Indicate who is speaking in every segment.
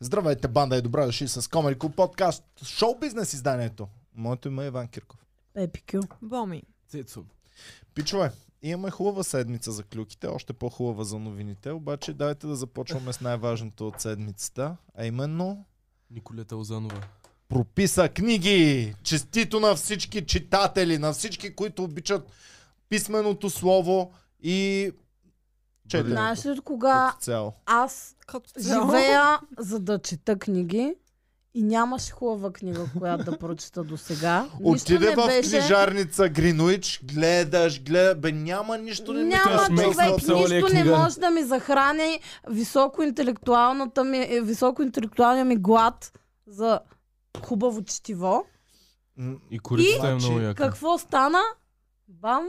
Speaker 1: Здравейте, банда и добре дошли с Comedy Club подкаст, шоу бизнес изданието. Моето име е Иван Кирков.
Speaker 2: Епикю.
Speaker 3: Боми.
Speaker 4: Цецо.
Speaker 1: Пичове, имаме хубава седмица за клюките, още по-хубава за новините, обаче дайте да започваме с най-важното от седмицата, а именно
Speaker 4: Николета Озанова.
Speaker 1: прописа книги. Честито на всички читатели, на всички, които обичат писменото слово и четенето
Speaker 2: Знаеш ли от кога
Speaker 1: като цяло.
Speaker 2: аз
Speaker 3: Като цяло.
Speaker 2: живея за да чета книги и нямаше хубава книга, която да прочета до сега.
Speaker 1: Отиде в книжарница Гринуич, гледаш, гледаш, бе няма нищо не ми
Speaker 2: Няма
Speaker 4: Смел съм
Speaker 2: човек,
Speaker 4: написала ли е
Speaker 2: нищо не
Speaker 4: книга?
Speaker 2: може да ми захрани високоинтелектуалната ми, е, високоинтелектуалния ми глад за хубаво четиво.
Speaker 1: М,
Speaker 4: И корицата
Speaker 1: И?
Speaker 4: е много
Speaker 1: Значи,
Speaker 4: яка.
Speaker 2: Какво стана? Бам!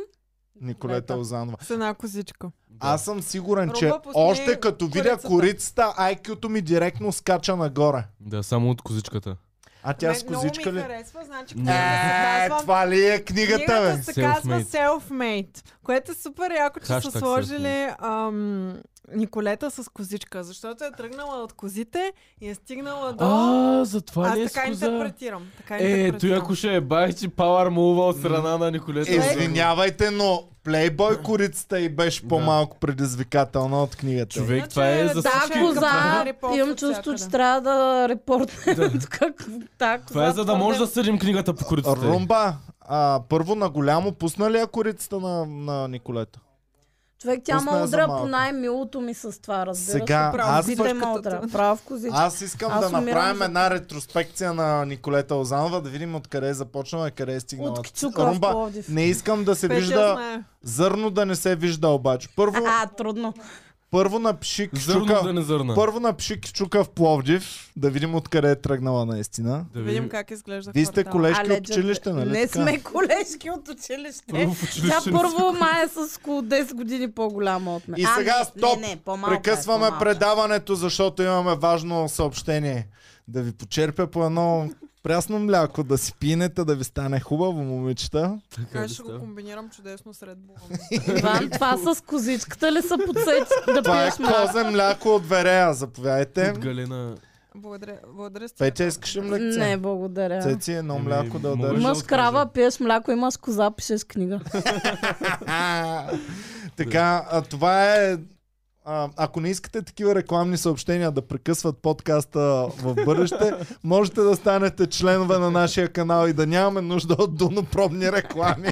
Speaker 1: Николета Озанова.
Speaker 3: С една козичка.
Speaker 4: Да.
Speaker 1: Аз съм сигурен,
Speaker 3: Роба,
Speaker 1: че
Speaker 3: пусни
Speaker 1: още като видя
Speaker 3: корицата.
Speaker 1: корицата, IQ-то ми директно скача нагоре.
Speaker 4: Да, само от козичката.
Speaker 1: А тя с козичка
Speaker 3: Много
Speaker 1: ли?
Speaker 3: ми харесва, значи
Speaker 4: Не.
Speaker 3: книгата се
Speaker 1: Е,
Speaker 3: казва...
Speaker 1: това ли е книгата, бе?
Speaker 3: Книгата се казва
Speaker 4: Self-made.
Speaker 3: Self-Made, което е супер яко, че са
Speaker 4: Хаштаг
Speaker 3: сложили ам, Николета с козичка, защото е тръгнала от козите и е стигнала до...
Speaker 4: А, затова
Speaker 3: Аз
Speaker 4: ли е
Speaker 3: така
Speaker 4: скоза?
Speaker 3: интерпретирам. Така
Speaker 4: Е, той
Speaker 3: интерпретирам.
Speaker 4: ако ще е бай, че Power Move от страна на Николета.
Speaker 1: Е,
Speaker 4: Озанова.
Speaker 1: Извинявайте, но Playboy корицата и беше
Speaker 4: Да.
Speaker 1: по-малко предизвикателна от книгата.
Speaker 4: Човек,
Speaker 3: Иначе
Speaker 4: това е
Speaker 3: е
Speaker 4: за
Speaker 3: да,
Speaker 2: Та
Speaker 3: Слушай,
Speaker 2: коза,
Speaker 3: каква е репорт
Speaker 2: имам
Speaker 3: от
Speaker 2: чувство, че
Speaker 3: всякъде?
Speaker 2: трябва да репортнем как та коза.
Speaker 4: Това е за да може да съдим книгата по корицата. й.
Speaker 1: Румба, а, първо на голямо пусна ли я корицата на, на Николета?
Speaker 2: Човек, тя
Speaker 1: Пусна я
Speaker 2: ме
Speaker 1: за
Speaker 2: удра
Speaker 1: малко.
Speaker 2: по най-милото ми с това, разбираш.
Speaker 1: Сега,
Speaker 2: ли?
Speaker 1: аз
Speaker 2: Козите
Speaker 3: пък-
Speaker 2: ме удра. Прав козичка.
Speaker 1: Аз искам
Speaker 2: Аз
Speaker 1: да
Speaker 2: умирам
Speaker 1: направим
Speaker 2: за-
Speaker 1: една ретроспекция на Николета Озанова, да видим откъде е започнала и къде е стигнала.
Speaker 2: От Кчука в
Speaker 1: Румба,
Speaker 2: Пловдив.
Speaker 1: не е искам да се
Speaker 3: Петя
Speaker 1: вижда,
Speaker 3: знае.
Speaker 1: зърно да не се вижда обаче. Първо,
Speaker 2: А, трудно.
Speaker 1: Първо напиши
Speaker 4: Зърно
Speaker 1: Кичука.
Speaker 4: да не зърна.
Speaker 1: Първо напиши Кичука в Пловдив, да видим откъде е тръгнала наистина.
Speaker 4: Да
Speaker 3: Видим как изглежда
Speaker 1: Вие сте
Speaker 3: квартала.
Speaker 1: колежки
Speaker 2: Але,
Speaker 1: от училище, нали?
Speaker 2: Не
Speaker 1: така?
Speaker 2: сме колежки от
Speaker 3: Е,
Speaker 2: училище.
Speaker 4: Първо в
Speaker 2: Тя
Speaker 4: училище. не си.
Speaker 2: първо май е с около 10 години по-голяма от мен.
Speaker 1: И
Speaker 2: А,
Speaker 1: сега
Speaker 2: не,
Speaker 1: стоп!
Speaker 2: Не, не, по-малка е,
Speaker 1: Прекъсваме
Speaker 2: по-малка е.
Speaker 1: предаването, защото имаме важно съобщение. Да ви почерпя по едно прясно мляко, да си пинете, да ви стане хубаво, момичета.
Speaker 4: Така
Speaker 3: Аз
Speaker 4: ли
Speaker 3: ще го
Speaker 4: става?
Speaker 3: комбинирам чудесно сред Бога.
Speaker 2: Иван, това с козичката ли са подсети да
Speaker 1: Това е
Speaker 2: пиеш мляко?
Speaker 1: козе мляко от Верея,
Speaker 4: От
Speaker 1: заповядайте.
Speaker 4: Галена.
Speaker 3: Благодаря. Благодаря сте.
Speaker 1: Петя, искаш ли млекце?
Speaker 2: Не, благодаря.
Speaker 1: Цеци, едно
Speaker 4: Еми,
Speaker 1: мляко да
Speaker 4: мога
Speaker 1: удариш.
Speaker 4: да
Speaker 2: Имаш
Speaker 4: откажа.
Speaker 2: крава, пиеш мляко, имаш коза, пишеш книга.
Speaker 1: А, така, а, това е... А, ако не искате такива рекламни съобщения да прекъсват подкаста в бъдеще, можете да станете членове на нашия канал и да нямаме нужда от дунопробни реклами.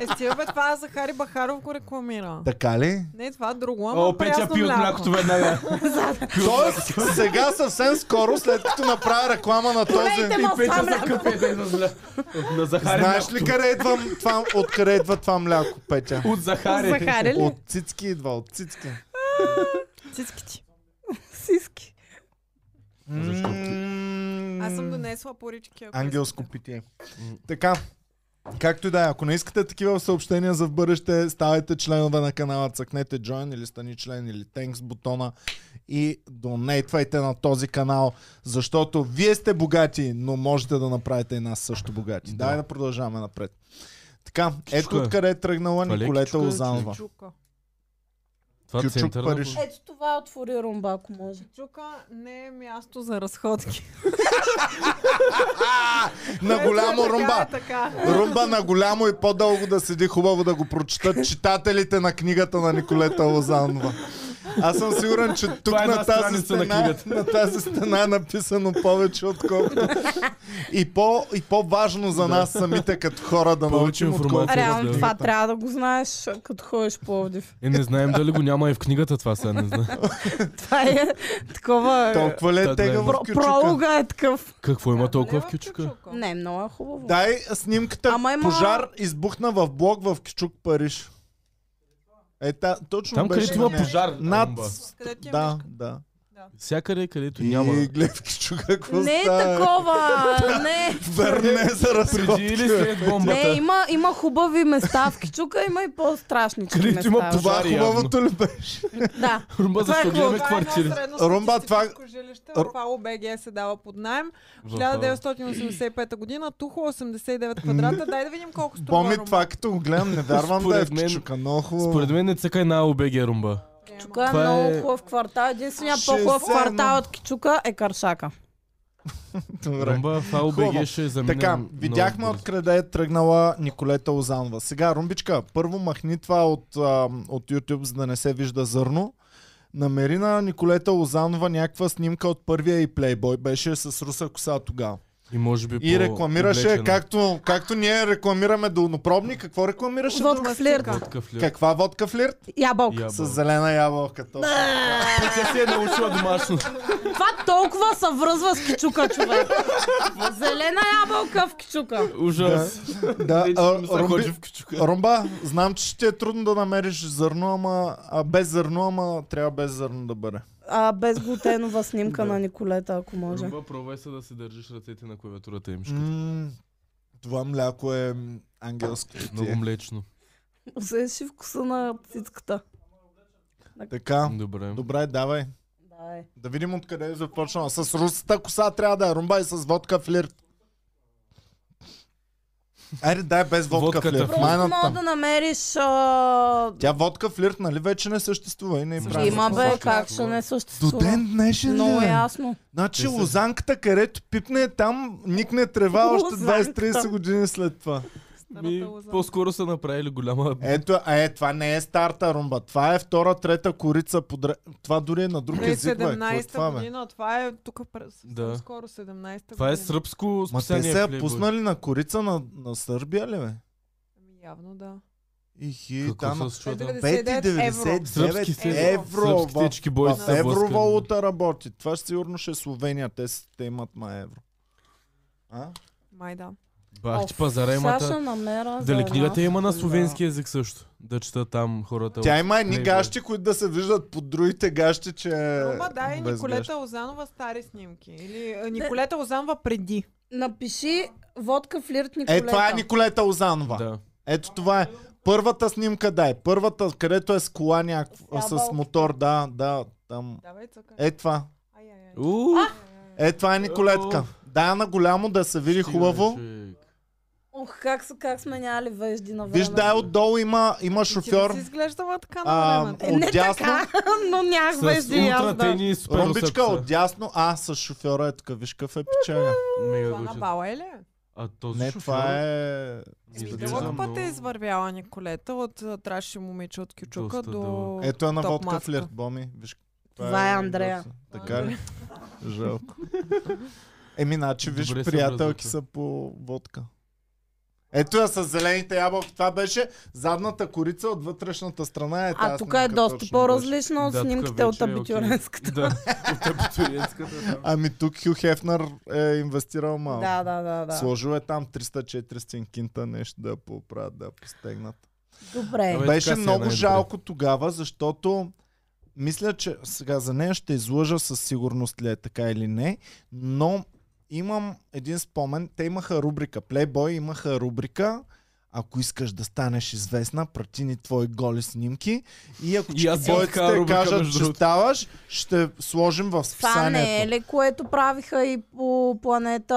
Speaker 3: Е, стига бе, това Захари Бахаров го рекламира.
Speaker 1: така ли?
Speaker 3: Не, това друго, ама
Speaker 4: О, Петя
Speaker 3: прясно
Speaker 4: пи от
Speaker 3: мляко.
Speaker 4: млякото веднага.
Speaker 1: Тоест, сега съвсем скоро, след като направя реклама на този...
Speaker 2: Полейте
Speaker 4: И
Speaker 2: ма с това
Speaker 4: Петя
Speaker 2: мляко.
Speaker 4: за кафе да изразля. На Захари
Speaker 1: Знаеш ли
Speaker 4: млякото.
Speaker 1: къде идва, м- това, откъде идва това мляко, Петя?
Speaker 4: От Захари.
Speaker 2: Захари
Speaker 3: Е
Speaker 2: ли?
Speaker 1: От цицки идва, от цицки.
Speaker 3: Цицки ти.
Speaker 2: Сиски.
Speaker 4: Защо?
Speaker 1: М,
Speaker 3: Аз съм донесла порички. ако
Speaker 1: Ангелско питие. Така, както и да е, ако не искате такива съобщения за в бъдеще, ставайте членове на канала, цъкнете Join или стани член или Thanks бутона и донейтвайте на този канал, защото вие сте богати, но можете да направите и нас също богати. Да.
Speaker 4: Да.
Speaker 1: Дай да продължаваме напред. Така, ето
Speaker 4: Кичука.
Speaker 1: откъде е тръгнала
Speaker 4: Това ли е
Speaker 1: Николета
Speaker 4: кичука, бе,
Speaker 3: искате.
Speaker 1: Лозанова.
Speaker 3: Чука.
Speaker 4: Това
Speaker 1: Кючук
Speaker 4: център на
Speaker 1: Париж.
Speaker 2: Ето това отвори румба, ако може.
Speaker 3: Чука не е място за разходки.
Speaker 1: На голямо
Speaker 3: Ето,
Speaker 1: румба!
Speaker 3: Така, е, така.
Speaker 1: Румба на голямо и по-дълго да седи хубаво да го прочитат читателите на книгата на Николета Лозанова. Аз съм сигурен, че тук
Speaker 4: Това е една
Speaker 1: на, тази
Speaker 4: страница на
Speaker 1: стена, на,
Speaker 4: книгата.
Speaker 1: тази стена е написано повече, отколкото. И, по, и по-важно за нас самите като хора да
Speaker 4: Повече
Speaker 1: научим,
Speaker 4: информация.
Speaker 1: отколкото.
Speaker 2: Реално
Speaker 4: да.
Speaker 2: това трябва да го знаеш, като ходиш в Пловдив.
Speaker 4: Е, не знаем дали го няма и в книгата това сега, не знам.
Speaker 2: Това е такова... е,
Speaker 1: Толкова ли
Speaker 4: Та
Speaker 1: е
Speaker 4: да
Speaker 1: тега
Speaker 4: е.
Speaker 1: в
Speaker 2: про-
Speaker 1: кючука?
Speaker 2: Пролога е такъв.
Speaker 4: Какво има толкова в
Speaker 3: Лева
Speaker 4: кючука?
Speaker 2: Не, много е хубаво.
Speaker 1: Дай снимката.
Speaker 2: Ама има-
Speaker 1: Пожар избухна в блок в Кичук, Париж. Е, та, точно
Speaker 4: Там,
Speaker 1: беше
Speaker 4: където има
Speaker 1: на-
Speaker 4: пожар.
Speaker 1: Над...
Speaker 4: Румба.
Speaker 3: Където е
Speaker 1: Да,
Speaker 3: мишка.
Speaker 1: да.
Speaker 4: Всякъде, където
Speaker 1: И
Speaker 4: няма.
Speaker 1: глед в Кичука, какво
Speaker 2: Не е
Speaker 1: става?
Speaker 2: такова, не.
Speaker 1: Верне за разходка.
Speaker 4: Преди или след
Speaker 2: Не,
Speaker 4: бомбата?
Speaker 2: има, има хубави места в Кичука, има и по-страшнички
Speaker 4: Където
Speaker 2: места.
Speaker 4: има пожар.
Speaker 1: Това
Speaker 4: Жари,
Speaker 1: хубавото ли беше?
Speaker 2: Да.
Speaker 4: Румба,
Speaker 2: Това е
Speaker 4: защо гледаме
Speaker 3: Това е едно
Speaker 4: квартири?
Speaker 3: средно
Speaker 1: Румба, това- е-
Speaker 3: статистическо жилище.
Speaker 1: Р-
Speaker 3: Пало БГ се дава под найем.
Speaker 4: В-
Speaker 3: 1985 година, Тухо 89 квадрата. Дай да видим колко струва
Speaker 1: Боми
Speaker 3: Румба.
Speaker 1: това като го гледам, не вярвам да е
Speaker 4: Според
Speaker 1: в
Speaker 4: мен-
Speaker 1: Кичука, но хубаво.
Speaker 4: Според мен не цъкай на ОБГ румба.
Speaker 3: Е,
Speaker 2: Кичука е
Speaker 4: Това е-
Speaker 2: много хубав квартал. Единственият
Speaker 1: Ще
Speaker 2: по-хубав
Speaker 1: се,
Speaker 2: квартал
Speaker 1: но-
Speaker 2: от Кичука е Каршака.
Speaker 1: Добре.
Speaker 4: Румба, в
Speaker 1: Хубаво.
Speaker 4: АОБГ ще замине
Speaker 1: Така,
Speaker 4: е много
Speaker 1: видяхме
Speaker 4: бързо.
Speaker 1: откъде е тръгнала Николета Озанова. Сега, Румбичка, първо махни това от, а, от YouTube, за да не се вижда зърно. Намери на Николета Озанова някаква снимка от първия и плейбой. Беше с руса коса тогава.
Speaker 4: И може би
Speaker 1: И
Speaker 4: по-
Speaker 1: рекламираше,
Speaker 4: облечена.
Speaker 1: както, както ние рекламираме долнопробни, какво рекламираше? долно-
Speaker 2: Водка флирт.
Speaker 4: Водка флирт.
Speaker 1: Каква водка флирт?
Speaker 2: Ябълка.
Speaker 4: Ябълка.
Speaker 1: С зелена ябълка. точно.
Speaker 4: Тя си е научила домашно.
Speaker 2: Това толкова се връзва с Кичука, човек. Зелена ябълка в Кичука.
Speaker 4: Ужас.
Speaker 1: Да,
Speaker 4: Вече
Speaker 1: а,
Speaker 4: съм Ами, се
Speaker 1: Румби-
Speaker 4: ходи в кючука.
Speaker 1: Румба, знам, че ще ти е трудно да намериш зърно, ама а, без зърно, ама трябва без зърно да бъде.
Speaker 2: А, без глутенова снимка на Николета, ако може.
Speaker 4: Румба, пробвай се да си държиш ръцете на клавиатурата им.
Speaker 1: М, това мляко е м, ангелско.
Speaker 4: Много
Speaker 1: ти е.
Speaker 4: млечно.
Speaker 2: Усещаш ли вкуса на цицката.
Speaker 1: Така,
Speaker 4: Добре.
Speaker 1: добре, давай.
Speaker 2: Да, е.
Speaker 1: Да видим откъде е започнала. С русата коса трябва да е румба и с водка флирт. Айде, дай без водка
Speaker 4: Водката
Speaker 1: флирт.
Speaker 4: флирт.
Speaker 2: Просто
Speaker 1: Майната.
Speaker 2: мога да намериш... А...
Speaker 1: Тя водка флирт, нали вече не съществува и не е
Speaker 4: Съществува.
Speaker 1: правилно.
Speaker 2: Има бе,
Speaker 4: Съществува.
Speaker 2: как ще не
Speaker 1: До
Speaker 2: съществува.
Speaker 1: ден днешен
Speaker 2: Много
Speaker 1: е.
Speaker 2: ясно.
Speaker 1: Значи
Speaker 4: Не се-
Speaker 1: лозанката, където пипне там, никне трева още
Speaker 2: Лозанката.
Speaker 1: 20-30 години след това.
Speaker 4: Ми, по-скоро са направили голяма...
Speaker 1: Ето, а е, това не е старта румба. Това е втора, трета корица подре... Това дори е на друг
Speaker 3: През
Speaker 1: език, бе. Какво е
Speaker 3: 17-та
Speaker 1: това, бе?
Speaker 3: година, това е тук през
Speaker 4: Да.
Speaker 3: да. скоро 17-та
Speaker 4: Това е
Speaker 3: година.
Speaker 4: сръбско
Speaker 1: Ма те
Speaker 4: списание.
Speaker 1: се я
Speaker 4: Playboy.
Speaker 1: пуснали на корица на, на Сърбия ли, бе?
Speaker 3: Ами явно да.
Speaker 1: И хи,
Speaker 4: Какво
Speaker 1: там...
Speaker 4: се случва там?
Speaker 1: 5,99
Speaker 4: Сръбски се-
Speaker 1: евро
Speaker 4: Сръбски
Speaker 1: в,
Speaker 4: тички
Speaker 1: в,
Speaker 4: бойци са блъскали.
Speaker 1: евровалута работи. Това сигурно ще е Словения. Те, с- те имат ма евро. А?
Speaker 3: Май да.
Speaker 4: Бах ти
Speaker 2: Оф,
Speaker 4: пазара
Speaker 2: Саша
Speaker 4: имата.
Speaker 2: намера за
Speaker 4: Дали
Speaker 2: една.
Speaker 4: книгата има на
Speaker 1: Да.
Speaker 4: словенски език също? Да чета там хората.
Speaker 1: Тя има едни
Speaker 4: Playboy.
Speaker 1: гащи, които да се виждат под другите гащи, че...
Speaker 4: Е,
Speaker 3: Рома, да, и
Speaker 1: без гащи.
Speaker 3: Николета Озанова стари снимки. Или а, Николета Озанова преди.
Speaker 4: е?
Speaker 2: Напиши водка флирт Николета.
Speaker 1: Е, това е Николета Озанова.
Speaker 4: Да.
Speaker 1: Ето това е. Първата снимка, да, е първата, където е с кола някаква,
Speaker 2: С
Speaker 1: с
Speaker 2: ябълките.
Speaker 1: мотор, да, да, там.
Speaker 3: Давай, цъкай.
Speaker 1: Е това.
Speaker 3: Ай, ай, ай.
Speaker 4: У,
Speaker 1: Е това е Николетка. Да, на голямо да се види
Speaker 4: стига,
Speaker 1: хубаво.
Speaker 4: човек.
Speaker 2: Ох, как, са- как сме няли вежди на време.
Speaker 1: Виж, да, отдолу има, има
Speaker 3: Ти да
Speaker 1: шофьор.
Speaker 3: си изглеждала така
Speaker 1: А,
Speaker 3: на времето.
Speaker 2: Е, Не
Speaker 1: отдясно.
Speaker 2: така, но нямах
Speaker 4: С
Speaker 2: вежди и аз
Speaker 4: ултра
Speaker 2: да.
Speaker 4: тени и супер
Speaker 1: Румбичка
Speaker 4: усъпса.
Speaker 1: отдясно, а с шофьора е така, виж какъв е печага.
Speaker 4: Мега
Speaker 3: Това на
Speaker 4: готин.
Speaker 3: бала е ли?
Speaker 4: А този
Speaker 1: Не,
Speaker 4: шофьор-
Speaker 1: това е...
Speaker 3: Еми,
Speaker 4: Изглежда
Speaker 3: дълъг път е
Speaker 4: много-
Speaker 3: извървяла Николета от а, траши момиче от Кючука
Speaker 4: Доста
Speaker 3: до...
Speaker 4: дълъг.
Speaker 1: Ето е на
Speaker 3: топ
Speaker 1: водка
Speaker 3: маска.
Speaker 1: флирт, Боми. Виж,
Speaker 2: Това е Андрея.
Speaker 1: Така ли? Жалко. Еми, значи, виж,
Speaker 4: Добре се
Speaker 1: приятелки
Speaker 4: образувате.
Speaker 1: са по водка. Ето я с зелените ябълки. Това беше задната корица от вътрешната страна. Е
Speaker 2: А
Speaker 1: тази
Speaker 2: тук е
Speaker 1: снимка
Speaker 2: доста
Speaker 1: точно беше.
Speaker 2: по-различно от
Speaker 4: Да, тук
Speaker 2: снимките от
Speaker 4: вече е окей.
Speaker 2: абитюренската.
Speaker 4: Да, от абитуренската. да.
Speaker 1: Ами тук Хю Хефнер е инвестирал малко.
Speaker 2: Да, да, да, да.
Speaker 1: Сложил е там 300-400 кинта нещо да поправят, да постегнат.
Speaker 2: Добре.
Speaker 4: Абе,
Speaker 1: Беше
Speaker 4: така си е
Speaker 1: много
Speaker 4: най-добре.
Speaker 1: жалко тогава, защото мисля, че сега за нея ще излъжа със сигурност ли е така или не, но имам един спомен. Те имаха рубрика. Playboy имаха рубрика ако искаш да станеш известна, прати ни твои голи снимки и ако
Speaker 4: И
Speaker 1: ти
Speaker 4: аз имам такава
Speaker 1: бойците
Speaker 4: рубрика,
Speaker 1: кажат,
Speaker 4: между
Speaker 1: че
Speaker 4: другото.
Speaker 1: ставаш, ще сложим в
Speaker 2: Това не е
Speaker 1: списанието.
Speaker 2: ли, което правиха и по планета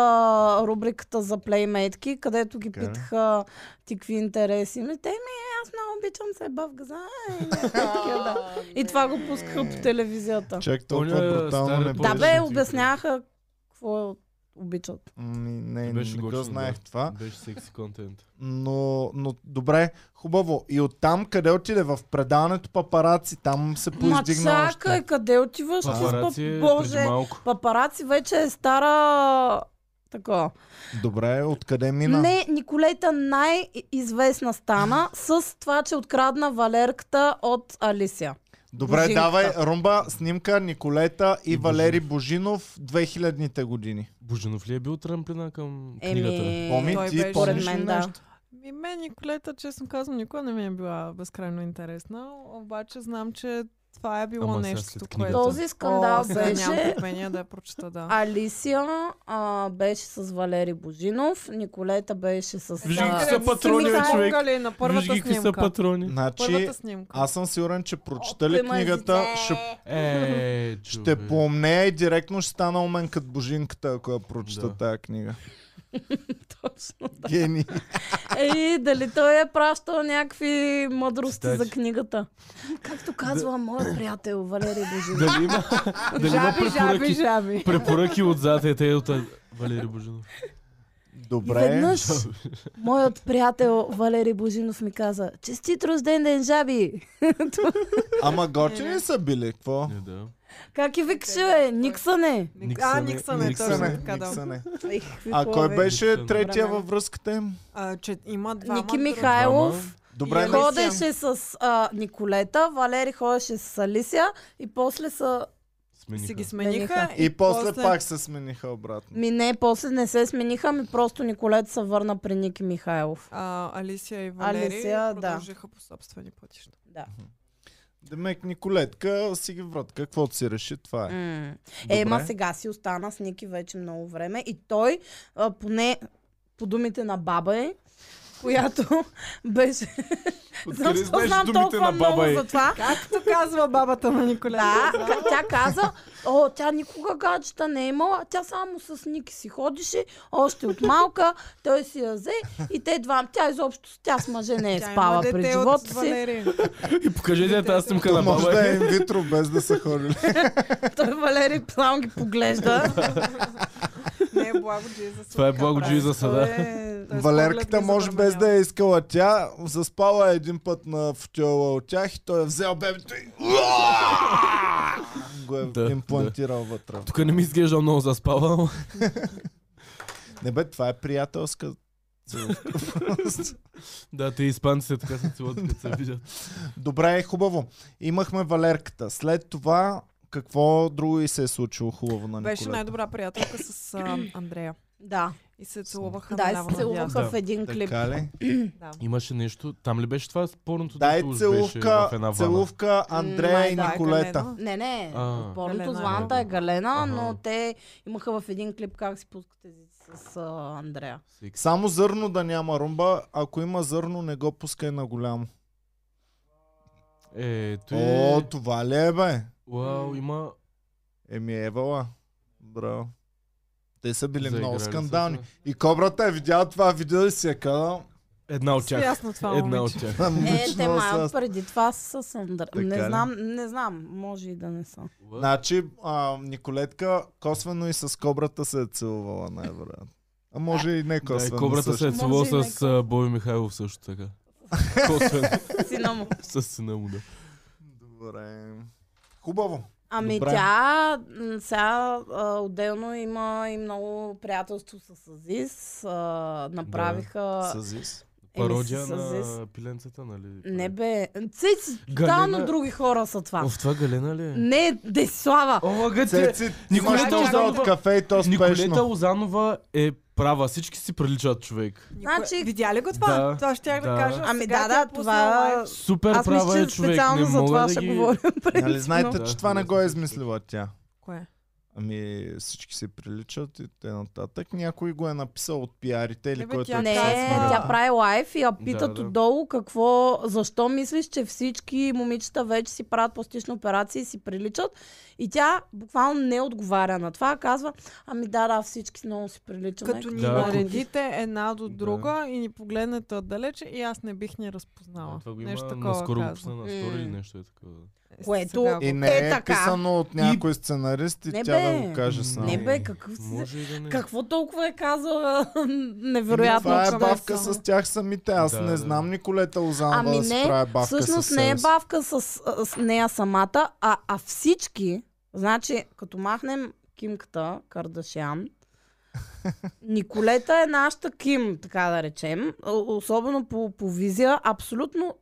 Speaker 2: рубриката за плеймейтки, където ги
Speaker 1: Така ли?
Speaker 2: питаха ти какви интереси. Ми, те ми, аз много обичам се бав газа. и такива, да. И това го пускаха по телевизията.
Speaker 1: Чак
Speaker 4: Оня
Speaker 1: толкова брутално
Speaker 4: стара
Speaker 1: не
Speaker 2: Да
Speaker 4: повече
Speaker 2: бе,
Speaker 4: Е. ти- е.
Speaker 2: обясняха какво обичат.
Speaker 1: М, Ами, Не, не,
Speaker 4: Беше
Speaker 1: го
Speaker 4: готино,
Speaker 1: знаех
Speaker 4: да.
Speaker 1: това.
Speaker 4: Беше секси контент.
Speaker 1: Но, но добре, хубаво. И оттам къде отиде? В предаването папараци, там се
Speaker 2: Ма
Speaker 1: поиздигна
Speaker 2: чакай,
Speaker 1: още.
Speaker 2: къде отиваш? ти с
Speaker 4: Папараци е
Speaker 2: пап-
Speaker 4: преди
Speaker 2: Боже,
Speaker 4: малко.
Speaker 2: папараци вече е стара... Така.
Speaker 1: Добре, откъде мина?
Speaker 2: Не, Николета най-известна стана с това, че открадна валерката от Алисия.
Speaker 1: добре,
Speaker 2: Божинката.
Speaker 1: давай, Румба, снимка, Николета и,
Speaker 4: И
Speaker 1: Валери Божинов, 2000-те години.
Speaker 4: Божинов ли е бил трамплина към книгата?
Speaker 2: Еми,
Speaker 1: Поми,
Speaker 3: той
Speaker 1: ти
Speaker 3: беше-
Speaker 1: помниш ли
Speaker 2: според Е, мен, да.
Speaker 1: нещо?
Speaker 3: Ми мен Николета, честно казвам, никога не ми е била безкрайно интересна, обаче знам, че това е било
Speaker 4: Ама сега след
Speaker 3: нещо,
Speaker 4: книгата.
Speaker 3: което...
Speaker 2: Този скандал
Speaker 3: О, сега Нямам
Speaker 2: беше...
Speaker 3: търпение да я прочета, да.
Speaker 2: Алисия а, беше с Валери Божинов, Николета беше с...
Speaker 4: Виж
Speaker 2: а,
Speaker 4: какви са патрони,
Speaker 2: Симеон.
Speaker 4: бе, човек.
Speaker 3: Помогали е на
Speaker 4: Виж
Speaker 3: първата
Speaker 4: ги какви са
Speaker 3: снимка.
Speaker 4: патрони.
Speaker 1: Значи,
Speaker 3: Първата снимка.
Speaker 1: аз съм сигурен, че прочета ли
Speaker 2: Опима
Speaker 1: книгата,
Speaker 2: зице.
Speaker 1: ще,
Speaker 4: Е,
Speaker 1: ще
Speaker 4: човек.
Speaker 1: помне и директно ще стана умен като Божинката, ако я прочета
Speaker 4: Да.
Speaker 1: тая книга.
Speaker 2: Точно.
Speaker 1: Гени.
Speaker 2: Ей, дали той е пращал някакви мъдрости
Speaker 4: Стати.
Speaker 2: за книгата. Както казва моят приятел Валерий Божинов.
Speaker 4: Дали има, дали има
Speaker 3: Жаби, жаби,
Speaker 4: препоръки,
Speaker 3: жаби.
Speaker 4: препоръки отзад е те от Валери Божинов?
Speaker 2: И
Speaker 1: Добре.
Speaker 2: веднъж моят приятел Валерий Божинов ми каза Честит рожден ден, жаби!
Speaker 1: Ама горчени ли са били? Какво?
Speaker 4: Не, да.
Speaker 2: Как и викаше, бе? Никсън е!
Speaker 3: Ник- А, Никсън е,
Speaker 4: Никсън
Speaker 1: Никсън
Speaker 3: точно
Speaker 1: е.
Speaker 3: така, да.
Speaker 1: Никсън е.
Speaker 2: Ех, какви
Speaker 1: А кой
Speaker 2: хора, бе.
Speaker 1: беше
Speaker 4: Никсън.
Speaker 1: третия
Speaker 2: Време.
Speaker 1: във връзката им?
Speaker 3: А, че има два
Speaker 2: Ники Михайлов.
Speaker 1: Добре,
Speaker 3: Е,
Speaker 1: не-
Speaker 3: Алисия.
Speaker 2: Ходеше с а, Николета, Валери ходеше с Алисия и после са...
Speaker 4: Смениха.
Speaker 3: Си ги смениха.
Speaker 2: Смениха.
Speaker 1: И после пак се смениха обратно.
Speaker 2: Ми не, после не се смениха, ми просто Николета се върна при Ники Михайлов.
Speaker 3: А, Алисия и Валери
Speaker 2: Алисия, да.
Speaker 3: продължиха по собствени пътища.
Speaker 2: Да.
Speaker 1: Демек Николетка, си ги врат. Каквото си реши, това е.
Speaker 2: М.
Speaker 1: Добре.
Speaker 2: Е, ма сега си остана с Ники вече много време и той, а, поне по думите на баба е, която беше... Знам,
Speaker 4: Откъде
Speaker 2: защо
Speaker 4: знаеш
Speaker 2: знам
Speaker 4: думите
Speaker 2: толкова
Speaker 4: на
Speaker 2: много
Speaker 1: е?
Speaker 4: баба
Speaker 2: за
Speaker 4: и?
Speaker 2: това.
Speaker 3: Както казва бабата на Николета.
Speaker 2: Да, ка- тя каза, о, тя никога гаджета не е имала, тя само с Ники си ходише, още от малка, той си я взе и те два, тя изобщо, с- тя с мъже не е
Speaker 3: Тя има
Speaker 2: спала
Speaker 3: дете
Speaker 2: през
Speaker 3: от
Speaker 2: живота си.
Speaker 3: Валери.
Speaker 4: И Е, покажете тази снимка
Speaker 1: То
Speaker 4: на
Speaker 1: може да е
Speaker 4: баба.
Speaker 1: инвитро, без да са ходили.
Speaker 2: Той Валери само ги поглежда.
Speaker 3: Не е благо Джизъс.
Speaker 4: Това е
Speaker 3: така
Speaker 4: благо
Speaker 3: прави.
Speaker 4: Джизъс,
Speaker 2: Той
Speaker 4: да.
Speaker 2: е-
Speaker 3: Той с
Speaker 1: Валерката
Speaker 3: поглед ми
Speaker 1: може без
Speaker 3: забранява.
Speaker 1: да е искала. Тя заспала един път на футюла от тях и той е взел бебето и го е
Speaker 4: Да,
Speaker 1: имплантирал вътре.
Speaker 4: Тук не ми изглежда много заспала, ама
Speaker 1: Не бе, това е приятелска целувка.
Speaker 4: да, те испанците така се целуват, като се видят.
Speaker 1: Добре, хубаво. Имахме Валерката. След това какво друго и се е случило хубаво на
Speaker 3: Беше
Speaker 1: Николета?
Speaker 3: най-добра приятелка с а, Андрея.
Speaker 2: Да,
Speaker 3: И се целуваха
Speaker 2: да, и
Speaker 3: наляво
Speaker 2: се целуваха
Speaker 4: Да.
Speaker 2: в един клип.
Speaker 1: Така ли?
Speaker 3: Да.
Speaker 4: Имаше нещо. Там ли беше това спорното?
Speaker 1: Дай
Speaker 4: дето уж беше в една
Speaker 1: целувка,
Speaker 4: вана?
Speaker 1: целувка Андрея
Speaker 2: Май
Speaker 1: и
Speaker 2: да,
Speaker 1: Николета.
Speaker 2: Не, не,
Speaker 4: А.
Speaker 2: порното
Speaker 3: Галена е.
Speaker 2: званата е Галена,
Speaker 4: Ага.
Speaker 2: но те имаха в един клип как си пускат езици с а, Андрея.
Speaker 4: Секс.
Speaker 1: Само зърно да няма румба. Ако има зърно, не го пускай на голямо.
Speaker 4: Е, той
Speaker 1: О,
Speaker 4: е...
Speaker 1: това ли е, бе?
Speaker 4: Уау, има...
Speaker 1: Еми, Евала. Браво. Те са били
Speaker 4: заиграли
Speaker 1: много
Speaker 4: са,
Speaker 1: скандални.
Speaker 4: да.
Speaker 1: И кобрата е видяла това видео и си е казала.
Speaker 4: Една от
Speaker 3: С-
Speaker 4: тях.
Speaker 3: Ясно това
Speaker 4: Една
Speaker 3: момиче.
Speaker 4: от тях.
Speaker 1: «А, момиче,
Speaker 2: Е, те
Speaker 1: много са
Speaker 2: малко
Speaker 1: ясни».
Speaker 2: преди това са с Андрея.
Speaker 1: Така ли?
Speaker 2: Не знам, не знам, може и да не са.
Speaker 1: Значи, а, Николетка косвено и с кобрата се е целувала, най-вероятно. А може и не
Speaker 4: Да, и
Speaker 1: косвено.
Speaker 4: кобрата
Speaker 1: също.
Speaker 4: се е целувал
Speaker 2: Може и
Speaker 4: с а, Боби Михайлов също така. Косвено.
Speaker 2: Сина му.
Speaker 4: с сина му, да.
Speaker 1: Добре. Хубаво.
Speaker 2: Ами
Speaker 1: Добре.
Speaker 2: тя м, сега а, отделно има и много приятелство с Азис. А, направиха...
Speaker 1: Съзис.
Speaker 2: Еми,
Speaker 4: Пародия
Speaker 2: с Азис.
Speaker 4: на пиленцата, нали?
Speaker 2: Не бе... Цици,
Speaker 4: Галена-
Speaker 2: тотално други хора са това.
Speaker 4: О, в това Галена ли е?
Speaker 2: Не, Десислава.
Speaker 4: О, гъде!
Speaker 1: Цеци,
Speaker 4: Е, Николета
Speaker 1: Николета нужда
Speaker 4: Узанова-
Speaker 1: от кафе и то е
Speaker 4: Николета
Speaker 1: спешно.
Speaker 4: Лозанова е права. Всички си приличат човек.
Speaker 3: Никой-
Speaker 2: Значи-
Speaker 3: Видя ли го това?
Speaker 4: Да,
Speaker 3: това ще я да,
Speaker 4: да.
Speaker 3: кажа.
Speaker 2: Ами
Speaker 3: сега
Speaker 2: да,
Speaker 3: тя е
Speaker 2: да,
Speaker 3: пусна
Speaker 2: това...
Speaker 3: лайв.
Speaker 4: Супер
Speaker 2: Аз
Speaker 4: права
Speaker 2: мисля,
Speaker 4: е
Speaker 2: че
Speaker 4: човек.
Speaker 2: специално
Speaker 4: Не
Speaker 2: за
Speaker 4: мога
Speaker 2: това
Speaker 4: да
Speaker 2: ще
Speaker 4: ги...
Speaker 2: говорим.
Speaker 1: Нали знаете,
Speaker 4: Да,
Speaker 1: че това не
Speaker 4: да.
Speaker 1: го е измислила тя?
Speaker 3: Кое?
Speaker 1: Ами всички се приличат и т.н. нататък. Някой го е написал от пиарите или
Speaker 3: Не бе,
Speaker 1: който
Speaker 3: тя
Speaker 1: е
Speaker 2: Не,
Speaker 1: писал
Speaker 3: смисъл.
Speaker 2: тя
Speaker 1: сценария.
Speaker 2: прави лайф и я питат
Speaker 4: да.
Speaker 2: отдолу какво, защо мислиш, че всички момичета вече си правят пластични операции и си приличат. И тя буквално не отговаря на това, а казва, ами да, да, всички много си приличаме.
Speaker 3: Като ни
Speaker 4: Да, ако-
Speaker 3: наредите една до
Speaker 4: Да.
Speaker 3: друга и ни погледнете отдалече и аз не бих ни разпознала.
Speaker 4: А, това го има
Speaker 3: Нещо такова
Speaker 4: наскоро го
Speaker 3: казва.
Speaker 4: пусна на стори или
Speaker 2: М.
Speaker 4: нещо е такова.
Speaker 3: Е,
Speaker 2: Което-
Speaker 3: сега го-
Speaker 1: И не
Speaker 2: Е,
Speaker 1: е,
Speaker 2: така.
Speaker 1: писано от някой сценарист и
Speaker 2: Не
Speaker 1: тя да
Speaker 2: бе.
Speaker 1: го каже само.
Speaker 2: Не бе, какъв си-
Speaker 4: Може и да не.
Speaker 2: Какво толкова е казала
Speaker 1: Еми,
Speaker 2: невероятно?
Speaker 1: Това е
Speaker 3: към
Speaker 1: бавка
Speaker 3: Елса.
Speaker 1: с тях самите. Аз
Speaker 4: Да,
Speaker 1: не
Speaker 4: да.
Speaker 1: знам Николета Озанова
Speaker 2: Ами
Speaker 1: да си
Speaker 2: не,
Speaker 1: прави бавка
Speaker 2: Всъщност
Speaker 1: с
Speaker 2: не е
Speaker 1: себе си.
Speaker 2: бавка с, а, с нея самата, а, а всички, значи като махнем Кимката Кардашян, Николета е нашата Ким, така да речем, О- особено по, по визия, абсолютно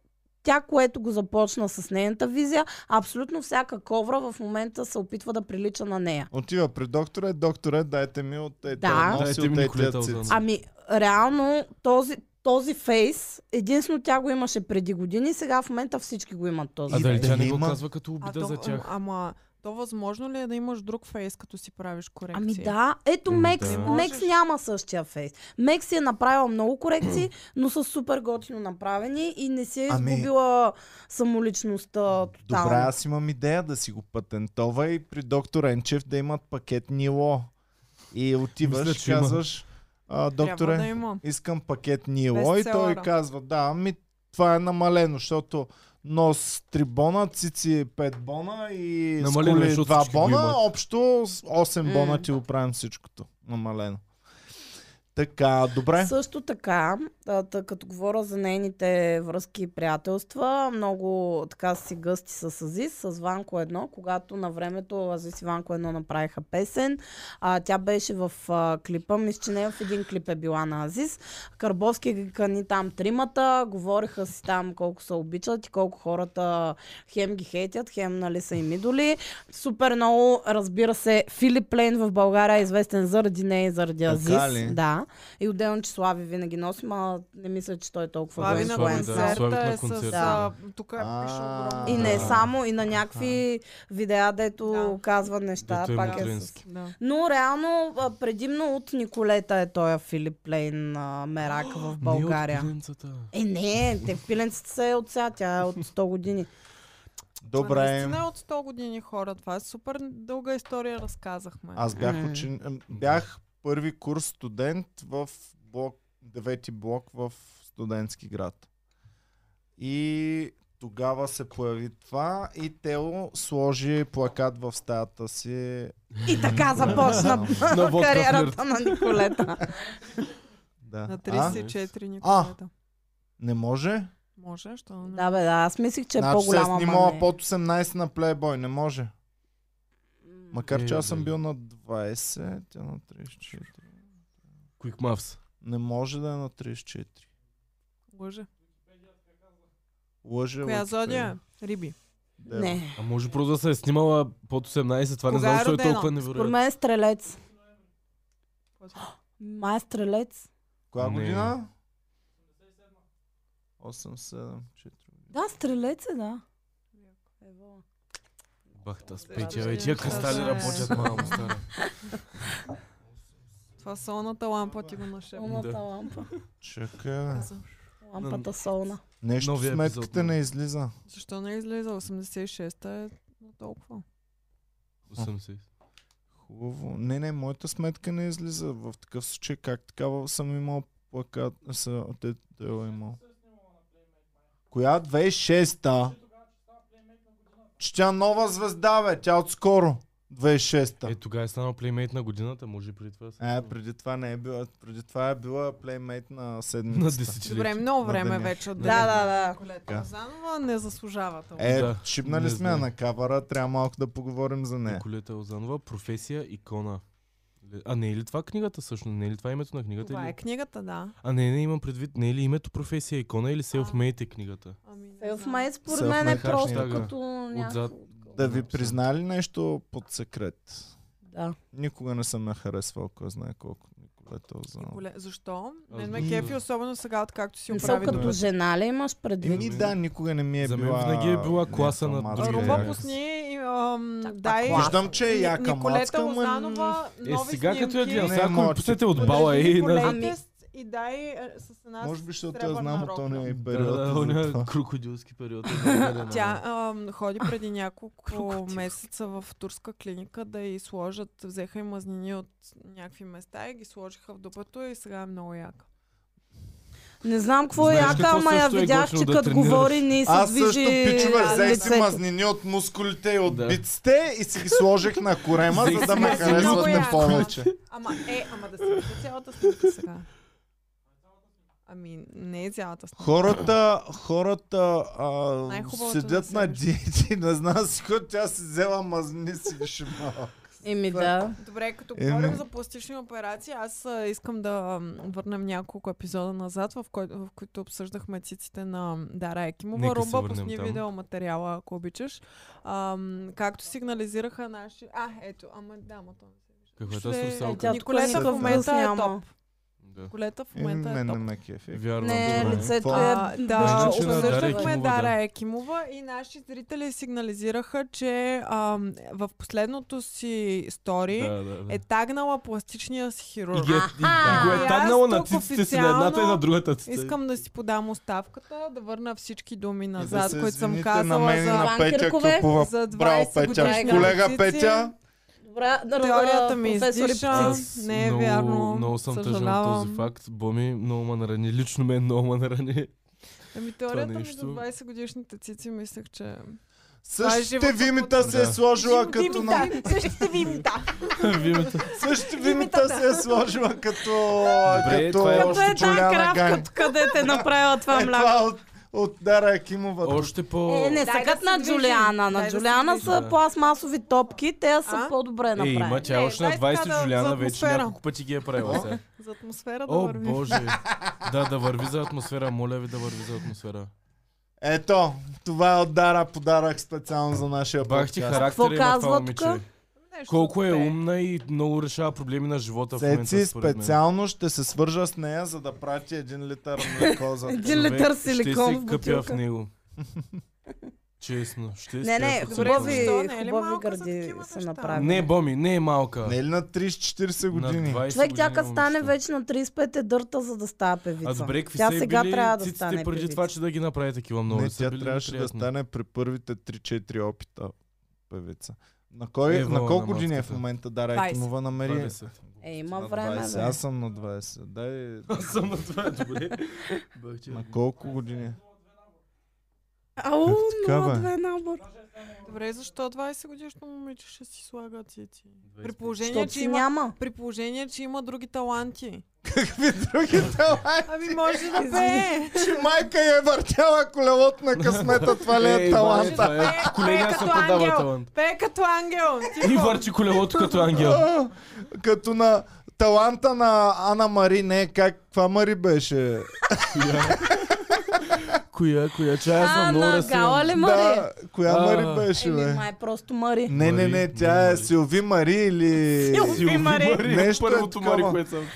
Speaker 2: тя, което го започна с нейната визия, абсолютно всяка ковра в момента се опитва да прилича на нея.
Speaker 1: Отива при доктора, докторе, дайте ми от тези
Speaker 2: Да.
Speaker 1: носи,
Speaker 4: Дайте
Speaker 1: от
Speaker 4: ми
Speaker 1: тези
Speaker 4: Николета
Speaker 1: цици.
Speaker 4: Озанова.
Speaker 2: Ами, реално този, този фейс, единствено тя го имаше преди години, сега в момента всички го имат този
Speaker 4: А
Speaker 1: И
Speaker 4: дали
Speaker 1: да
Speaker 4: тя не го
Speaker 1: има-
Speaker 4: казва като
Speaker 3: А
Speaker 4: обида
Speaker 3: то,
Speaker 4: за
Speaker 3: ама,
Speaker 4: тях?
Speaker 3: ама то възможно ли е да имаш друг фейс, като си правиш корекция?
Speaker 2: Ами да, ето
Speaker 4: М,
Speaker 2: Мекс.
Speaker 4: да.
Speaker 2: Мекс
Speaker 3: Можеш.
Speaker 2: няма същия фейс. Мекс си е направила много корекции, но са супер готино направени и не си е
Speaker 1: Ами-
Speaker 2: изгубила самоличността тотално.
Speaker 1: Добре, аз имам идея да си го патентова и при доктор Енчев да имат пакет Нило. И отиваш,
Speaker 4: Мисля, че има.
Speaker 1: казваш, а,
Speaker 3: Трябва да
Speaker 1: докторе,
Speaker 3: има.
Speaker 1: искам пакет Нило. И той
Speaker 3: Бестселъра.
Speaker 1: казва, да, ами това е намалено, защото нос 3 бона, цици 5 бона и
Speaker 4: Намалено,
Speaker 1: скули
Speaker 4: е, защото
Speaker 1: 2
Speaker 4: всички го
Speaker 1: бона,
Speaker 4: имат.
Speaker 1: общо 8 бона
Speaker 2: М.
Speaker 1: ти оправим всичкото. Намалено. Така, добре.
Speaker 2: Също така, а, тъ, като говоря за нейните връзки и приятелства, много така си гъсти с Азис, с Ванко едно, когато на времето Азис и Ванко едно направиха песен. А, тя беше в а, клипа, мисля, че не в един клип е била на Азис. Карбовски ги кани там тримата, говориха си там колко се обичат и колко хората хем ги хейтят, хем нали са им идоли. Супер много, разбира се, Филип Лейн в България е известен заради нея и заради
Speaker 1: Така
Speaker 2: Азис.
Speaker 1: ли?
Speaker 2: Да. И отделно, че Слави винаги носи, ма не мисля, че той е толкова
Speaker 3: Слави
Speaker 2: голям
Speaker 3: на
Speaker 4: Слави, да.
Speaker 2: инфлуенсър.
Speaker 4: Слави
Speaker 3: концерта
Speaker 4: на
Speaker 3: е с...
Speaker 4: концерта.
Speaker 3: а, Тук е пише
Speaker 1: А,
Speaker 3: огромно.
Speaker 2: И не
Speaker 1: Да.
Speaker 2: само, и на някакви видеа, дето
Speaker 3: Да.
Speaker 2: казва неща,
Speaker 4: Дето е
Speaker 2: пак е с...
Speaker 4: матерински.
Speaker 3: Да.
Speaker 2: Но реално а, предимно от Николета е той Филип Плейн а, мерак в България.
Speaker 4: Не от пиленцата.
Speaker 2: Е, не, те в пиленците са е от сега, тя е от 100 години.
Speaker 3: Това
Speaker 1: Добре.
Speaker 3: Наистина е от 100 години хора. Това е супер дълга история, разказахме.
Speaker 1: Аз бях
Speaker 2: М.
Speaker 1: учен... ем, Бях първи курс студент в блок, девети блок в студентски град. И тогава се появи това и Тео сложи плакат в стаята си.
Speaker 2: И така започна
Speaker 4: На водка
Speaker 2: кариерата на Николета.
Speaker 1: Да.
Speaker 3: На
Speaker 1: А?
Speaker 3: 34 Николета.
Speaker 1: Не може?
Speaker 3: Може, що не?
Speaker 2: Да, бе, да, аз мислих, че е
Speaker 1: значи се е
Speaker 2: по-голяма.
Speaker 1: снимала
Speaker 2: ма не.
Speaker 1: под 18 на Playboy. Не може. Макар че аз съм
Speaker 4: Е,
Speaker 1: бил на 20, тя на 34.
Speaker 4: Quick Maths.
Speaker 1: Не може да е на 34.
Speaker 3: Лъже.
Speaker 1: Лъже.
Speaker 3: Коя
Speaker 1: Википедия.
Speaker 3: зодия? е? Риби.
Speaker 1: Да.
Speaker 2: Не,
Speaker 4: А може просто да се е снимала под 18, това не
Speaker 3: Кога
Speaker 4: знам,
Speaker 3: е
Speaker 4: защо е
Speaker 3: родена?
Speaker 4: толкова
Speaker 2: според
Speaker 4: невероятно.
Speaker 2: мен е стрелец. Май е стрелец.
Speaker 1: Коя
Speaker 4: Не.
Speaker 1: година? 87. 4.
Speaker 2: Да, стрелец е, да. Ево.
Speaker 4: Бахта, с
Speaker 3: Радост,
Speaker 4: петия, бе, тия
Speaker 3: че
Speaker 4: кристали
Speaker 3: се-
Speaker 4: работят малко стара.
Speaker 3: Това солната лампа ти го нашепна.
Speaker 2: Солната
Speaker 4: Да.
Speaker 2: лампа.
Speaker 1: Чакай.
Speaker 3: Каза.
Speaker 2: Лампата солна.
Speaker 1: Нещо в
Speaker 4: Новия епизод,
Speaker 1: сметките
Speaker 4: но-
Speaker 1: не излиза.
Speaker 3: Защо не е излиза? 86-та е на толкова.
Speaker 4: 80.
Speaker 1: Хубаво. Не, не, моята сметка не излиза. В такъв случай как такава съм имал плакат. Са, те, те е имал. Коя? 26-та? Че тя нова звезда, бе. Тя отскоро. 26-та.
Speaker 4: Е, тогава е станал плеймейт на годината, може и преди това. се-
Speaker 1: Е, преди това не е била. Преди това е била плеймейт на
Speaker 4: На
Speaker 1: седмицата.
Speaker 3: Добре,
Speaker 4: десетилетие.
Speaker 3: много
Speaker 1: На
Speaker 3: време
Speaker 1: деня.
Speaker 3: вече от
Speaker 2: Да, да, да.
Speaker 1: Така.
Speaker 3: Колета Занова не заслужава това.
Speaker 1: Е,
Speaker 4: Да,
Speaker 1: шипнали
Speaker 4: не
Speaker 1: сме я
Speaker 4: знам.
Speaker 1: на кавара, трябва малко да поговорим за нея.
Speaker 4: Николета Озанова, професия, икона. Ле- А не е ли това книгата всъщност? Не е ли това името на книгата?
Speaker 3: Това
Speaker 4: или-
Speaker 3: е книгата, да.
Speaker 4: А не, не имам предвид. Не е ли името професия, икона или self-made е книгата?
Speaker 3: Ами, не знам.
Speaker 2: Селфмейт според мен е
Speaker 1: Self-made
Speaker 2: просто
Speaker 4: хаштага.
Speaker 2: като
Speaker 4: Отзад.
Speaker 2: някакво...
Speaker 1: Да ви
Speaker 4: Написано.
Speaker 1: признали нещо под секрет?
Speaker 2: Да.
Speaker 1: Никога не съм я харесвал, кой знае колко е Николета Озанова.
Speaker 3: Голе- Защо?
Speaker 4: Аз
Speaker 3: Не
Speaker 4: го-
Speaker 3: ме кефи, особено сега, откакто си
Speaker 2: Мисъл
Speaker 3: оправи
Speaker 1: Направи
Speaker 2: като
Speaker 1: дует.
Speaker 2: жена ли имаш предвид?
Speaker 1: Еми
Speaker 4: За
Speaker 1: да,
Speaker 4: мен-
Speaker 1: никога не ми е
Speaker 4: за мен
Speaker 1: била...
Speaker 4: винаги е била класа на
Speaker 1: някаква
Speaker 4: другите.
Speaker 1: мацка.
Speaker 3: Руба
Speaker 4: Е.
Speaker 3: пусни и ам,
Speaker 2: Чак,
Speaker 3: дай...
Speaker 2: пак
Speaker 1: Виждам, че е яка мацка,
Speaker 3: Николета
Speaker 1: ама-
Speaker 3: Лозанова,
Speaker 4: Е,
Speaker 3: нови
Speaker 4: сега като я
Speaker 3: снимки.
Speaker 4: гледам,
Speaker 1: Не,
Speaker 4: сега ако
Speaker 1: може,
Speaker 4: ми пусете от
Speaker 3: Подрежи
Speaker 4: бала и
Speaker 3: Николета
Speaker 4: на...
Speaker 2: Ами-
Speaker 3: и дай е, с една
Speaker 1: Може би, защото я
Speaker 3: сребърна
Speaker 1: знам от
Speaker 3: рокля.
Speaker 1: този период.
Speaker 4: Да,
Speaker 1: и за
Speaker 4: оня
Speaker 1: това.
Speaker 4: крокодилски период. е много гаден,
Speaker 3: Тя
Speaker 4: ама.
Speaker 3: ам, ходи преди няколко
Speaker 2: Крокодил.
Speaker 3: месеца в турска клиника да й сложат, взеха и мазнини от някакви места и ги сложиха в дупето и сега е много яка.
Speaker 2: Не знам какво е
Speaker 4: Знаеш
Speaker 2: яка,
Speaker 4: какво
Speaker 2: ама я
Speaker 4: също е
Speaker 2: видях,
Speaker 4: готино
Speaker 2: че
Speaker 4: да
Speaker 2: като
Speaker 4: тренираш?
Speaker 2: говори не се
Speaker 1: Аз също,
Speaker 2: движи
Speaker 1: пичове, взех си
Speaker 2: лицето.
Speaker 1: мазнини от мускулите и от
Speaker 4: Да.
Speaker 1: биците и си ги сложих на корема,
Speaker 4: Взех
Speaker 1: за да
Speaker 4: си
Speaker 1: ме
Speaker 4: мазнини.
Speaker 3: Много
Speaker 1: харесвате
Speaker 3: яко.
Speaker 1: повече.
Speaker 3: Ама е, ама да си видя цялата снимка сега. Ами не е цялата снимка.
Speaker 1: Хората, хората а,
Speaker 3: Най-хубавото да
Speaker 1: седят
Speaker 3: се
Speaker 1: на
Speaker 3: вижда.
Speaker 1: диети, не знам си какво, тя си взела мазнини си ги шибала.
Speaker 2: Еми да.
Speaker 4: е
Speaker 3: Добре, като
Speaker 1: Еми.
Speaker 3: говорим за пластични операции, аз а, искам да м, върнем няколко епизода назад, в, кой, в които обсъждахме циците на м, Дара Екимова.
Speaker 4: Нека се
Speaker 3: Руба,
Speaker 4: върнем
Speaker 3: пусни
Speaker 4: там.
Speaker 3: видеоматериала, ако обичаш. Ам, както сигнализираха наши... А, ето, ама да, ма то не се вижда.
Speaker 4: Каква е
Speaker 3: Ще-
Speaker 4: тази
Speaker 2: Е,
Speaker 4: русалка?
Speaker 2: тя
Speaker 3: Николета
Speaker 2: тук
Speaker 3: в момента е
Speaker 2: няма.
Speaker 3: топ.
Speaker 4: Да.
Speaker 3: Колета в
Speaker 1: Е,
Speaker 3: момента
Speaker 1: не,
Speaker 3: е
Speaker 1: не
Speaker 3: топ.
Speaker 1: ме кефи.
Speaker 4: Вярвам.
Speaker 2: Не,
Speaker 4: добре.
Speaker 2: лицето
Speaker 3: А,
Speaker 2: е...
Speaker 3: да,
Speaker 4: Мисля, Значи, че на Дара
Speaker 3: обсъждахме
Speaker 4: Екимова, да.
Speaker 3: Дара Екимова и наши зрители сигнализираха, че ам, в последното си стори
Speaker 4: Да, да, да.
Speaker 3: е тагнала пластичния си хирург.
Speaker 4: И ги е, и,
Speaker 2: Аха!
Speaker 4: и го е
Speaker 3: И
Speaker 4: тагнала
Speaker 3: аз
Speaker 4: на
Speaker 3: тук
Speaker 4: циците си на едната и
Speaker 3: официално
Speaker 4: на другата цица.
Speaker 3: Искам да си подам оставката, да върна всички думи
Speaker 1: И да
Speaker 3: назад,
Speaker 1: се
Speaker 3: които съм
Speaker 1: извините на
Speaker 3: казала
Speaker 1: мен и
Speaker 3: за,
Speaker 1: на
Speaker 2: Иван
Speaker 1: Петя
Speaker 2: Киркове.
Speaker 1: Кюпова.
Speaker 3: за 20
Speaker 1: Браво, Петя.
Speaker 3: годишна
Speaker 1: Колега
Speaker 3: цици.
Speaker 1: Петя,
Speaker 2: Добре, да
Speaker 3: Теорията ми
Speaker 2: професори
Speaker 3: издиша.
Speaker 2: Птиц.
Speaker 4: Аз
Speaker 3: не е вярно.
Speaker 4: Много съм тъжен от
Speaker 3: Съжалявам.
Speaker 4: този факт. Боми, много ме нарани. Лично мен много ме нарани.
Speaker 3: Ами теорията ми за
Speaker 4: нещо-
Speaker 3: 20 годишните цици мислех, че... Това е
Speaker 1: Същите
Speaker 3: живота,
Speaker 1: вимита се е
Speaker 4: Да.
Speaker 1: сложила
Speaker 2: Дим-
Speaker 1: като на...
Speaker 2: Димита, същите вимита.
Speaker 4: Вимето.
Speaker 1: Същите вимита се е сложила като...
Speaker 4: Добре,
Speaker 1: като
Speaker 4: това е
Speaker 2: Като
Speaker 1: още
Speaker 2: е тази
Speaker 1: Джулиана
Speaker 2: кравка,
Speaker 1: Гань.
Speaker 2: тук, където е направила това
Speaker 1: Е,
Speaker 2: мляко.
Speaker 1: това от, от Дара Акимова.
Speaker 4: Още по...
Speaker 2: Е, не, са
Speaker 3: Дай да
Speaker 2: като
Speaker 3: се
Speaker 2: на
Speaker 3: движи.
Speaker 2: Джулиана.
Speaker 3: Дай
Speaker 2: На
Speaker 3: да се
Speaker 2: Джулиана
Speaker 3: движи.
Speaker 2: са
Speaker 4: Да.
Speaker 2: пластмасови топки, те са
Speaker 3: А?
Speaker 2: по-добре
Speaker 4: Е, има
Speaker 2: направени.
Speaker 4: тя
Speaker 3: Не,
Speaker 4: още на
Speaker 3: дай така
Speaker 4: 20
Speaker 3: да- за
Speaker 4: Джулиана вече
Speaker 3: атмосфера.
Speaker 4: няколко пъти ги е правила
Speaker 1: О.
Speaker 4: сега.
Speaker 3: За атмосфера да
Speaker 4: О,
Speaker 3: върви.
Speaker 4: боже. Да, да върви за атмосфера. Моля ви да върви за атмосфера.
Speaker 1: Ето, това е от Дара подарък специално за нашия
Speaker 4: Бах ти
Speaker 1: подкаст.
Speaker 4: характер има
Speaker 2: казва
Speaker 4: това момиче.
Speaker 2: тука?
Speaker 3: Нещо
Speaker 4: Колко е
Speaker 3: успее.
Speaker 4: умна и много решава проблеми на живота в
Speaker 1: Цеци
Speaker 4: момента според мен.
Speaker 1: специално ще се свържа с нея, за да прати един литър млеко за теб.
Speaker 2: Един
Speaker 4: Човек,
Speaker 2: литър силикон
Speaker 4: Ще
Speaker 2: в
Speaker 4: си къпя в
Speaker 2: бутилка.
Speaker 4: него. Честно, ще си
Speaker 2: Не,
Speaker 4: къпя
Speaker 2: не,
Speaker 4: в
Speaker 3: Добре,
Speaker 4: силикон.
Speaker 2: хубави,
Speaker 3: защо? Не е ли
Speaker 2: хубави
Speaker 3: малка за
Speaker 2: гърди
Speaker 3: такива
Speaker 2: са
Speaker 3: неща?
Speaker 2: направили.
Speaker 4: Не, Боми, не е малка.
Speaker 1: Не е ли на 30-40
Speaker 4: На
Speaker 1: години?
Speaker 4: 20
Speaker 2: Човек, тя
Speaker 4: години
Speaker 2: като стане
Speaker 4: момичето.
Speaker 2: вече на 35 е дърта, за да става певица.
Speaker 4: А добре, какви
Speaker 2: тя
Speaker 4: са й
Speaker 2: сега
Speaker 4: били
Speaker 2: трябва да
Speaker 4: циците
Speaker 2: стане
Speaker 4: преди
Speaker 2: певица.
Speaker 4: това, че да ги направи такива много.
Speaker 1: не,
Speaker 4: ли са
Speaker 1: тя
Speaker 4: били
Speaker 1: трябваше да
Speaker 4: неприятни?
Speaker 1: стане при първите 3-4 опита певица. На, кой,
Speaker 4: Ева,
Speaker 1: на колко
Speaker 4: на
Speaker 1: години е в
Speaker 4: маската.
Speaker 1: момента Дара
Speaker 3: 20.
Speaker 1: Екимова намери?
Speaker 4: 20.
Speaker 2: Е, има
Speaker 1: На
Speaker 2: време,
Speaker 1: 20.
Speaker 2: бе.
Speaker 1: Аз съм на 20. Дай,
Speaker 4: Аз съм на това, е добре. Бах ти.
Speaker 1: на колко години?
Speaker 2: Ау,
Speaker 1: Как така, бе?
Speaker 2: 0-2 набор.
Speaker 3: Добре, защо 20 годишно момиче ще си слага цици? При
Speaker 4: 25.
Speaker 3: положение,
Speaker 2: Защото
Speaker 3: че
Speaker 2: си
Speaker 3: има...
Speaker 2: няма.
Speaker 3: При положение, че има други таланти.
Speaker 1: Какви други таланти?
Speaker 3: Ами може да
Speaker 2: Извини.
Speaker 3: пее.
Speaker 1: Че майка я е въртяла колелото на късмета, това ли е
Speaker 4: Ей,
Speaker 1: талант?
Speaker 4: Ваня, това е.
Speaker 3: Е,
Speaker 4: Колега
Speaker 3: е,
Speaker 4: се
Speaker 3: като
Speaker 4: продава
Speaker 3: ангел.
Speaker 4: талант.
Speaker 3: Пее като ангел. Тихо.
Speaker 4: И върчи колелото като ангел.
Speaker 1: А, Като на таланта на Ана Мари, не, как, каква Мари беше?
Speaker 4: Коя? Коя, коя? Че аз съм много
Speaker 2: на
Speaker 4: разсеян.
Speaker 2: Гала ли Мари?
Speaker 1: Да, коя
Speaker 4: А.
Speaker 1: Мари беше,
Speaker 2: Еми,
Speaker 1: бе?
Speaker 2: май просто Мари.
Speaker 1: Не, не, не,
Speaker 4: Мари,
Speaker 1: тя
Speaker 4: не
Speaker 1: е
Speaker 4: Мари.
Speaker 1: Силви Мари или...
Speaker 2: Силви.
Speaker 4: Силви
Speaker 2: Мари.
Speaker 4: Мари.
Speaker 1: Нещо е
Speaker 4: Първото Мари,
Speaker 1: такова.
Speaker 4: което съм.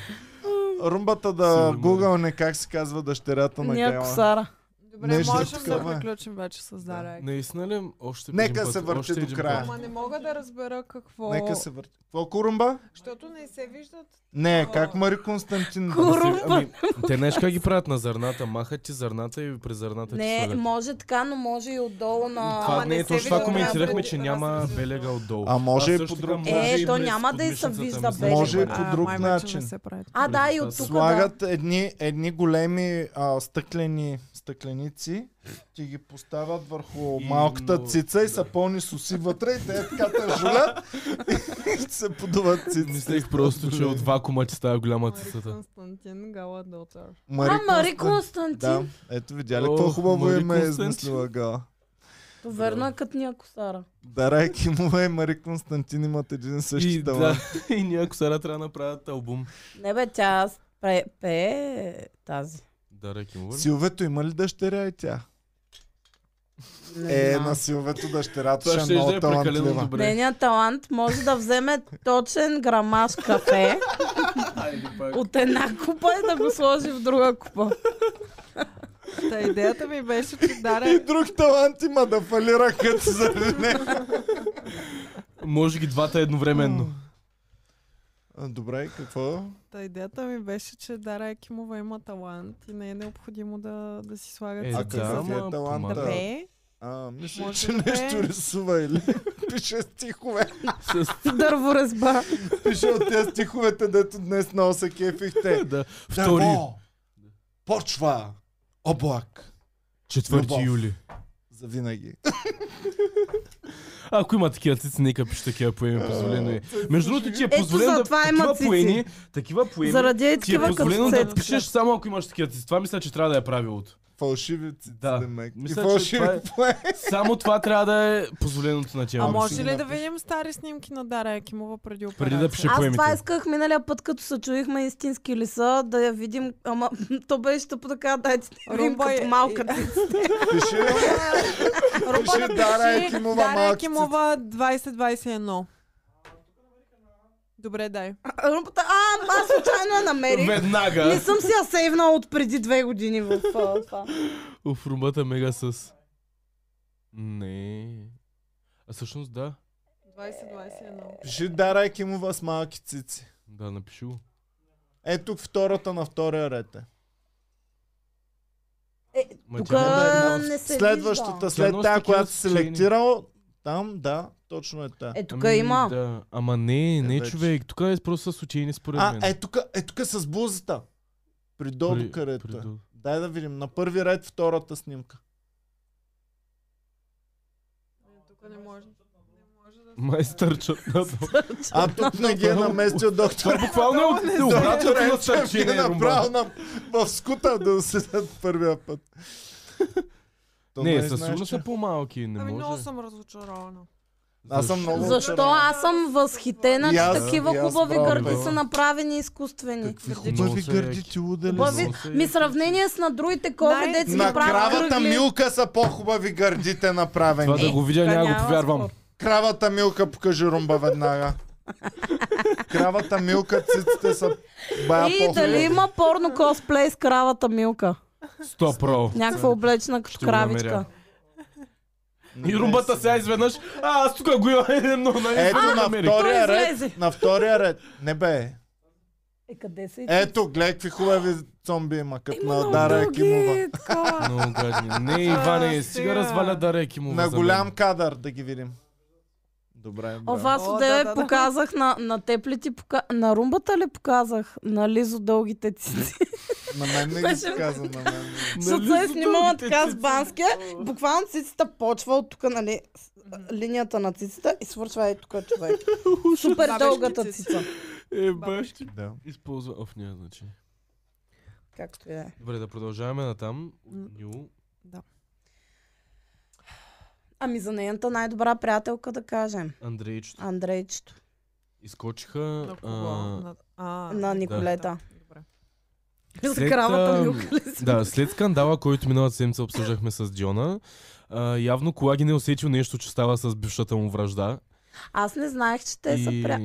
Speaker 1: Румбата да
Speaker 4: Силви Мари.
Speaker 1: гугълне как се казва дъщерята на
Speaker 2: Ня
Speaker 1: Гела.
Speaker 2: косара.
Speaker 3: Добре,
Speaker 1: Нещо
Speaker 3: можем да
Speaker 1: такова е.
Speaker 3: приключим вече с Дарек.
Speaker 4: Наистина ли? Още
Speaker 1: Нека
Speaker 4: един път,
Speaker 1: се върти
Speaker 4: още
Speaker 1: до
Speaker 4: един
Speaker 1: края.
Speaker 4: път.
Speaker 3: Ама не мога да разбера какво...
Speaker 1: Нека се върти. Какво, Курумба?
Speaker 3: Защото не се виждат...
Speaker 1: Не, как Мари Константин?
Speaker 2: Кур-
Speaker 4: Ама
Speaker 2: Румба.
Speaker 4: се- ами, Те знаеш как ги правят на зърната? Махат ти зърната и през зърната ти
Speaker 2: Не,
Speaker 4: слагат.
Speaker 2: може така, но може и отдолу на...
Speaker 4: Това
Speaker 3: Ама
Speaker 4: не
Speaker 3: не
Speaker 4: е
Speaker 3: се
Speaker 4: точно това
Speaker 3: вижда
Speaker 4: коментирахме,
Speaker 3: отпред,
Speaker 4: че
Speaker 3: а
Speaker 4: няма
Speaker 3: се вижда.
Speaker 4: белега отдолу.
Speaker 1: А може и
Speaker 4: също
Speaker 1: по
Speaker 4: така
Speaker 1: друг
Speaker 4: може
Speaker 2: Е,
Speaker 4: и
Speaker 2: то
Speaker 4: през
Speaker 2: няма да и се
Speaker 4: подмишницата,
Speaker 2: вижда
Speaker 4: мисля,
Speaker 2: белега.
Speaker 1: Може и
Speaker 4: да.
Speaker 1: по друг
Speaker 3: май вече
Speaker 1: начин.
Speaker 3: Не се прави.
Speaker 2: А, да, и от тук, да.
Speaker 1: Слагат едни, едни големи а, стъклени стъкленици, ти ги поставят върху
Speaker 4: И
Speaker 1: малката
Speaker 4: много-
Speaker 1: цица и
Speaker 4: да.
Speaker 1: са пълни с уси вътре и те е така те жулят и се подуват цици.
Speaker 4: Мислех просто, че от вакуума ти става голяма цицата.
Speaker 3: Константин Гала Дотър.
Speaker 2: А, Мари
Speaker 1: Константин. Да,
Speaker 2: Константин.
Speaker 1: ето видя ли
Speaker 4: Ох,
Speaker 1: какво хубаво
Speaker 4: Мари
Speaker 1: име е
Speaker 4: Константин.
Speaker 1: измислила Гала.
Speaker 2: То верно е като Ня косара.
Speaker 1: Дара Екимова и Мари Константин имат един и същи
Speaker 4: И
Speaker 1: талант.
Speaker 4: да, и някой сара трябва да направят албум.
Speaker 2: Не бе, тя с- пре- пее тази.
Speaker 4: Да, Рекимова ли?
Speaker 1: Силвето има ли дъщеря и тя?
Speaker 2: Не
Speaker 1: Е,
Speaker 2: знам.
Speaker 1: на Силвето дъщерята
Speaker 4: Това
Speaker 1: ще
Speaker 4: ще
Speaker 1: е
Speaker 4: да
Speaker 1: много
Speaker 4: е прекалено
Speaker 1: талантлива.
Speaker 4: Е, добре.
Speaker 2: Нейният талант може да вземе точен грамаж кафе
Speaker 4: Айде пак.
Speaker 2: от една купа и да го сложи в друга купа.
Speaker 3: Та идеята ми беше, че Дарек...
Speaker 1: Друг талант има да фалира като се заради нея.
Speaker 4: Може ги двата едновременно.
Speaker 1: А, Добре, какво?
Speaker 3: Та идеята ми беше, че Дара Екимова има талант и не е необходимо да, да си слагат
Speaker 4: Е,
Speaker 1: а
Speaker 3: цици
Speaker 1: какъв
Speaker 4: да,
Speaker 1: е
Speaker 3: за-
Speaker 4: ама
Speaker 1: таланта?
Speaker 3: да
Speaker 1: Да.
Speaker 4: помага.
Speaker 3: пее.
Speaker 2: Е,
Speaker 1: А, мисля,
Speaker 3: Може
Speaker 1: че
Speaker 3: да е.
Speaker 1: нещо рисува или пише стихове.
Speaker 4: С-
Speaker 2: Дърворезба.
Speaker 1: Пише от тези стиховете, дето днес много се кефихте.
Speaker 4: Да. Втори,
Speaker 1: Дърво! Почва! Облак! Любов.
Speaker 4: четвърти юли.
Speaker 1: За винаги.
Speaker 4: Ако има такива цици, нека пише такива поеми, позволено е. Между другото, ти е
Speaker 2: Ето
Speaker 4: позволено да
Speaker 2: затова има
Speaker 4: такива
Speaker 2: цици.
Speaker 4: поени, такива поеми,
Speaker 2: Заради е
Speaker 4: ти е
Speaker 2: такива
Speaker 4: позволено
Speaker 2: като
Speaker 4: да
Speaker 2: цецки.
Speaker 4: пишеш само ако имаш такива цици. Това мисля, че трябва да е правилото.
Speaker 1: Фалшивици.
Speaker 4: Да.
Speaker 1: демек. И
Speaker 4: Мисля, че
Speaker 1: фалшиви
Speaker 4: това е-
Speaker 1: поети.
Speaker 4: Само това трябва да е позволеното на тия
Speaker 3: А
Speaker 1: Ама
Speaker 4: момичета.
Speaker 1: ще
Speaker 3: може
Speaker 1: ги
Speaker 3: ли да
Speaker 1: напиш.
Speaker 3: видим стари снимки на Дара Екимова преди операция?
Speaker 4: Преди да пише
Speaker 2: Аз
Speaker 4: поемите.
Speaker 2: това исках миналия път, като се чуихме истински ли са, да я видим. Ама то беше тъпо така, дайте да видим
Speaker 3: Румба
Speaker 2: като
Speaker 3: е-
Speaker 2: малка.
Speaker 1: Пиши, пиши Дара Екимова
Speaker 3: Дара
Speaker 1: малки
Speaker 3: Екимова 2021. Добре, дай.
Speaker 2: Румбата, а, аз случайно я намерих. Не
Speaker 4: Веднага!
Speaker 2: съм си я сейвнала от преди две години в а, това.
Speaker 4: Уф, румбата е мега с... Не... А всъщност да.
Speaker 3: 2021.
Speaker 1: Пиши Дара Екимова с малки цици.
Speaker 4: Да, напиши го.
Speaker 1: Е тук втората на втория ред е.
Speaker 2: Е,
Speaker 4: Ма
Speaker 2: тук
Speaker 4: тя не е
Speaker 1: една
Speaker 2: не се Е,
Speaker 1: Следващата,
Speaker 2: вижда.
Speaker 1: след
Speaker 4: носи
Speaker 1: тази,
Speaker 4: такива
Speaker 1: която си
Speaker 4: чейни.
Speaker 1: селектирал, там, да, точно е та.
Speaker 2: Е, тук има.
Speaker 4: ами, Да. Ама не, не
Speaker 1: вече.
Speaker 4: човек. Тук е просто случайни според мен.
Speaker 1: А, е тук, е тук с блузата. При Додо
Speaker 4: При-
Speaker 1: карето
Speaker 4: при
Speaker 1: е.
Speaker 4: Додо.
Speaker 1: Дай да видим. На първи ред втората снимка.
Speaker 3: Тук не може.
Speaker 4: Май стърчат на
Speaker 1: А тук не ги е наместил доктор.
Speaker 4: Буквално е обратното на
Speaker 1: Ренчев ги е
Speaker 4: стърчение.
Speaker 1: направил на, в скута да седят първия път. То
Speaker 4: Не,
Speaker 1: нали
Speaker 4: със
Speaker 1: знаеш,
Speaker 4: сигурност
Speaker 1: че-
Speaker 4: са по-малки. Не
Speaker 3: Ами много
Speaker 4: може.
Speaker 3: съм разочарована.
Speaker 1: Аз съм
Speaker 4: Защо?
Speaker 1: много
Speaker 2: Защо аз съм възхитена,
Speaker 1: И
Speaker 2: че
Speaker 1: аз,
Speaker 2: такива
Speaker 1: и аз,
Speaker 2: хубави
Speaker 1: браво,
Speaker 2: гърди
Speaker 4: браво.
Speaker 2: са направени изкуствени.
Speaker 4: Какви
Speaker 1: Хубави
Speaker 4: хубави
Speaker 1: гърди ти удали.
Speaker 2: Хубави-
Speaker 1: са.
Speaker 2: Ми сравнение с на другите кови,
Speaker 3: Най-
Speaker 2: деца
Speaker 1: На
Speaker 2: ги правят
Speaker 1: кравата
Speaker 2: кръгли.
Speaker 1: Милка са по-хубави гърдите направени.
Speaker 4: Това да го видя,
Speaker 2: това
Speaker 4: няма го
Speaker 2: няма
Speaker 4: повярвам.
Speaker 2: спор.
Speaker 1: Кравата Милка, покажи румба веднага. Кравата Милка, циците са бая
Speaker 2: И дали
Speaker 1: по-хубави.
Speaker 2: има порно косплей с кравата Милка?
Speaker 4: Сто про.
Speaker 2: Някаква облечена като
Speaker 4: Ще го намеря.
Speaker 2: кравичка.
Speaker 4: И румбата сега изведнъж. А, аз тук го имам едно на
Speaker 1: Ето на втория
Speaker 2: той
Speaker 1: ред.
Speaker 2: излезе.
Speaker 1: На втория ред. Не бе.
Speaker 2: Е, къде са и
Speaker 1: Ето, гледай какви хубави зомби има, като
Speaker 2: Има
Speaker 1: на
Speaker 2: много
Speaker 1: Дара
Speaker 2: дълги.
Speaker 1: Екимова.
Speaker 3: Такова.
Speaker 4: Много гадни. Не, Иване,
Speaker 3: А,
Speaker 4: сега
Speaker 3: сега.
Speaker 4: разваля дареки му.
Speaker 1: На голям кадър да ги видим. Добре,
Speaker 2: О,
Speaker 1: браво.
Speaker 2: аз
Speaker 3: О,
Speaker 2: одеве
Speaker 3: да, да, да.
Speaker 2: показах на, на теб ли ти пока... На румбата ли показах? На Лизо дългите цици.
Speaker 1: На мен не ги
Speaker 2: Беше-
Speaker 1: се каза, на мен. не.
Speaker 2: Защото
Speaker 4: Нали
Speaker 2: се е снимала така с банския. Буквално цицата почва от тук, нали, с- линията на цицата и свършва е тук човек. Супер
Speaker 3: Бабешки
Speaker 2: дългата
Speaker 3: цици.
Speaker 2: цица.
Speaker 4: Е, баш ти
Speaker 1: Да.
Speaker 4: използва. Оф, няма значение.
Speaker 2: Както и да е.
Speaker 4: Добре, да продължаваме натам.
Speaker 3: М.
Speaker 4: Ню.
Speaker 2: Ами за нейната най-добра приятелка да кажем.
Speaker 4: Андрейчето.
Speaker 2: Андрейчето.
Speaker 4: Изкочиха
Speaker 3: На кого?
Speaker 4: а,
Speaker 3: На- а,
Speaker 2: на Николета.
Speaker 3: Добре.
Speaker 2: За
Speaker 4: След,
Speaker 2: кравата
Speaker 4: ам,
Speaker 2: Милка ли си?
Speaker 4: Да, след скандала, който миналата седмица обсъждахме с Джона, а, явно Колагин не е усетил нещо, че става с бившата му вражда.
Speaker 2: Аз не знаех, че те са
Speaker 4: и
Speaker 2: пря...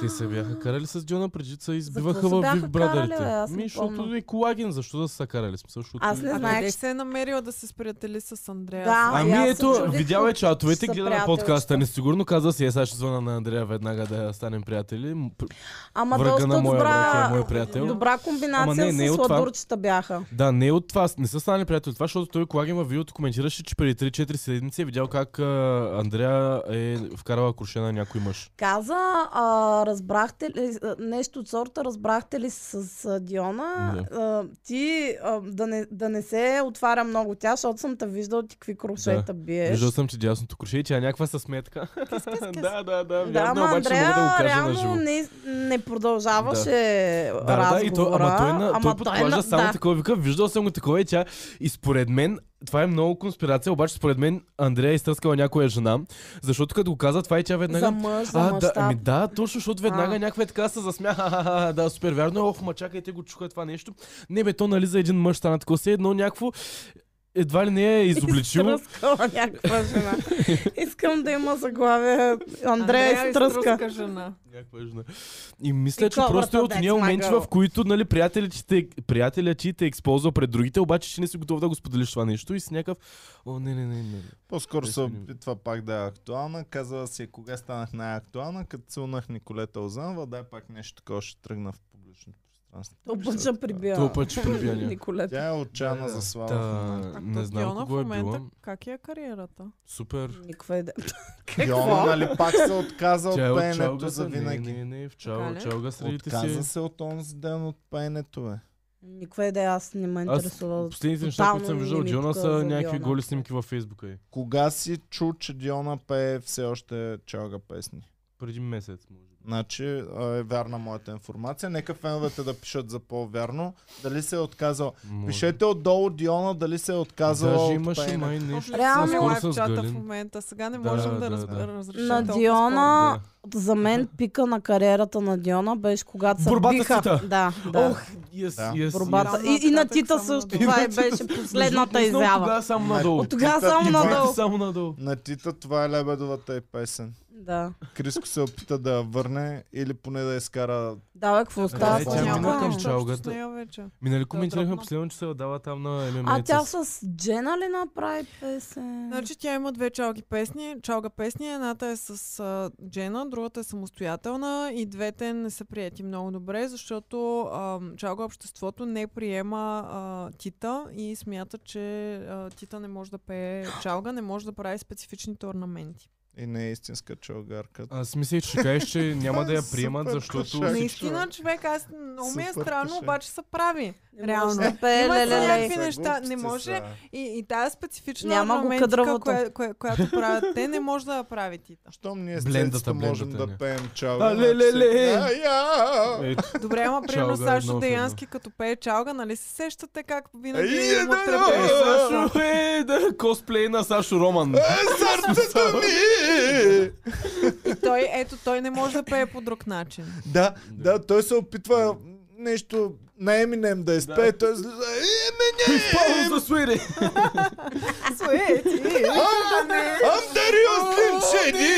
Speaker 4: те се бяха карали с Джона преди, че се избиваха
Speaker 2: какво се
Speaker 4: в
Speaker 2: бяха
Speaker 4: Big Brother.
Speaker 2: карали, бе? Аз не
Speaker 4: Ми, защото
Speaker 2: помня.
Speaker 4: е Колагин, защо да са се карали? Смисъл, защото...
Speaker 2: Ами, Аз не
Speaker 3: А
Speaker 2: знаех,
Speaker 3: къде
Speaker 2: че-
Speaker 3: се е намерила да се сприятели с Андрея?
Speaker 2: Да.
Speaker 4: Ами
Speaker 2: аз се
Speaker 4: ето,
Speaker 2: чудих,
Speaker 4: видял е чатовете,
Speaker 2: че са
Speaker 4: гледа на
Speaker 2: приятелчета.
Speaker 4: подкаста несигурно, каза си, е, сега ще звъна на Андрея веднага да станем приятели. М, пр-
Speaker 2: Ама
Speaker 4: Врага
Speaker 2: доста
Speaker 4: на моя враг е
Speaker 2: добра,
Speaker 4: мой приятел.
Speaker 2: добра
Speaker 4: Ама не,
Speaker 2: комбинация
Speaker 4: не е
Speaker 2: с
Speaker 4: от това.
Speaker 2: сладурчета бяха.
Speaker 4: Да, не от това. Не са станали приятели от това, защото той Колагин във видеото коментираше, че преди 3-4 седмици е видял как а, Андрея е вкарала круша на някой мъж.
Speaker 2: Каза, а, разбрахте ли, а, нещо от сорта, разбрахте ли с, с Диона, а, ти а, да, не, да не се отваря много тя, защото съм те виждал ти какви крушета биеш.
Speaker 4: Виждал съм, че дясното круше и тя е някаква със сметка. Да, да, да.
Speaker 2: Да,
Speaker 4: Вярно,
Speaker 2: ама
Speaker 4: обаче не мога да го
Speaker 2: Андрея
Speaker 4: кажа на живо.
Speaker 2: реално не, е не продължаваше да.
Speaker 4: Да, да, да, и той,
Speaker 2: разговора. е
Speaker 4: ама той, е на, той подклажда
Speaker 2: на-
Speaker 4: само
Speaker 2: да.
Speaker 4: такова, вика, виждал съм го такова и тя, и според мен, това е много конспирация, обаче според мен Андрея е изтръскала някоя жена, защото като го каза това и тя веднага...
Speaker 2: За мъж, за
Speaker 4: а, да,
Speaker 2: мащаб.
Speaker 4: ами да, точно, защото веднага
Speaker 2: А.
Speaker 4: някаква е така се засмя. «Ха-ха-ха, да, супер вярно. е, Ох, ма чакайте го чуха това нещо. Не бе, то нали за един мъж стана такова. Все едно някакво едва ли не е изобличил.
Speaker 2: Изтръскала някаква жена. Искам да има заглавие. Андрея
Speaker 3: е
Speaker 2: изтръска.
Speaker 3: изтръска жена.
Speaker 4: Някаква е жена. И мисля,
Speaker 2: И
Speaker 4: че просто
Speaker 2: кобрата
Speaker 4: е от
Speaker 2: that's
Speaker 4: ние
Speaker 2: my
Speaker 4: моменти,
Speaker 2: girl.
Speaker 4: в които нали, приятелят ти, те, приятелят ти те е експозва пред другите, обаче ти не си готов да го споделиш това нещо и си някакъв... О, не, не, не, не.
Speaker 1: По-скоро
Speaker 4: Не
Speaker 1: се
Speaker 4: сменим.
Speaker 1: опитва пак да е актуална. Казва си кога станах най-актуална, като целнах Николета Озанова, дай пак нещо такова ще тръгна в публичното пространство.
Speaker 2: Обаче прибия.
Speaker 4: Това път ще прибия някой.
Speaker 2: Николета.
Speaker 1: Тя е отчаяна за слава. в момента.
Speaker 4: Та, не знам
Speaker 3: Диона
Speaker 4: кого
Speaker 3: в
Speaker 4: е била.
Speaker 3: момента, как е кариерата?
Speaker 4: Супер.
Speaker 2: Никаква идея.
Speaker 1: Йона, нали пак се отказа от
Speaker 4: Е, Тя е от
Speaker 1: пеенето
Speaker 4: чалгата.
Speaker 1: за
Speaker 4: Не,
Speaker 1: винаги.
Speaker 4: не, не, в
Speaker 3: Така
Speaker 4: чалга,
Speaker 3: ли?
Speaker 4: чалга средите
Speaker 1: Отказа
Speaker 4: си.
Speaker 1: се от онзи ден от пеенето, бе.
Speaker 2: Никаква идея, е, аз не ме
Speaker 4: Аз
Speaker 2: интересува.
Speaker 4: последните неща,
Speaker 2: Тотално
Speaker 4: които съм виждал от
Speaker 2: не ми е
Speaker 4: Джона,
Speaker 2: тука
Speaker 4: са
Speaker 2: за
Speaker 4: някакви
Speaker 2: Диона.
Speaker 4: голи снимки във Фейсбука. й.
Speaker 1: Кога си чу, че Диона пее все още чалга песни?
Speaker 4: Преди месец, може би.
Speaker 1: Значи а, е вярна моята информация. Нека феновете да пишат за по-вярно. Дали се е отказал?
Speaker 4: Може.
Speaker 1: Пишете отдолу Диона дали се е отказала
Speaker 4: Даже
Speaker 1: от
Speaker 4: имаше
Speaker 1: пеенето.
Speaker 4: май нещо.
Speaker 2: Реално
Speaker 4: с
Speaker 3: Реално
Speaker 4: хора с
Speaker 3: лайфчата в
Speaker 4: Галин.
Speaker 3: момента. Сега не
Speaker 4: Да,
Speaker 3: можем
Speaker 4: да,
Speaker 3: да, раз-
Speaker 4: да.
Speaker 3: разрешим
Speaker 2: На
Speaker 3: толкова
Speaker 2: Диона-
Speaker 4: Да.
Speaker 2: За мен пика на кариерата на Диона беше когато се
Speaker 4: Борбата с
Speaker 2: биха.
Speaker 4: Тита.
Speaker 2: Да, да.
Speaker 4: Ох, yes,
Speaker 1: Да.
Speaker 4: yes,
Speaker 2: Борбата.
Speaker 4: yes.
Speaker 2: И, и на
Speaker 3: Нататък
Speaker 2: Тита
Speaker 3: само
Speaker 2: също
Speaker 3: надолу.
Speaker 2: това
Speaker 4: И
Speaker 2: е
Speaker 4: на Тита
Speaker 2: беше
Speaker 4: също.
Speaker 2: последната
Speaker 4: Между другото,
Speaker 2: изява.
Speaker 4: Тогава само
Speaker 1: Ма,
Speaker 4: е надолу.
Speaker 2: От тогава
Speaker 1: Тита
Speaker 2: само
Speaker 1: и
Speaker 4: Двете
Speaker 2: надолу.
Speaker 4: Само надолу.
Speaker 1: На Тита това е лебедовата е песен.
Speaker 2: Да.
Speaker 1: Криско се опита да я върне или поне да изкара...
Speaker 2: Давай, какво
Speaker 4: е,
Speaker 2: става?
Speaker 4: тя
Speaker 2: по-някога?
Speaker 4: мина
Speaker 3: няма
Speaker 4: към
Speaker 3: нищо
Speaker 4: чалгата.
Speaker 3: общо с нея вече.
Speaker 4: Минали нали коментирахме
Speaker 3: дробно.
Speaker 4: последно, че се я дава там на ММА.
Speaker 2: Е, А тя с Джена ли направи песен?
Speaker 3: Значи тя има две чалги песни. Чалга песни, едната е с а, Джена, другата е самостоятелна и двете не са прияти много добре, защото а, чалга обществото не приема а, Тита и смята, че а, Тита не може да пее чалга, не може да прави специфичните орнаменти.
Speaker 1: и не е истинска чалгарка.
Speaker 4: Аз мислех, че ще кажеш, че няма да я
Speaker 1: Супер
Speaker 4: приемат, защото...
Speaker 1: кошак.
Speaker 4: всички-
Speaker 3: Наистина, човек, аз много ми е
Speaker 1: Супер
Speaker 3: странно,
Speaker 1: тъше.
Speaker 3: обаче се прави.
Speaker 2: Не
Speaker 3: Реално.
Speaker 2: Е, може да пее,
Speaker 3: Има
Speaker 2: ле, ле, ле.
Speaker 3: някакви
Speaker 1: Са,
Speaker 3: неща,
Speaker 1: е глупости
Speaker 3: не може.
Speaker 1: са.
Speaker 3: И, и тази специфична
Speaker 2: Няма го
Speaker 3: орнаментика,
Speaker 2: кадръвото.
Speaker 3: коя, коя, която правят те, не може да я прави Тита.
Speaker 1: Щом ние с
Speaker 4: Блендата,
Speaker 1: цецата можем
Speaker 4: блендата
Speaker 1: да
Speaker 4: ни.
Speaker 1: пеем чалга.
Speaker 4: А, ле, ле, ле.
Speaker 1: значи- А, я.
Speaker 4: Е,
Speaker 3: Добре, ама примерно
Speaker 4: Чалга е
Speaker 3: Сашо
Speaker 4: много
Speaker 3: Деянски, като пее чалга, нали се сещате как винаги
Speaker 1: Ай,
Speaker 3: му
Speaker 1: да,
Speaker 4: Е,
Speaker 1: да,
Speaker 3: трепе?
Speaker 4: Сашо е да косплей на Сашо Роман.
Speaker 1: Е, Сърцето ми!
Speaker 3: И той, ето, той не може да пее по друг начин.
Speaker 1: Да, да, той се опитва нещо на Eminem да изпее,
Speaker 4: Да.
Speaker 1: той "Е, излиза Eminem!
Speaker 4: Пауза свири!
Speaker 3: Суети!
Speaker 1: I'm- I'm Darius Slim Shady!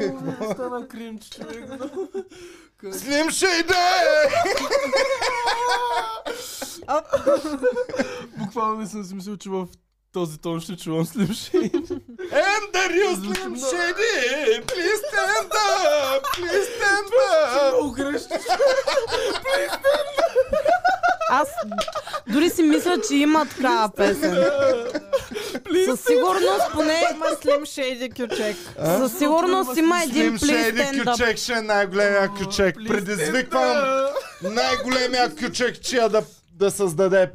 Speaker 4: Какво стана кринч, човек?
Speaker 1: Slim Shady!
Speaker 4: Буквално не съм си мислил, че в този тон ще чувам слимши.
Speaker 1: I'm Darius Slim Shady! Please stand up! Please stand up!
Speaker 4: Много грешно.
Speaker 2: Аз дори си мисля, че има такава песен.
Speaker 3: нали?
Speaker 2: Със сигурност, поне...
Speaker 3: Има слим шейди кючек.
Speaker 2: Със сигурност има
Speaker 1: Slim
Speaker 2: един
Speaker 1: Shady
Speaker 2: плейстендъп.
Speaker 1: кючек ще е най-големия кючек. Предизвиквам най-големия кючек, чия да, да създаде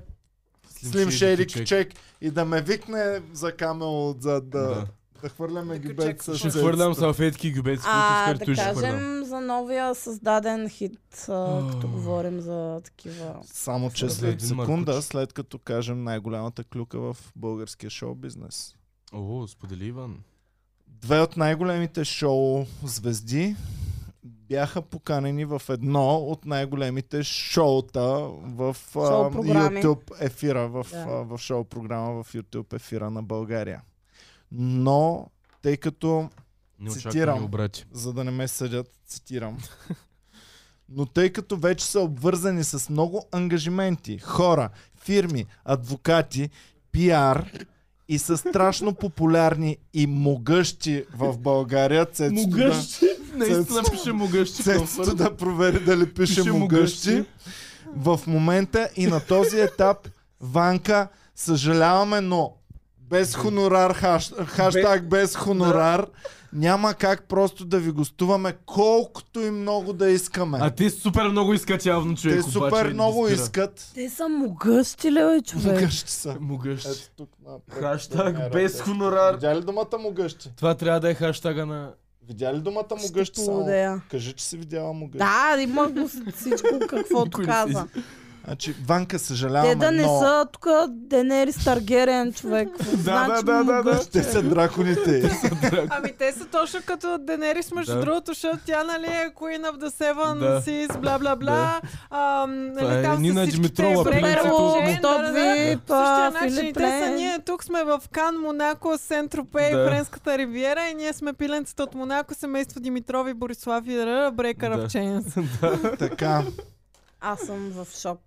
Speaker 1: Слим Шейди кючек и да ме викне за камел, за да,
Speaker 4: Да.
Speaker 1: да хвърляме
Speaker 3: Да
Speaker 1: гюбет
Speaker 3: кючек.
Speaker 1: с
Speaker 4: Ще
Speaker 1: зецата.
Speaker 4: хвърлям салфетки и гюбец,
Speaker 2: А,
Speaker 4: които
Speaker 2: да
Speaker 4: с ще хвърлям.
Speaker 2: кажем за новия създаден хит, а, като
Speaker 4: Ох.
Speaker 2: говорим за такива...
Speaker 1: Само, че
Speaker 4: Хвърля
Speaker 1: след
Speaker 4: един
Speaker 1: секунда,
Speaker 4: маркуч.
Speaker 1: след като кажем най-голямата клюка в българския шоу бизнес.
Speaker 4: О, сподели Иван.
Speaker 1: Две от най-големите шоу звезди бяха поканени в едно от най-големите шоута в а,
Speaker 2: Шоу-програми.
Speaker 1: YouTube ефира, в,
Speaker 2: Да.
Speaker 1: а, в шоу програма в YouTube ефира на България. Но, тъй като Цитирам.
Speaker 4: Неочаквани обрати.
Speaker 1: за да не ме съдят, цитирам. Но тъй като вече са обвързани с много ангажименти, хора, фирми, адвокати, пиар и са страшно популярни и могъщи в България, Цецо да,
Speaker 4: Могъщи! Наистина пише могъщи.
Speaker 1: Цецото да провери дали пише,
Speaker 4: Пише
Speaker 1: могъщи.
Speaker 4: могъщи.
Speaker 1: В момента и на този етап, Ванка, съжаляваме, но без хонорар, хаш, хаштаг без хонорар, няма как просто да ви гостуваме колкото и много да искаме.
Speaker 4: А те супер много искат явно човек.
Speaker 1: Те
Speaker 4: обаче,
Speaker 1: супер
Speaker 4: не ги
Speaker 1: много
Speaker 4: спира.
Speaker 1: искат.
Speaker 2: Те са могъщи ли, бе, човек?
Speaker 1: Могъщи са. Ето
Speaker 4: Могъщи.
Speaker 1: тук на пред премиера.
Speaker 4: Хаштаг
Speaker 1: е,
Speaker 4: без хонорар.
Speaker 1: Видя ли думата могъщи?
Speaker 4: Това трябва да е хаштага на...
Speaker 1: Видя ли думата
Speaker 2: Ще
Speaker 1: могъщи само?
Speaker 2: полудея.
Speaker 1: Кажи, че си видяла могъщи.
Speaker 2: Да, има го с- всичко, каквото
Speaker 4: Никой не
Speaker 2: каза.
Speaker 1: Значи, Ванка, съжаляваме,
Speaker 2: Те да не
Speaker 1: но...
Speaker 2: са тук Денерис Таргерен, човек. Значи
Speaker 4: да, да, да.
Speaker 2: могъщи.
Speaker 1: Те Е, са драконите.
Speaker 3: Ами те са точно като Денерис, между
Speaker 4: Да.
Speaker 3: другото, защото тя, нали, е Queen of the Seven
Speaker 4: Да.
Speaker 3: Seas, бла-бла-бла. Ам,
Speaker 4: Това
Speaker 3: Нали,
Speaker 4: е
Speaker 3: там
Speaker 4: Нина
Speaker 3: са всичките
Speaker 4: Димитрова,
Speaker 3: евреи,
Speaker 4: принципно.
Speaker 2: Перло,
Speaker 3: Жен,
Speaker 2: Стоп
Speaker 3: да, да, да.
Speaker 2: Вип,
Speaker 3: По същия начин и
Speaker 2: Филип
Speaker 3: те са ние.
Speaker 2: Лен.
Speaker 3: Тук сме в Кан, Монако, Сен-Тропе и
Speaker 4: Да.
Speaker 3: Френската ривиера и ние сме пиленцата от Монако, семейство Димитрови, Борислав и Ръра, Брейкър
Speaker 4: Да.
Speaker 3: of Chains.
Speaker 1: Така,
Speaker 2: Аз съм в шок.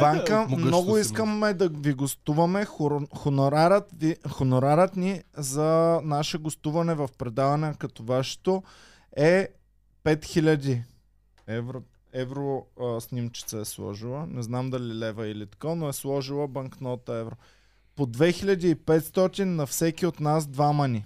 Speaker 1: Ванка,
Speaker 4: Могъщо
Speaker 1: много
Speaker 4: си,
Speaker 1: искаме да ви гостуваме. Хор- Хонорарът, ви, хонорарът ни за наше гостуване в предаване като вашето е 5000 евро. Евро а, снимчица е сложила. Не знам дали лева или тако, но е сложила банкнота евро. По 2500 на всеки от нас двама ни.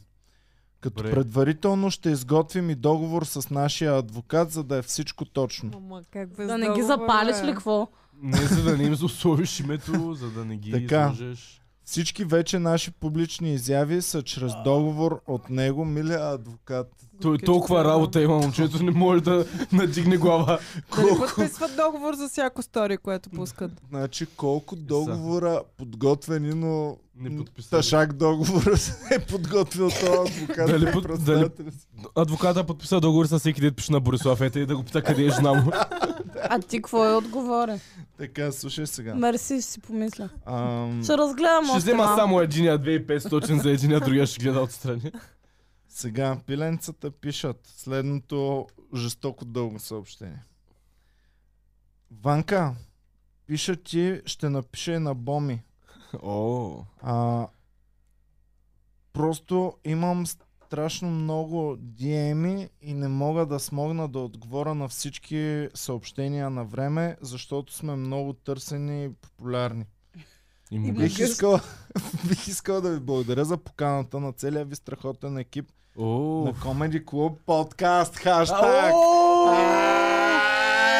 Speaker 1: Като
Speaker 4: Добре.
Speaker 1: предварително ще изготвим и договор с нашия адвокат, за да е всичко точно.
Speaker 3: Мама, как без
Speaker 2: Да не ги
Speaker 3: договор,
Speaker 2: запалиш
Speaker 3: бе.
Speaker 2: ли какво?
Speaker 4: Не, за да не им условиш името, за да не ги
Speaker 1: Така.
Speaker 4: изложиш.
Speaker 1: Всички вече наши публични изяви са чрез договор от него, милия адвокат.
Speaker 4: Той толкова работа има, момчето не може да надигне глава.
Speaker 3: Дали подписват договор за всяко стори, което пускат?
Speaker 1: Значи колко договора подготвени, но
Speaker 4: Не подписали.
Speaker 1: тъшак договора е подготвил този адвокат.
Speaker 4: Дали
Speaker 1: Не
Speaker 4: под-
Speaker 1: представяте ли си?
Speaker 4: Адвоката подписа договор с всеки дет пише на Борислав, ете и да го пита къде е жена му.
Speaker 2: А ти какво е отговорен?
Speaker 1: Така, слушай сега.
Speaker 2: Мерси, ще си помисля.
Speaker 1: Ам,
Speaker 2: Ще разгледам
Speaker 4: Ще
Speaker 2: още
Speaker 4: взема
Speaker 2: малко.
Speaker 4: само единия 2500 за единия, другия ще гледа отстрани.
Speaker 1: сега, пиленцата пишат следното жестоко дълго съобщение. Ванка, пиша ти, ще напише на Боми.
Speaker 4: О,
Speaker 1: А, просто имам страшно много DM-и и не мога да смогна да отговоря на всички съобщения на време, защото сме много търсени и популярни.
Speaker 4: И му
Speaker 2: Има-
Speaker 4: беше.
Speaker 1: Бих
Speaker 2: Магист.
Speaker 1: искала, бих искала да ви благодаря за поканата на целия ви страхотен екип
Speaker 4: О,
Speaker 1: на Comedy Club Podcast. Хаштаг!
Speaker 4: Ау!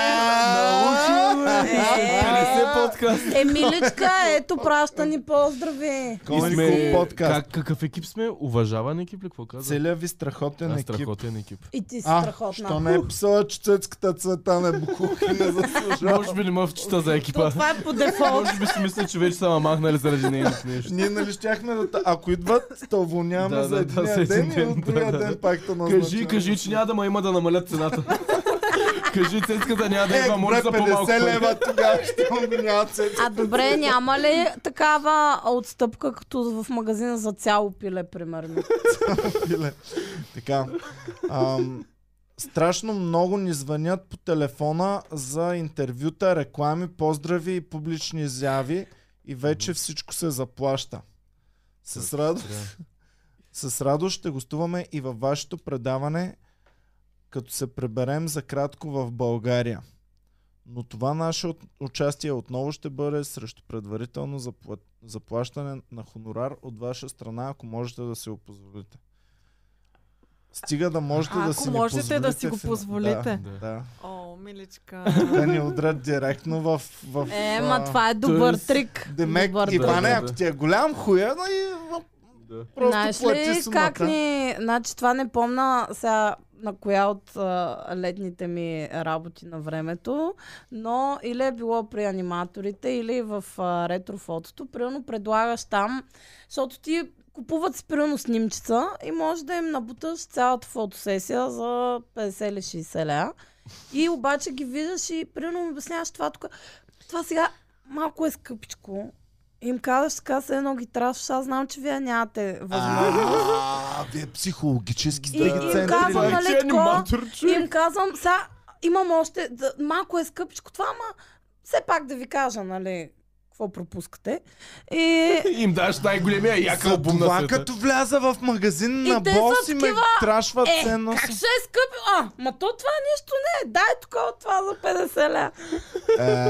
Speaker 1: Ааа!
Speaker 4: Научил ме!
Speaker 2: Е.
Speaker 4: 50 подкаст.
Speaker 2: Емиличка, ето праща ни поздрави.
Speaker 1: Comedy
Speaker 4: И сме-
Speaker 1: Club Podcast.
Speaker 4: Как, какъв екип сме? Уважаван екип ли? Какво каза?
Speaker 1: Целият ви страхотен
Speaker 4: А,
Speaker 1: екип.
Speaker 4: страхотен екип.
Speaker 2: И ти си
Speaker 1: А,
Speaker 2: страхотна.
Speaker 1: що не е писала, че цецката цвета не бухух и не заслужава?
Speaker 4: Може би не мъвчета за
Speaker 2: То,
Speaker 4: екипа.
Speaker 2: това е по дефолт.
Speaker 4: Може би си мисля, че вече са ма махнали заради нейното нещо.
Speaker 1: Ние нали щяхме да... та- Ако идват, те уволняваме
Speaker 4: Да,
Speaker 1: за
Speaker 4: да,
Speaker 1: един
Speaker 4: да, за
Speaker 1: ден,
Speaker 4: един
Speaker 1: и от
Speaker 4: ден, да,
Speaker 1: другия
Speaker 4: да,
Speaker 1: ден
Speaker 4: да.
Speaker 1: пак то
Speaker 4: Кажи, кажи, че няма да ма има да намалят цената. кажи, цецката няма да
Speaker 1: Е,
Speaker 4: идва,
Speaker 1: добре,
Speaker 4: може за по-малко
Speaker 1: 50
Speaker 4: пари.
Speaker 1: лева тогава ще му го няма цецка.
Speaker 2: А добре, няма ли такава отстъпка, като в магазина за цяло пиле, примерно?
Speaker 1: Биле. Така. Ам, страшно много ни звънят по телефона за интервюта, реклами, поздрави и публични изяви и вече всичко се заплаща. С радост, с радост ще гостуваме и във вашето предаване, като се преберем за кратко в България. Но това наше от- участие отново ще бъде срещу предварително запла- заплащане на хонорар от ваша страна, ако можете да си го позволите. Стига да можете
Speaker 3: А,
Speaker 1: да
Speaker 3: ако
Speaker 1: си ни
Speaker 3: можете да
Speaker 1: позволите
Speaker 3: си го
Speaker 1: фин-
Speaker 3: позволите.
Speaker 1: Да, да.
Speaker 3: О, миличка.
Speaker 1: да ни удрят директно в... в
Speaker 2: Е,
Speaker 1: а,
Speaker 2: ма това е добър
Speaker 4: Тоест,
Speaker 2: трик.
Speaker 1: Демек,
Speaker 2: добър трик.
Speaker 1: Иване,
Speaker 4: да,
Speaker 1: ако
Speaker 4: да.
Speaker 1: ти е голям хуя, но и но
Speaker 4: Да.
Speaker 1: просто
Speaker 2: Знаеш
Speaker 1: плати
Speaker 2: ли
Speaker 1: сумата.
Speaker 2: как ни... Значи това не помна сега на коя от а, летните ми работи на времето, но или е било при аниматорите, или в а, ретрофотото, примерно предлагаш там, защото ти купуват си примерно снимчица и може да им набуташ цялата фотосесия за 50 или 60 ля. И обаче ги виждаш и примерно им обясняваш това тук. Това сега малко е скъпичко. Им казваш така, се едно ги трашваш, аз знам, че вие нямате възможност.
Speaker 1: А, вие психологически сте
Speaker 2: И-
Speaker 1: ги
Speaker 2: и
Speaker 1: цените.
Speaker 2: казвам, нали,
Speaker 4: Е, Че
Speaker 2: такова,
Speaker 4: аниматор, че-
Speaker 2: И им казвам, сега имам още, да, малко е скъпичко това, ама все пак да ви кажа, нали, какво пропускате. И
Speaker 4: Им даш най-големия як
Speaker 1: За
Speaker 4: албум на
Speaker 1: това
Speaker 4: света.
Speaker 1: като вляза в магазин
Speaker 2: И
Speaker 1: на
Speaker 2: те
Speaker 1: бос
Speaker 2: са
Speaker 1: и ме
Speaker 2: такива,
Speaker 1: трашват
Speaker 2: е,
Speaker 1: ценно.
Speaker 2: как ще е скъпи? А, ма то това нищо не е. Дай тук от това за 50 ля.
Speaker 1: Е.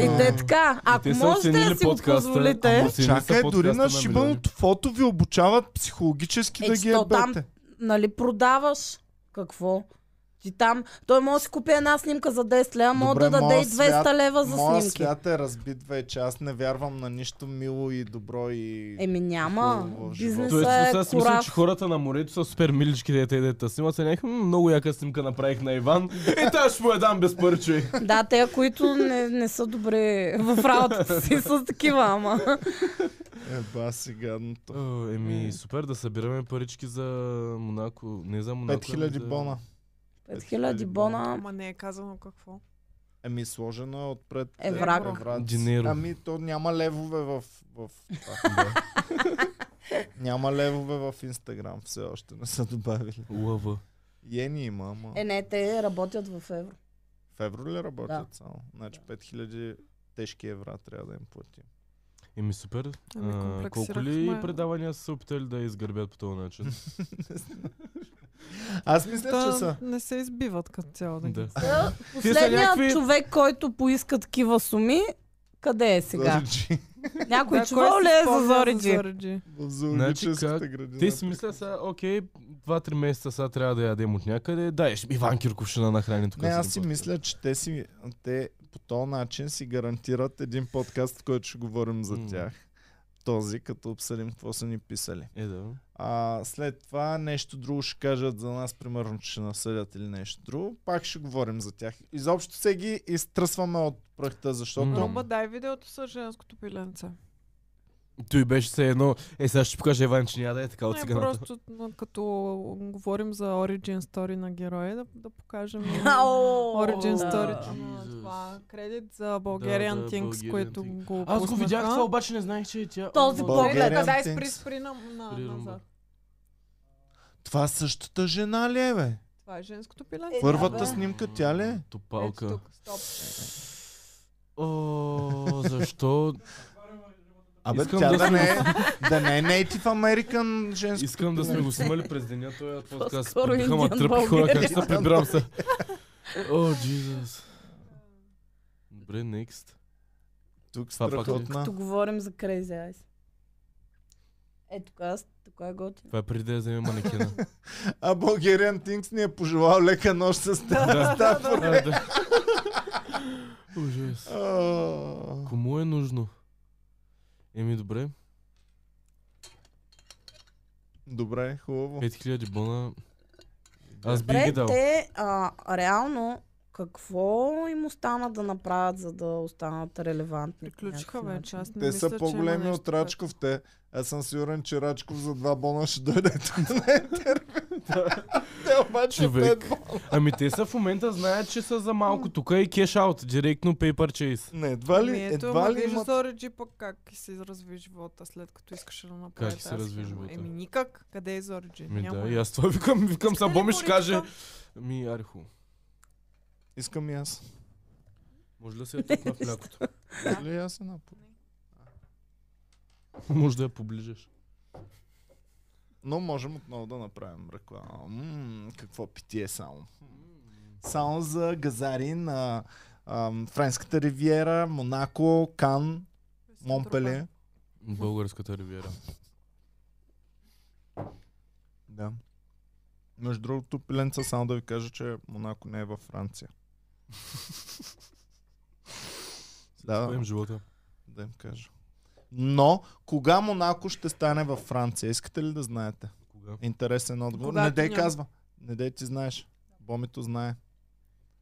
Speaker 2: И те така, ако
Speaker 4: те са
Speaker 2: можете да
Speaker 4: оценили
Speaker 2: си го
Speaker 4: подкаста,
Speaker 2: позволите,
Speaker 4: ама си-
Speaker 1: Чакай,
Speaker 4: Цените са
Speaker 1: дори на
Speaker 4: подкаста на
Speaker 1: шибаното фото ви обучават психологически
Speaker 2: Е,
Speaker 1: да
Speaker 2: че
Speaker 1: ги
Speaker 2: то там-
Speaker 1: ебете.
Speaker 2: нали продаваш? Какво? Ти там, той може да си купи една снимка за 10 лева, може да
Speaker 1: Добре,
Speaker 2: даде и
Speaker 1: моят
Speaker 2: 200
Speaker 1: свят-
Speaker 2: лева за
Speaker 1: Моя
Speaker 2: снимки.
Speaker 1: свят е разбит вече. Аз не вярвам на нищо мило и добро и...
Speaker 2: Еми няма.
Speaker 1: Хубаво в живота.
Speaker 2: Бизнесът
Speaker 4: Тоест, сега
Speaker 2: е
Speaker 4: си мисля, че
Speaker 2: корав.
Speaker 4: хората на морето са супер милички, дете и дете снимат се някакви. «М, Много яка снимка направих на Иван. Е, тази ще му я дам без пари, човек.
Speaker 2: Да, те, които не, не са добре в работата си, са такива, ама.
Speaker 1: Еба си гадното.
Speaker 4: О, Еми, супер да събираме парички за Монако. Не за Монако.
Speaker 1: 5000 бона.
Speaker 2: 5000 бона.
Speaker 3: Ама не е казано какво.
Speaker 1: Еми сложено е отпред.
Speaker 2: Еврак.
Speaker 1: евраци.
Speaker 4: Динеро.
Speaker 1: Ами то няма левове в... в това. няма левове в Инстаграм. Все още не са добавили.
Speaker 4: Лъва.
Speaker 1: Йени има, ама...
Speaker 2: Е, не, те работят в евро.
Speaker 1: В евро ли работят само? Значи 5000 тежки евра трябва да им платим.
Speaker 4: Еми, супер.
Speaker 3: Ами,
Speaker 4: А, колко ли
Speaker 3: комплексирахме.
Speaker 4: предавания са се опитали да изгърбят по този начин?
Speaker 1: Аз мисля, че
Speaker 3: Та,
Speaker 1: са.
Speaker 3: не се избиват като цяло да ги.
Speaker 4: да.
Speaker 2: Та,
Speaker 4: Те са
Speaker 2: Последният
Speaker 4: някакви-
Speaker 2: човек, който поиска такива суми, къде е сега?
Speaker 1: Зориджи.
Speaker 2: Някой
Speaker 3: Да,
Speaker 2: чувал
Speaker 3: кой
Speaker 2: ли
Speaker 3: си
Speaker 2: е
Speaker 3: спомня
Speaker 2: за Зориджи?
Speaker 3: Зориджи?
Speaker 1: Значи, В зоологическата
Speaker 4: Значи как-
Speaker 1: градина.
Speaker 4: Те си мислят сега, окей, 2-3 месеца сега трябва да ядем от някъде. Да, е, ще- Иван Кирков ще на нахрани тук.
Speaker 1: Не,
Speaker 4: с
Speaker 1: аз
Speaker 4: един
Speaker 1: си
Speaker 4: подкаст.
Speaker 1: мисля, че те си, те по този начин си гарантират един подкаст, в който ще говорим за
Speaker 4: М.
Speaker 1: тях. Този, като обсъдим какво са ни писали.
Speaker 4: Е, да.
Speaker 1: А след това нещо друго ще кажат за нас, примерно, че ще насъдят или нещо друго. Пак ще говорим за тях. Изобщо се ги изтръсваме от пръхта,
Speaker 4: М.
Speaker 1: защото...
Speaker 3: Роба, дай видеото с женското пиленце.
Speaker 4: Той беше се едно. Е, сега ще ти покажа Иван, че няма да е така от
Speaker 3: Не,
Speaker 4: сега. нататък.
Speaker 3: просто м, като говорим за origin story на героя, да, да покажем и
Speaker 2: Ао!
Speaker 3: origin
Speaker 2: Да.
Speaker 3: story на
Speaker 4: е Jesus.
Speaker 3: това е кредит за
Speaker 4: Да,
Speaker 3: Bulgarian
Speaker 4: да,
Speaker 3: Things,
Speaker 4: Bulgarian
Speaker 3: което
Speaker 4: Things.
Speaker 3: го
Speaker 4: Аз го
Speaker 3: пуснаха.
Speaker 4: видях това, обаче не знаех, че е тя.
Speaker 2: Този
Speaker 4: О,
Speaker 2: поглед.
Speaker 1: Bulgarian
Speaker 3: Поглед, дай
Speaker 1: Things.
Speaker 3: спри, спри на, на,
Speaker 4: Спри, Румба.
Speaker 3: назад.
Speaker 1: Това е същата жена ли е, бе?
Speaker 3: Това е женското пиленце.
Speaker 1: Първата
Speaker 2: бе.
Speaker 1: снимка тя ли е?
Speaker 3: Ето
Speaker 4: Топалка.
Speaker 3: тук, стоп.
Speaker 4: О, защо?
Speaker 1: Абе,
Speaker 4: Искам
Speaker 1: тя
Speaker 4: да
Speaker 1: да,
Speaker 4: сме-
Speaker 1: не е, да не е Native American женско.
Speaker 4: Искам да сме го снимали през деня, този подкаст.
Speaker 2: По-скоро
Speaker 4: Биха ма
Speaker 2: Индиан
Speaker 4: тръпи хора, как ще се
Speaker 1: Българин.
Speaker 4: прибирам се. О, Джизус. Добре, next.
Speaker 1: Тук
Speaker 4: Това пак е-
Speaker 1: страхотна.
Speaker 2: Тук говорим за Crazy Eyes. Е, тук аз, тук е готино.
Speaker 4: Това е преди да я вземе манекена.
Speaker 1: А Bulgarian Things ни е пожелал лека нощ с
Speaker 4: Да.
Speaker 1: Стафорд.
Speaker 4: А, да. Ужас.
Speaker 1: О,
Speaker 4: Кому е нужно? Еми добре,
Speaker 1: Добре, хубаво.
Speaker 4: 5000 бона. Аз бих
Speaker 2: Добре,
Speaker 4: ги дал.
Speaker 2: те, а, реално, какво им остана да направят, за да останат релевантни? по
Speaker 3: Приключиха
Speaker 2: някакъв
Speaker 3: вече. Аз не
Speaker 1: Те
Speaker 3: мисля,
Speaker 1: са
Speaker 3: че
Speaker 1: по-големи
Speaker 3: има нещо,
Speaker 1: от Рачков. Те. Аз съм сигурен, че Рачков за два бона ще дойде тук на интервю. Те обаче
Speaker 4: Човек.
Speaker 1: пет бона.
Speaker 4: Ами те са в момента знаят, че са за малко тук е и кеш аут, директно paper chase.
Speaker 1: Не, едва ли,
Speaker 3: Ами ето,
Speaker 1: едва
Speaker 3: ама
Speaker 1: ли
Speaker 3: виж
Speaker 1: имат...
Speaker 3: Зориджи пък как се разви живота, след като искаше да направи
Speaker 4: Как се
Speaker 3: тази
Speaker 4: разви
Speaker 3: схема?
Speaker 4: живота?
Speaker 3: Еми никак. Къде е Зориджи?
Speaker 4: Ми
Speaker 3: Няма
Speaker 4: Ами, да,
Speaker 3: я.
Speaker 4: и аз това викам, викам
Speaker 3: Искате ли
Speaker 4: Сабоми, ще каже. "Ами,
Speaker 3: поричка?
Speaker 4: Ми, арху.
Speaker 1: Искам и аз.
Speaker 4: Може ли да се я тъпна в млякото?
Speaker 1: Или Нали аз една по-
Speaker 4: Може да я поближаш.
Speaker 1: Но можем отново да направим реклама. М, какво питие само. Само за газари на ам, Френската ривиера, Монако, Кан, Монпеле.
Speaker 4: Българската ривиера.
Speaker 1: Да. Между другото, пиленца, само да ви кажа, че Монако не е във Франция. да,
Speaker 4: Поем живота.
Speaker 1: да им кажа. Но, кога Монако ще стане във Франция? Искате ли да знаете?
Speaker 4: Кога?
Speaker 1: Интересен отговор.
Speaker 3: Когато
Speaker 1: не дей
Speaker 3: няма-
Speaker 1: казва. Не дей ти знаеш. Бомито знае.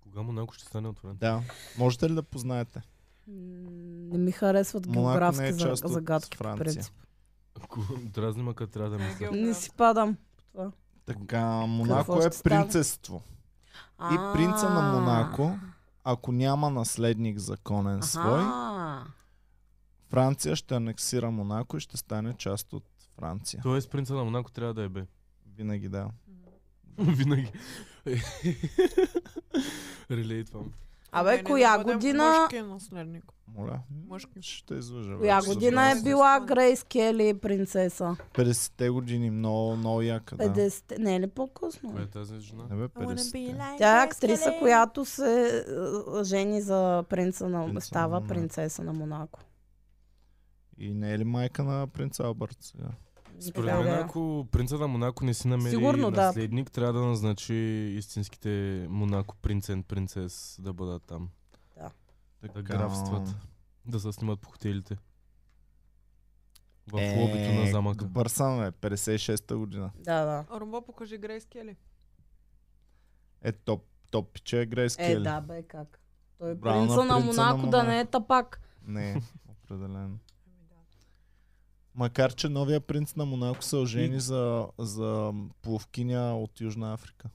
Speaker 4: Кога Монако ще стане отворен?
Speaker 1: Да. Можете ли да познаете?
Speaker 2: М, Не ми харесват
Speaker 1: Монако не е
Speaker 2: географски за-
Speaker 1: част от
Speaker 2: загадки по
Speaker 1: Франция.
Speaker 2: принцип.
Speaker 4: Дразни ма като трябва да мисля.
Speaker 2: Не си падам.
Speaker 1: Така,
Speaker 2: Какво
Speaker 1: Монако е
Speaker 2: ще става?
Speaker 1: принцество. И принца на Монако, ако няма наследник законен свой,
Speaker 2: Аха.
Speaker 1: Франция ще анексира Монако и ще стане част от Франция.
Speaker 4: Тоест принца на Монако трябва да е бе.
Speaker 1: Винаги да.
Speaker 4: Винаги. Релейтвам.
Speaker 2: Абе,
Speaker 3: Мене да
Speaker 2: коя
Speaker 3: бъде
Speaker 2: година-
Speaker 3: Мъжки наследник.
Speaker 1: Моля.
Speaker 3: Мъжки.
Speaker 1: Ще излъжа.
Speaker 2: Коя
Speaker 1: вече за
Speaker 2: година е
Speaker 1: Франция.
Speaker 2: била Грейс Кели принцеса?
Speaker 1: 50-те години. Много, много яка, да.
Speaker 2: 50... Не е ли по-късно?
Speaker 4: Коя е тази жена?
Speaker 1: Не бе,
Speaker 3: I wanna be
Speaker 1: 50-те.
Speaker 3: like
Speaker 2: Тя е
Speaker 3: Grace
Speaker 2: актриса,
Speaker 3: Kelly.
Speaker 2: която се е, жени за принца на...
Speaker 1: Принца на
Speaker 2: става
Speaker 1: Монако.
Speaker 2: принцеса на Монако.
Speaker 1: И не е ли майка на принц Албърт сега?
Speaker 4: Според
Speaker 2: Така
Speaker 4: мен,
Speaker 2: да е.
Speaker 4: ако принца на Монако не си намери
Speaker 2: Сигурно, да.
Speaker 4: наследник, трябва да назначи истинските Монако принцен, принцес да бъдат там.
Speaker 1: Така.
Speaker 4: графстват. Да се снимат по хотелите. В
Speaker 1: Е,
Speaker 4: лобито на замъка.
Speaker 1: Добър съм, бе. 56-та година.
Speaker 2: Да, да.
Speaker 3: Румбо, покажи Грейс Кели.
Speaker 1: Е, топ. Топ пиче е Грейс
Speaker 2: Е,
Speaker 1: Кели.
Speaker 2: да, бе, как. Той е
Speaker 1: Браво на
Speaker 2: принца на
Speaker 1: принца на
Speaker 2: Монако да не е
Speaker 1: Монако.
Speaker 2: тапак.
Speaker 1: Не, определено. Макар, че новия принц на Монако се ожени за, за пловкиня от Южна Африка.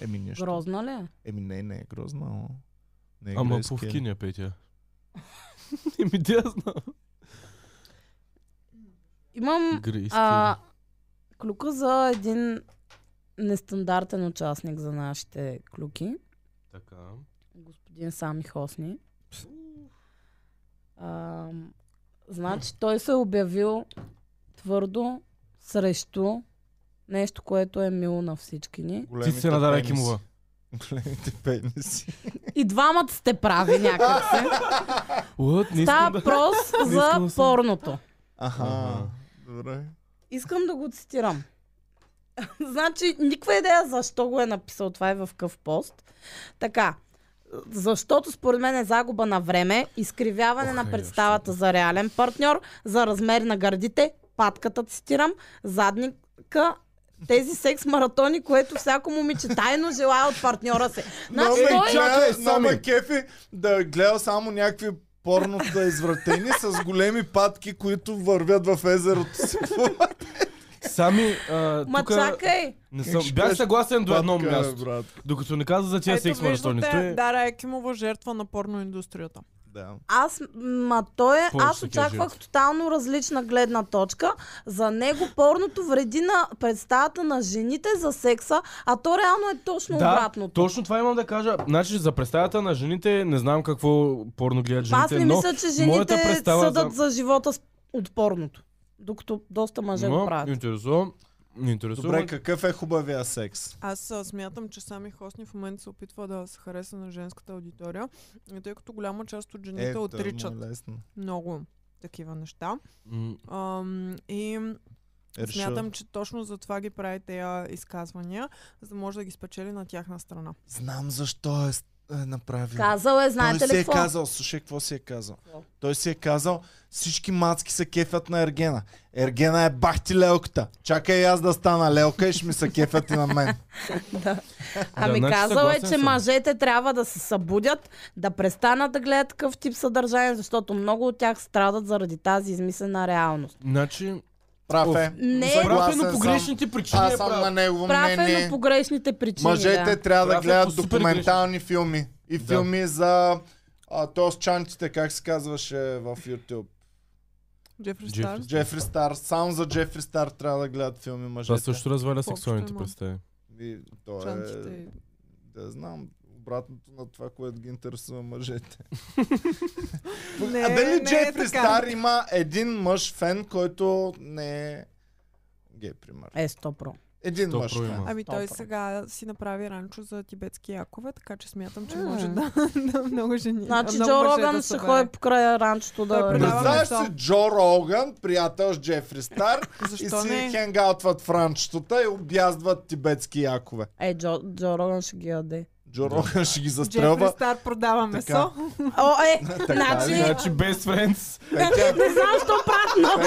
Speaker 1: Еми нещо.
Speaker 2: Грозна ли е?
Speaker 1: Еми не, не е грозна. но Не е
Speaker 4: Ама
Speaker 1: Грейс
Speaker 4: по
Speaker 1: Кели.
Speaker 4: Кения петя. Еми, да я знам.
Speaker 2: Имам
Speaker 4: Грейс
Speaker 2: а, клюка за един нестандартен участник за нашите клюки.
Speaker 4: Кели. Така.
Speaker 2: господин Сами Хосни. А, значи той се е обявил твърдо срещу нещо, което е мило на всички ни.
Speaker 4: Ти
Speaker 1: Големите
Speaker 4: се надара
Speaker 1: пениси.
Speaker 4: Кимова.
Speaker 1: Големите пениси.
Speaker 2: И двамата сте прави някак се.
Speaker 4: Лът, не
Speaker 2: Става
Speaker 4: искам да...
Speaker 2: въпрос
Speaker 4: искам да
Speaker 2: за
Speaker 4: съм.
Speaker 2: порното.
Speaker 1: Аха.
Speaker 4: Ага.
Speaker 1: Добре.
Speaker 2: Искам да го цитирам. значи, никаква идея защо го е написал това и в къв пост. Така, защото според мен е загуба на време, изкривяване
Speaker 4: Ох,
Speaker 2: на
Speaker 4: е,
Speaker 2: представата за реален партньор, за размер на гърдите, патката цитирам, задника, тези секс маратони, което всяко момиче тайно желая от партньора си. Значи,
Speaker 1: Много
Speaker 2: той...
Speaker 1: ме
Speaker 4: Чакай,
Speaker 1: кефи- много
Speaker 4: Сами.
Speaker 1: ме кефи да гледа само някакви порнота извратени с големи патки, които вървят в езерото си.
Speaker 4: Сами, а,
Speaker 2: Ма
Speaker 4: тука...
Speaker 2: чакай!
Speaker 4: Не съм...
Speaker 1: ще
Speaker 4: Бях
Speaker 1: кажеш?
Speaker 4: съгласен до едно
Speaker 1: Патка,
Speaker 4: място.
Speaker 1: брат.
Speaker 4: Докато не каза за тия секс е- маратоните.
Speaker 3: виждате, Дара Екимова жертва на порноиндустрията.
Speaker 1: Да.
Speaker 2: Аз, ма той е,
Speaker 4: Какво
Speaker 2: аз
Speaker 4: ще ти кажа?
Speaker 2: очаквах тотално различна гледна точка. За него порното вреди на представата на жените за секса, а то реално е точно обратното.
Speaker 4: точно това имам да кажа. Значи за представата на жените, не знам какво порно гледат жените,
Speaker 2: аз не
Speaker 4: но
Speaker 2: мисля, че
Speaker 4: моята
Speaker 2: жените
Speaker 4: представа
Speaker 2: съдат за... живота с- от порното. Докато доста мъже
Speaker 4: но,
Speaker 2: го правят.
Speaker 4: Интересувам. Не интересува.
Speaker 1: Добре, какъв е хубавия секс?
Speaker 3: Аз а, смятам, че Сами Хосни в момента се опитва да се хареса на женската аудитория, и тъй като голяма част от жените
Speaker 1: Ето,
Speaker 3: отричат
Speaker 1: му е лесно.
Speaker 3: много такива неща.
Speaker 4: М,
Speaker 3: Ам, и
Speaker 1: Решил.
Speaker 3: смятам, че точно за това ги прави тези изказвания, за да може да ги спечели на тяхна страна.
Speaker 1: Знам защо е, с- е направил.
Speaker 2: Казал е,
Speaker 1: Той
Speaker 2: знаете
Speaker 1: си
Speaker 2: ли
Speaker 1: е
Speaker 2: какво?
Speaker 1: казал, слушай какво си е казал.
Speaker 2: Какво?
Speaker 1: Той си е казал, всички мацки се кефят на Ергена. Ергена е бахти лелката. Чакай аз да стана лелка и ще ми се кефят и на мен.
Speaker 2: Ами
Speaker 4: значи
Speaker 2: казал е,
Speaker 4: съгласен
Speaker 2: че
Speaker 4: съм.
Speaker 2: мъжете трябва да се събудят, да престанат да гледат такъв тип съдържание, защото много от тях страдат заради тази измислена реалност.
Speaker 4: Значи,
Speaker 1: Прав е.
Speaker 2: Не.
Speaker 4: прав е,
Speaker 1: Съгласен
Speaker 4: но
Speaker 1: съм.
Speaker 4: по грешните причини
Speaker 1: Аз
Speaker 4: е
Speaker 1: съм на
Speaker 4: прав.
Speaker 1: негово
Speaker 2: Прав е,
Speaker 1: мнение.
Speaker 2: но по грешните причини.
Speaker 1: Мъжете
Speaker 2: да.
Speaker 1: трябва да
Speaker 4: Прав е
Speaker 1: гледат
Speaker 4: по супер
Speaker 1: документални филми. И
Speaker 4: Да.
Speaker 1: филми за а, то с чантите, как се казваше в YouTube.
Speaker 3: Джефри
Speaker 4: Джефри
Speaker 3: Стар.
Speaker 4: Стар.
Speaker 1: Джефри Стар. Само за Джефри Стар трябва да гледат филми мъжете.
Speaker 4: Това също разваля
Speaker 3: Общо
Speaker 4: сексуалните
Speaker 3: има.
Speaker 4: представи.
Speaker 1: И, то е...
Speaker 3: Чантите.
Speaker 1: Да знам. Обратното на това, което ги интересува мъжете.
Speaker 3: Не,
Speaker 1: а дали
Speaker 3: не е
Speaker 1: Джефри
Speaker 3: така.
Speaker 1: Стар има един мъж фен, който не е гей, пример.
Speaker 2: Е, 100 про.
Speaker 1: Един
Speaker 4: Добро
Speaker 1: мъж
Speaker 4: има.
Speaker 1: фен.
Speaker 3: Ами той
Speaker 2: Добре.
Speaker 3: сега си направи ранчо за тибетски якове, така че смятам, че
Speaker 2: М.
Speaker 3: може да, да много жени.
Speaker 2: Е. Значи
Speaker 3: много
Speaker 2: Джо
Speaker 3: мъже
Speaker 2: Роган
Speaker 3: да
Speaker 2: ще
Speaker 3: събере.
Speaker 2: ходи покрай ранчото
Speaker 3: Той
Speaker 1: е
Speaker 2: да...
Speaker 3: предава Предаваме
Speaker 1: Представяш
Speaker 3: защо?
Speaker 1: си Джо Роган, приятел с Джефри Стар, и
Speaker 3: Защо
Speaker 1: си
Speaker 3: не?
Speaker 1: хенгаутват в ранчетата и обяздват тибетски якове.
Speaker 2: Е, Джо, Джо Роган ще ги яде.
Speaker 1: Джо Роган ще ги
Speaker 3: Джефри
Speaker 1: застрелва.
Speaker 3: Стар продава месо.
Speaker 2: О, е,
Speaker 1: Така ли?
Speaker 2: значи...
Speaker 4: Значи без френц.
Speaker 1: Петя,
Speaker 2: Не знам, що правят много.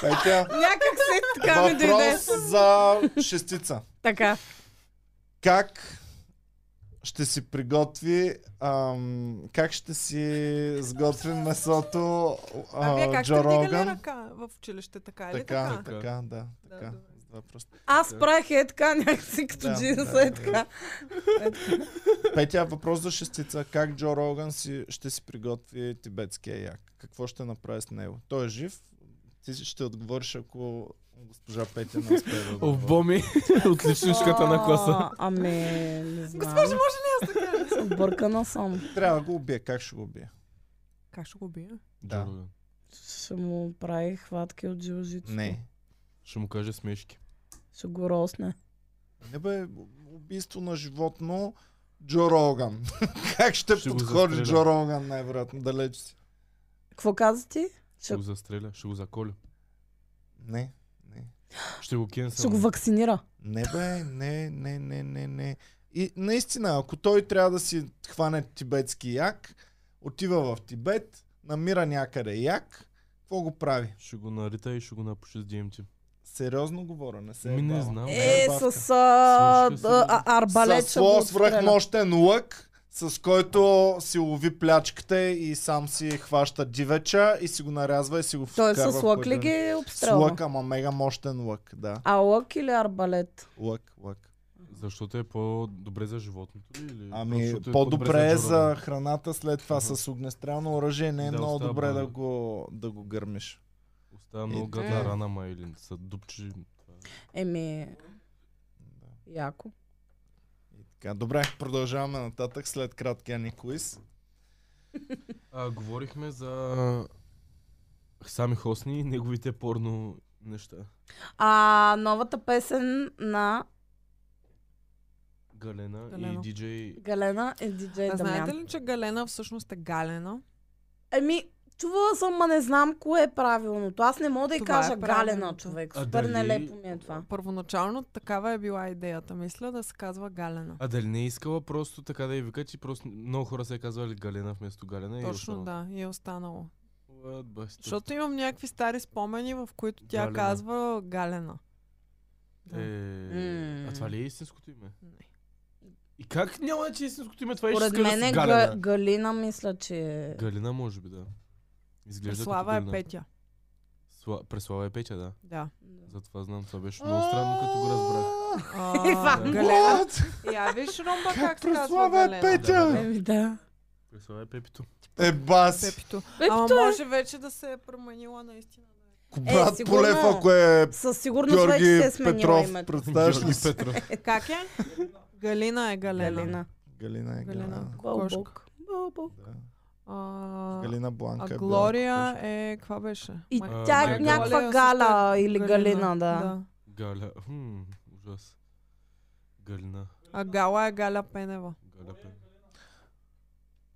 Speaker 1: Петя,
Speaker 2: Някак се така ми дойде.
Speaker 1: въпрос за шестица.
Speaker 2: Така.
Speaker 1: Как ще си приготви, ам, как ще си сготви месото
Speaker 3: А вие
Speaker 1: а,
Speaker 3: как
Speaker 1: Джо
Speaker 3: сте вдигали
Speaker 1: Роган?
Speaker 3: ръка в училище, така или
Speaker 1: Така,
Speaker 3: така?
Speaker 1: така, да, е
Speaker 3: Да,
Speaker 1: така.
Speaker 3: добре.
Speaker 1: С два пръста.
Speaker 2: Аз правих е така, някакси като
Speaker 1: Да,
Speaker 2: джинса
Speaker 1: да,
Speaker 2: е
Speaker 1: да.
Speaker 2: така.
Speaker 1: Петя, въпрос за шестица. Как Джо Роган си, ще си приготви тибетския як? Какво ще направи с него? Той е жив. Ти си- ще отговориш, ако госпожа Петя не успее да
Speaker 4: О,
Speaker 1: отговори.
Speaker 4: Боми, отличничката на класа.
Speaker 2: А, Ами, не знам. Госпожа, може ли аз така? Объркана съм.
Speaker 1: Трябва да го убие. Как ще го убие?
Speaker 3: Как ще го бия?
Speaker 1: Да.
Speaker 4: Джо Роган.
Speaker 2: Ще му прави хватки от жилжици.
Speaker 1: Не.
Speaker 4: Ще му каже смешки.
Speaker 2: Ще го росне.
Speaker 1: Не бе, убийство на животно. Джо Роган. как ще,
Speaker 4: Ще го
Speaker 1: подходи
Speaker 4: застреля.
Speaker 1: Джо Роган най-вероятно? Далеч си.
Speaker 2: Какво каза ти?
Speaker 4: Ще
Speaker 2: Ще-
Speaker 4: го застреля, ще го заколя.
Speaker 1: Не. Не.
Speaker 4: Ще го кенсам.
Speaker 2: Ще го вакцинира.
Speaker 1: Не бе, не, не, не, не, не. И наистина, ако той трябва да си хване тибетски як, отива в Тибет, намира някъде як, какво го прави?
Speaker 4: Ще го нарита и ще го напуши с DMT.
Speaker 1: Сериозно говоря, не се
Speaker 4: Ми Ами не
Speaker 1: ебавам.
Speaker 4: знам.
Speaker 2: Е,
Speaker 1: бавка.
Speaker 2: с а,
Speaker 4: Слушай,
Speaker 2: а, а, арбалет
Speaker 1: С
Speaker 2: ще го
Speaker 1: своя
Speaker 2: отстреля.
Speaker 1: свръхмощен лък, с който си лови плячката и сам си хваща дивеча и си го нарязва и си го вкарва.
Speaker 2: Той е с
Speaker 1: в
Speaker 2: лък ли
Speaker 1: който-
Speaker 2: ги
Speaker 1: е? С
Speaker 2: обстрелва?
Speaker 1: лък, ама мега мощен лък, да.
Speaker 2: А лък или арбалет?
Speaker 1: Лък, лък.
Speaker 4: Защото е по-добре за животното ли? Или
Speaker 1: Ами,
Speaker 4: защото е
Speaker 1: по-добре е
Speaker 4: Джо
Speaker 1: за
Speaker 4: Роган?
Speaker 1: храната след това
Speaker 4: Мгм.
Speaker 1: с огнестрелно оръжие. Не е
Speaker 4: Да,
Speaker 1: много
Speaker 4: остава
Speaker 1: добре да
Speaker 4: бавно.
Speaker 1: го, да го гърмиш.
Speaker 4: Остава много
Speaker 1: Е,
Speaker 4: гадна
Speaker 1: да.
Speaker 4: рана, ма или са дупчи.
Speaker 2: Еми, яко.
Speaker 1: И така, добре, продължаваме нататък след краткия ни квиз.
Speaker 4: А, говорихме за Сами Хосни и неговите порно неща.
Speaker 2: А новата песен на
Speaker 4: Галена,
Speaker 3: Галена.
Speaker 4: и диджей.
Speaker 2: Галена е диджей
Speaker 3: А
Speaker 2: Дамян.
Speaker 3: знаете ли, че Галена всъщност е Галена?
Speaker 2: Еми, чувала съм, ма не знам кое е правилното. Аз не мога да й
Speaker 3: Това е
Speaker 2: кажа Галена,
Speaker 3: правилното.
Speaker 2: човек.
Speaker 4: А
Speaker 2: Супер
Speaker 4: дали-
Speaker 2: нелепо ми е това.
Speaker 3: Първоначално такава е била идеята, мисля, да се казва Галена.
Speaker 4: А дали не е искала просто така да я викат и просто много хора са я казвали Галена вместо Галена и е
Speaker 3: Точно
Speaker 4: останала.
Speaker 3: да, и е останало.
Speaker 4: What bastard.
Speaker 3: Защото имам някакви стари спомени, в които тя
Speaker 4: Галена.
Speaker 3: казва Галена. Да.
Speaker 4: Е... А това ли е истинското име?
Speaker 3: Не.
Speaker 4: И как няма, че е истинското име? Това и ще
Speaker 2: Поред
Speaker 4: иска да
Speaker 2: мен
Speaker 4: си
Speaker 2: е Га-
Speaker 4: Галена.
Speaker 2: Галина, мисля, че е.
Speaker 4: Галина може би, да. Изглежда
Speaker 3: Слава
Speaker 4: като
Speaker 3: е
Speaker 4: Галина.
Speaker 3: Петя.
Speaker 4: Сла... Преслава е Петя, да.
Speaker 3: Да.
Speaker 4: Затова знам, това беше много странно, като го разбрах.
Speaker 3: А,
Speaker 2: Иван.
Speaker 3: Галена.
Speaker 1: What?
Speaker 3: Я виж Румба как се казва
Speaker 1: Преслава е
Speaker 3: Галена.
Speaker 1: Петя!
Speaker 2: Еми да.
Speaker 4: Преслава е Пепито.
Speaker 1: Е, бас!
Speaker 3: Пепито. Ама
Speaker 2: Пепто е.
Speaker 3: може вече да се е променила наистина.
Speaker 1: Брат
Speaker 2: сигурно.
Speaker 1: Полев, ако е
Speaker 2: Със сигурност вече
Speaker 1: Георги
Speaker 2: се е сменила
Speaker 1: Петров,
Speaker 2: името.
Speaker 1: представяш ли
Speaker 4: Георги
Speaker 1: си?
Speaker 4: Петров.
Speaker 3: Е, как е? Галина е Галена.
Speaker 2: Галина.
Speaker 1: Галина е
Speaker 3: Галена.
Speaker 1: Галина.
Speaker 3: е Кокошка.
Speaker 2: Бълбок. Бълбок.
Speaker 1: Да.
Speaker 3: А,
Speaker 1: Галина
Speaker 3: а
Speaker 1: Бланка е била
Speaker 3: Глория
Speaker 1: такъв.
Speaker 3: е... Каква беше?
Speaker 2: И
Speaker 3: Май-
Speaker 4: А,
Speaker 2: тя е
Speaker 4: Галина.
Speaker 2: някаква
Speaker 3: Галина.
Speaker 2: гала или галина, да.
Speaker 3: е да.
Speaker 4: Галя. Хм, ужас. Галина.
Speaker 3: А Гала е Галя Пенева.
Speaker 4: Галя. пе.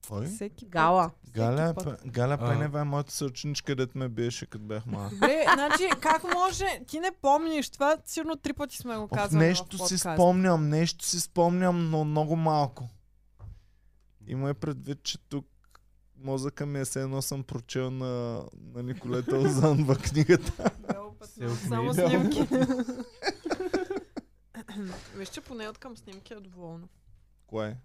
Speaker 1: Кой?
Speaker 3: Всеки път.
Speaker 2: Гала.
Speaker 3: Всеки
Speaker 1: Галя,
Speaker 3: път.
Speaker 1: П- Галя
Speaker 4: А.
Speaker 1: Пенева е моята съученичка, дето ме биеше, като бях малък.
Speaker 3: Добре, значи как може? Ти не помниш това, сигурно три пъти сме го
Speaker 1: От
Speaker 3: казали. е в
Speaker 1: нещо си
Speaker 3: подкаст.
Speaker 1: спомням, нещо си спомням, но много малко. Има е предвид, че тук мозъка ми е все едно съм прочел на, на Николета Озанва книгата.
Speaker 3: Гала Петнева.
Speaker 4: Селфи.
Speaker 3: Само снимки. Виж, че поне от към снимки е доволно.
Speaker 1: Кое?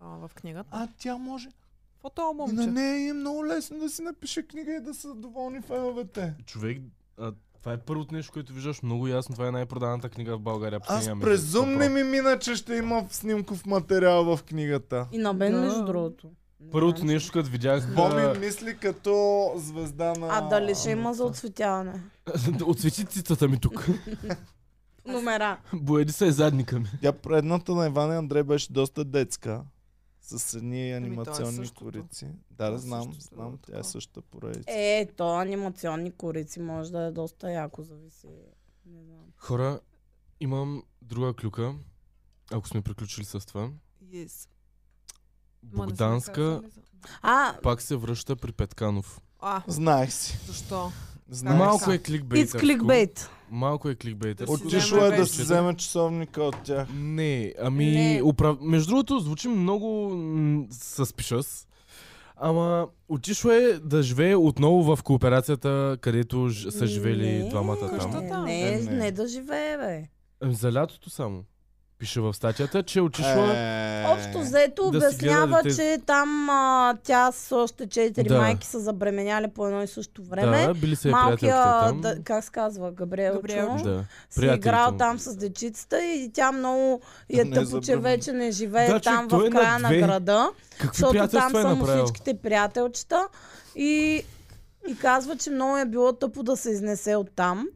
Speaker 3: А, в книгата.
Speaker 1: А тя може. И на
Speaker 3: Фотоалбумче.
Speaker 1: нея е много лесно да си напише книга и да са доволни феновете.
Speaker 4: Човек, а, това е първото нещо, което виждаш много ясно. Това е най-проданата книга в България.
Speaker 1: Аз
Speaker 4: последния месец.
Speaker 1: презум не ми мина, че ще има снимков материал в книгата.
Speaker 2: И на мен,
Speaker 3: Да.
Speaker 2: между другото. Не
Speaker 4: Първото
Speaker 2: знам.
Speaker 4: нещо, като видях...
Speaker 1: Боми мисли като звезда на...
Speaker 2: А дали ще има за отцветяване?
Speaker 4: Отсвети цицата ми тук.
Speaker 2: Номера.
Speaker 4: Боеди се е задника ми.
Speaker 1: Тя предната на Иван и Андрей беше доста детска. С едни
Speaker 3: то е
Speaker 1: анимационни
Speaker 3: същото.
Speaker 1: корици. Да,
Speaker 3: То
Speaker 1: да,
Speaker 3: е
Speaker 1: знам,
Speaker 3: същото,
Speaker 1: знам.
Speaker 3: да,
Speaker 1: Тя е
Speaker 3: такова.
Speaker 1: същата поредица.
Speaker 2: Е, то анимационни корици може да е доста яко, зависи. Не знам.
Speaker 4: Хора, имам друга клюка. Ако сме приключили с това.
Speaker 3: Yes. Ма не сме
Speaker 4: Богданска
Speaker 3: казали за-
Speaker 2: А,
Speaker 4: пак се връща при Петканов.
Speaker 3: А,
Speaker 1: Знаех си.
Speaker 3: защо?
Speaker 1: Знаех
Speaker 4: Малко
Speaker 1: си.
Speaker 4: е кликбейтърско.
Speaker 2: it's clickbait.
Speaker 4: Малко е кликбейтър.
Speaker 3: Да си
Speaker 1: Отишла е
Speaker 3: вземе
Speaker 1: да си
Speaker 3: вече.
Speaker 1: вземе часовника от тях.
Speaker 4: Не, ами...
Speaker 2: Не.
Speaker 4: Управ... Между другото, звучи много м- с пишъс. Ама отишло е да живее отново в кооперацията, където ж... са живели
Speaker 2: Не,
Speaker 4: двамата там.
Speaker 3: Къщата?
Speaker 2: Не,
Speaker 1: Е,
Speaker 2: не, Е.
Speaker 1: не.
Speaker 2: не да живее, бе.
Speaker 4: Ами, За лятото само. Пише в статията, че отишла е...
Speaker 1: Е,
Speaker 2: Общо взето
Speaker 4: да си
Speaker 2: обяснява,
Speaker 4: гледа дете.
Speaker 2: че там а, тя с още четири
Speaker 4: Да.
Speaker 2: майки са забременяли по едно и също време.
Speaker 4: Да, били се е приятелките
Speaker 2: Малкия,
Speaker 4: там.
Speaker 2: да, как се казва, Габриел,
Speaker 3: Габриелчо.
Speaker 2: Чун,
Speaker 4: Да.
Speaker 2: се
Speaker 4: приятелите
Speaker 2: играл
Speaker 4: му.
Speaker 2: там с дечицата и тя много я
Speaker 1: Не е
Speaker 2: тъпо, че
Speaker 1: забравена.
Speaker 2: вече не живее
Speaker 4: Да, че
Speaker 2: там
Speaker 4: той
Speaker 2: в
Speaker 4: е на
Speaker 2: края на,
Speaker 4: две.
Speaker 2: града,
Speaker 4: Какви
Speaker 2: защото там
Speaker 4: приятелства е
Speaker 2: са му
Speaker 4: направил?
Speaker 2: всичките приятелчета и, и казва, че много е било тъпо да се изнесе от там,